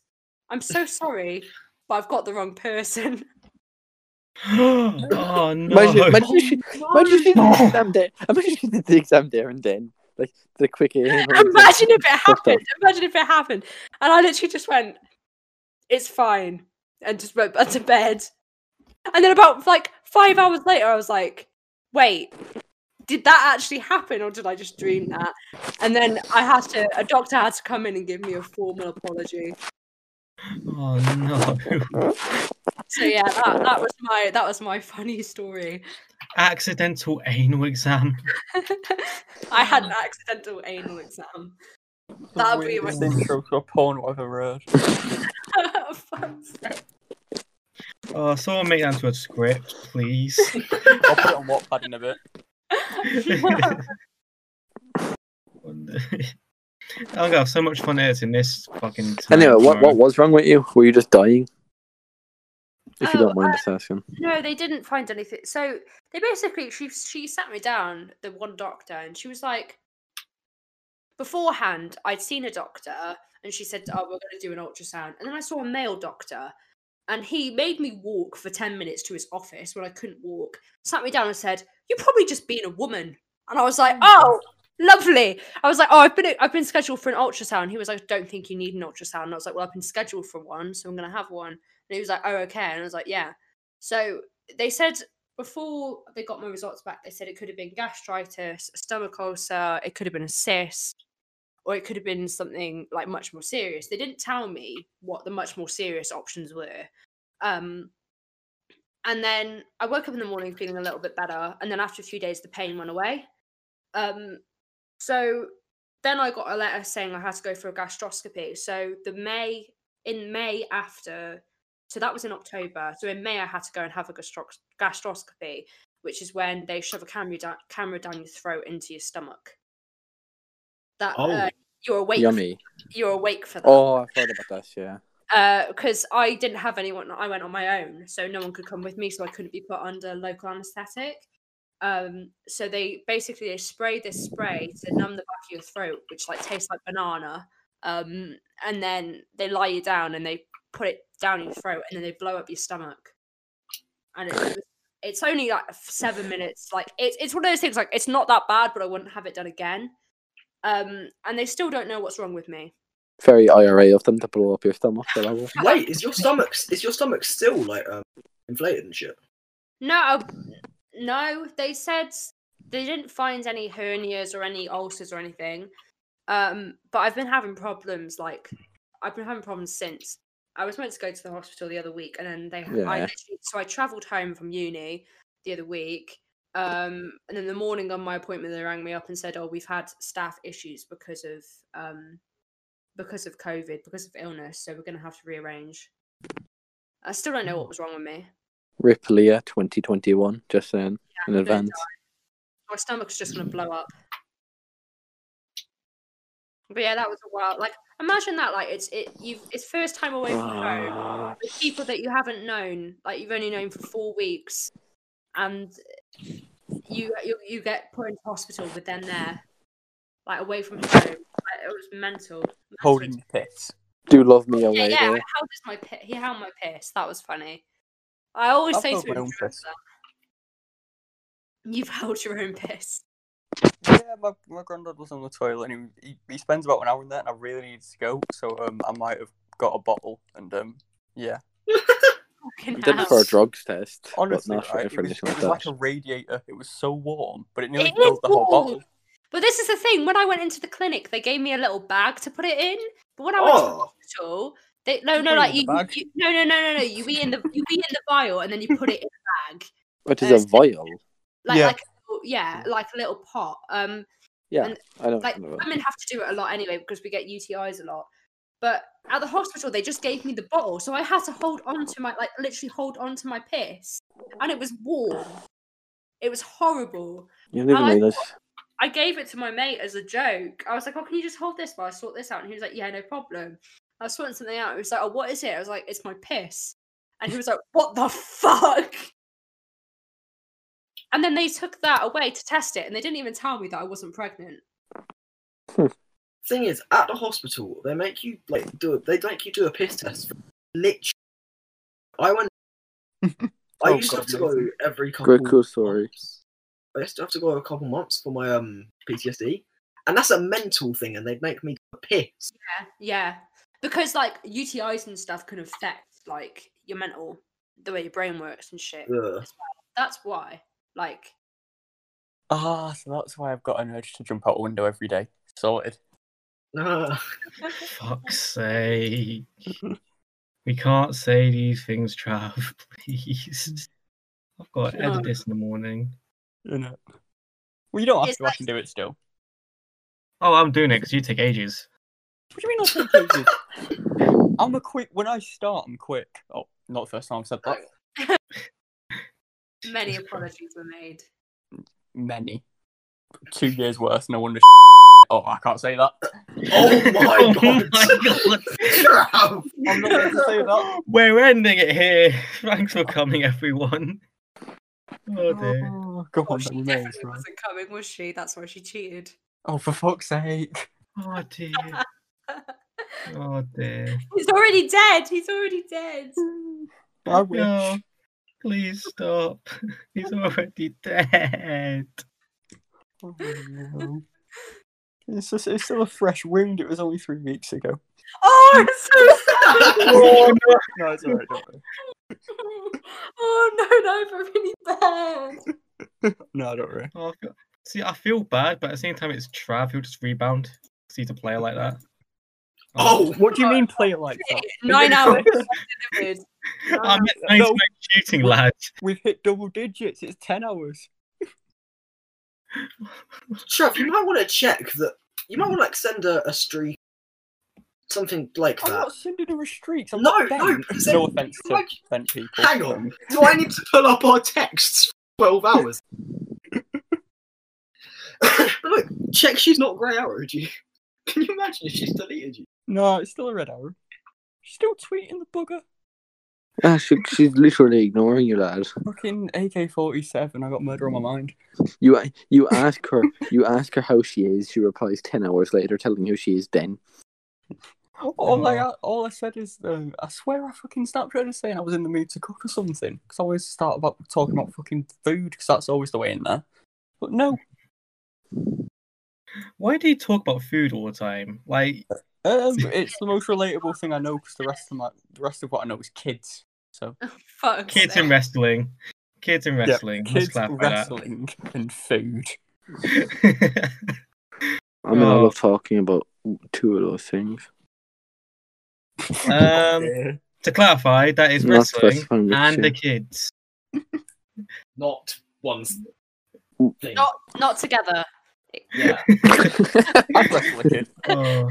"I'm so sorry, but I've got the wrong person." oh no! Imagine, imagine, if she, imagine if she did the exam there. Imagine if she did the exam there and then, like the quick aim. imagine if it happened. Imagine if it happened. And I literally just went, it's fine. And just went back to bed. And then about like five hours later, I was like, wait, did that actually happen or did I just dream that? And then I had to, a doctor had to come in and give me a formal apology. Oh no! So yeah, that, that was my that was my funny story. Accidental anal exam. I had an accidental anal exam. That would be my Weirdest intro to a porn I've ever heard. Oh, someone make that into a script, please. I'll put it on Wattpad in a bit. I'm gonna have so much fun editing this fucking. Time Anyway, what, tomorrow. what was wrong with you? Were you just dying? If you Oh, don't mind us asking. No, they didn't find anything. So they basically she she sat me down, the one doctor, and she was like, beforehand I'd seen a doctor, and she said, "Oh, we're going to do an ultrasound," and then I saw a male doctor, and he made me walk for 10 minutes to his office when I couldn't walk, sat me down and said, You're probably just being a woman. And I was like, Oh, lovely. I was like, Oh, I've been I've been scheduled for an ultrasound. He was like, I don't think you need an ultrasound. And I was like, Well, I've been scheduled for one, so I'm gonna have one. And he was like, Oh, okay. And I was like, Yeah. So they said before they got my results back, they said it could have been gastritis, a stomach ulcer, it could have been a cyst, or it could have been something like much more serious. They didn't tell me what the much more serious options were. Um, and then I woke up in the morning feeling a little bit better, and then after a few days, the pain went away. Um, so then I got a letter saying I had to go for a gastroscopy. So the May in May after, so that was in October. So in May I had to go and have a gastro- gastroscopy, which is when they shove a camera down, camera down your throat into your stomach. That Oh. uh, you're awake. Yummy. You're awake for that Oh, I've heard about this. Yeah. because I didn't have anyone. I went on my own, so no one could come with me, so I couldn't be put under local anaesthetic. Um, so they basically they spray this spray to numb the back of your throat, which like tastes like banana. Um, and then they lie you down and they put it down your throat, and then they blow up your stomach. And it's it's only like seven minutes. Like it's it's one of those things. Like it's not that bad, but I wouldn't have it done again. Um, and they still don't know what's wrong with me. Very IRA of them to blow up your stomach. but I will- Wait, is your stomach is your stomach still like um, inflated and shit? No, I- no, they said s- they didn't find any hernias or any ulcers or anything. Um, but I've been having problems. Like, I've been having problems since I was meant to go to the hospital the other week, and then they, I Yeah. literally, so I travelled home from uni the other week. Um, and then the morning on my appointment, they rang me up and said, "Oh, we've had staff issues because of um, because of COVID, because of illness, so we're going to have to rearrange." I still don't know what was wrong with me. Rip Leah 2021. Just saying in I'm gonna advance. my stomach's just gonna blow up. But yeah, that was a while. Like, imagine that. Like, it's it. You've it's first time away from home with people that you haven't known. Like, you've only known for four weeks, and you you, you get put into hospital with them there, like away from home. Like, it was mental. Holding the piss. Do love me Yeah, away yeah. I there. held his- my pi- he held my piss. That was funny. I always I've say held to him, my own piss. "Trevor, "You've held your own piss." Yeah, my, my granddad was on the toilet and he, he, he spends about an hour in there and I really needed to go, so um, I might have got a bottle and um, yeah. I did it for a drugs test. Honestly, but not right, for it was, anything it was like like that. a radiator. It was so warm, but it nearly It is filled the whole warm. bottle. But this is the thing. When I went into the clinic, they gave me a little bag to put it in. But when I went to the Oh. hospital, they no You no put it like in the you, bag. you no no no no no you eat in the you eat in the vial and then you put it in a bag Which is a vial. like Yeah. like a little- yeah like a little pot. Um Yeah, and, I know what like you're talking about. women have to do it a lot anyway because we get UTIs a lot. But at the hospital, they just gave me the bottle, so I had to hold on to my like literally hold on to my piss, and it was warm. It was horrible. You don't even And I know this. I gave it to my mate as a joke. I was like, "Oh, can you just hold this while I sort this out?" And he was like, "Yeah, no problem." I was sorting something out. He was like, "Oh, what is it?" I was like, "It's my piss." And he was like, "What the fuck?" And then they took that away to test it, and they didn't even tell me that I wasn't pregnant. Thing is, at the hospital, they make you like do a, they make you do a piss test. For literally, I went. I Oh, used God, to have no. to go every couple. Great cool story. I used to have to go a couple months for my um PTSD, and that's a mental thing, and they'd make me do a piss. Yeah, yeah, because like UTIs and stuff can affect like your mental, the way your brain works and shit. Ugh. That's why, like, Ah, so that's why I've got an urge to jump out a window every day. Sorted. Oh Fuck's sake. we can't say these things, Trav, please. I've got to edit No. this in the morning. Well, you don't have It's to. I can do it still. Oh, I'm doing it because you take ages. What do you mean I'll take ages? I'm a quick. When I start, I'm quick. Oh, not the first time I've said that. many apologies were made. Many. Two years worse, no wonder. Oh, I can't say that. Oh my god! I'm not going to say that. We're ending it here. Thanks for coming, everyone. Oh, dear. Oh, God, Oh, that she we may as definitely well. wasn't coming, was she? That's why she cheated. Oh, for fuck's sake. Oh dear. Oh dear. He's already dead. He's already dead. I wish. No, please stop. He's already dead. It's just it's still a fresh wound. It was only three weeks ago. Oh, it's so sad. oh, no. no, it's alright. Don't worry. oh no, no, but really bad. No, don't worry. Oh, I feel- see, I feel bad, but at the same time, it's Trav. He'll just rebound. See to player like that. Oh, what do you mean play it like that? Nine hours. Oh, I meant thanks No. for shooting, lad. We've hit double digits. It's ten hours. Trev, you might want to check that. You might want to like send a, a streak, something like I'm that. not sending her a streak. I'm No, not no, Ben. but no send- offense to like- Ben people. Hang on. Do I need to pull up our texts for 12 hours? But Look, check she's not grey arrowed you. Can you imagine if she's deleted you? No, it's still a red arrow. She's still tweeting the bugger. Ah, she, she's literally ignoring you, lad. Fucking AK-47. I got murder on my mind. You you ask her, you ask her how she is. She replies ten hours later, telling you she is Ben. All I all I said is um, I swear I fucking Snapchat is saying I was in the mood to cook or something because I always start about talking about fucking food because that's always the way in there. But no, Why do you talk about food all the time? Like, um, it's the most relatable thing I know because the rest of my the rest of what I know is kids. So Fuck. kids in wrestling. Kids in wrestling. Yeah, Let's kids, clarify that. wrestling, and food. I mean, I Oh. love talking about two of those things. Um, to clarify, that is Not wrestling specifying which and the two. kids. Not one's thing. Not not together. Yeah. I'd wrestle a kid. Oh.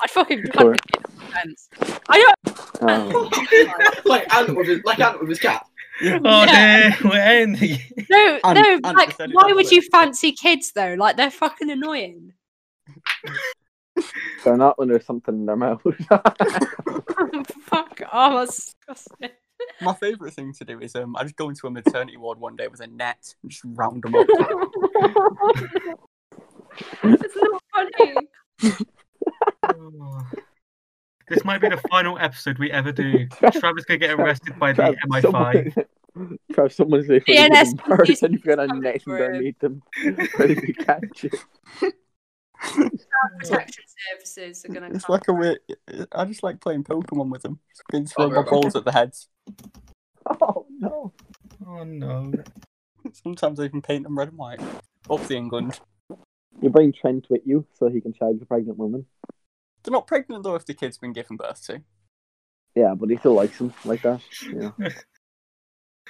I'd fucking Sorry. punch the kid in the fence. I don't. Oh. like Ant with his, like Ant with his cat. Oh dear, Yeah. we're ending. No, And- no. and like, said it why that would way. you fancy kids though? Like, they're fucking annoying. They're not when there's something in their mouth. Fuck. Oh, that's disgusting. My favourite thing to do is um, I just go into a maternity ward one day with a net and just round them up. it's not funny. Oh. This might be the final episode we ever do. Travis gonna get arrested by the Trav, MI5. someone- Trav, someone's there for Yeah, that's the birds, confusing. and you've got a net underneath them, ready to catch it. Protection services are gonna It's come. like a weird. I just like playing Pokemon with them. Just going to throw Oh, my right, right. balls at the heads. Oh no! Oh no. Sometimes I even paint them red and white. Up the England. You bring Trent with you so he can shag the pregnant woman. They're not pregnant though if the kid's been given birth to. Yeah, but he still likes him like that. Yeah.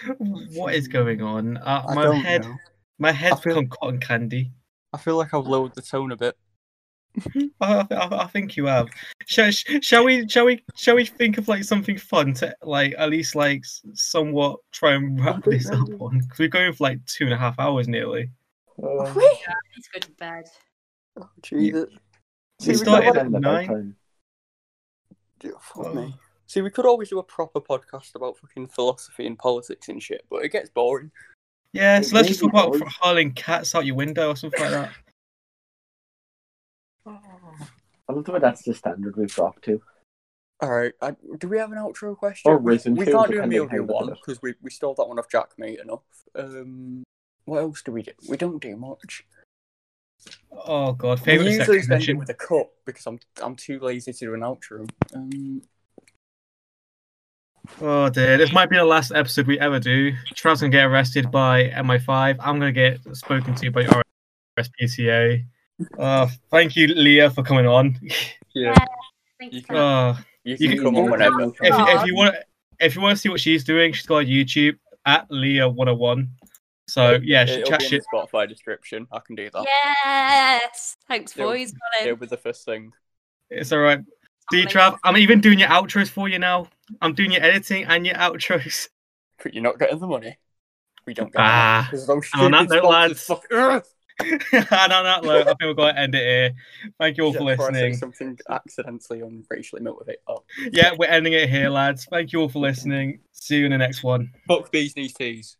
What is going on? Uh, Hmm. I my don't head know. my head's I feel- become cotton candy. I feel like I've lowered the tone a bit. I, I, I- I think you have. Shall, sh- shall we? Shall we? Shall we think of like something fun to like at least like s- somewhat try and wrap this up on? Because we're going for like two and a half hours nearly. Uh, I need to go to bed. Oh, Jesus. We See, we could, started always, at nine. do, fuck me. See, we could always do a proper podcast about fucking philosophy and politics and shit, but it gets boring. Yeah, so let's Maybe just talk about both. fr- hurling cats out your window or something like that. I love the way that's the standard we've dropped to. All right. I, do we have an outro question? Or we, risen we to, can't do a depending meal how you deal look at one it. because we, we stole that one off Jack mate enough. Um, what else do we do? We don't do much. Oh god, We favorite usually section. spend it mission. with a cup because I'm I'm too lazy to do an outro. Um, Oh dear, this might be the last episode we ever do. Trav's gonna get arrested by MI5. I'm gonna get spoken to by RSPCA. Uh, thank you, Leah, for coming on. yeah, Thanks You for can- that. Uh, you You can can come on do whenever. that. if, if Aw. you want if you want to see what she's doing, she's got a YouTube at Leah 101. So yeah, she It'll chat be in shit. the Spotify description. I can do that. Yes. Thanks, Yo, boys. Got It'll it. be the first thing. It's all right. D Amazing. Trav, I'm even doing your outros for you now. I'm doing your editing and your outros. But you're not getting the money. We don't get Ah, the money. 'cause and on that note, those stupid lads- sponsors fuck- Ugh! and on that note, I think we're going to end it here. Thank you all for Yeah, before I say listening. Something accidentally and racially motivated. Oh, Yeah, we're ending it here, lads. Thank you all for listening. See you in the next one. fuck these knees tees.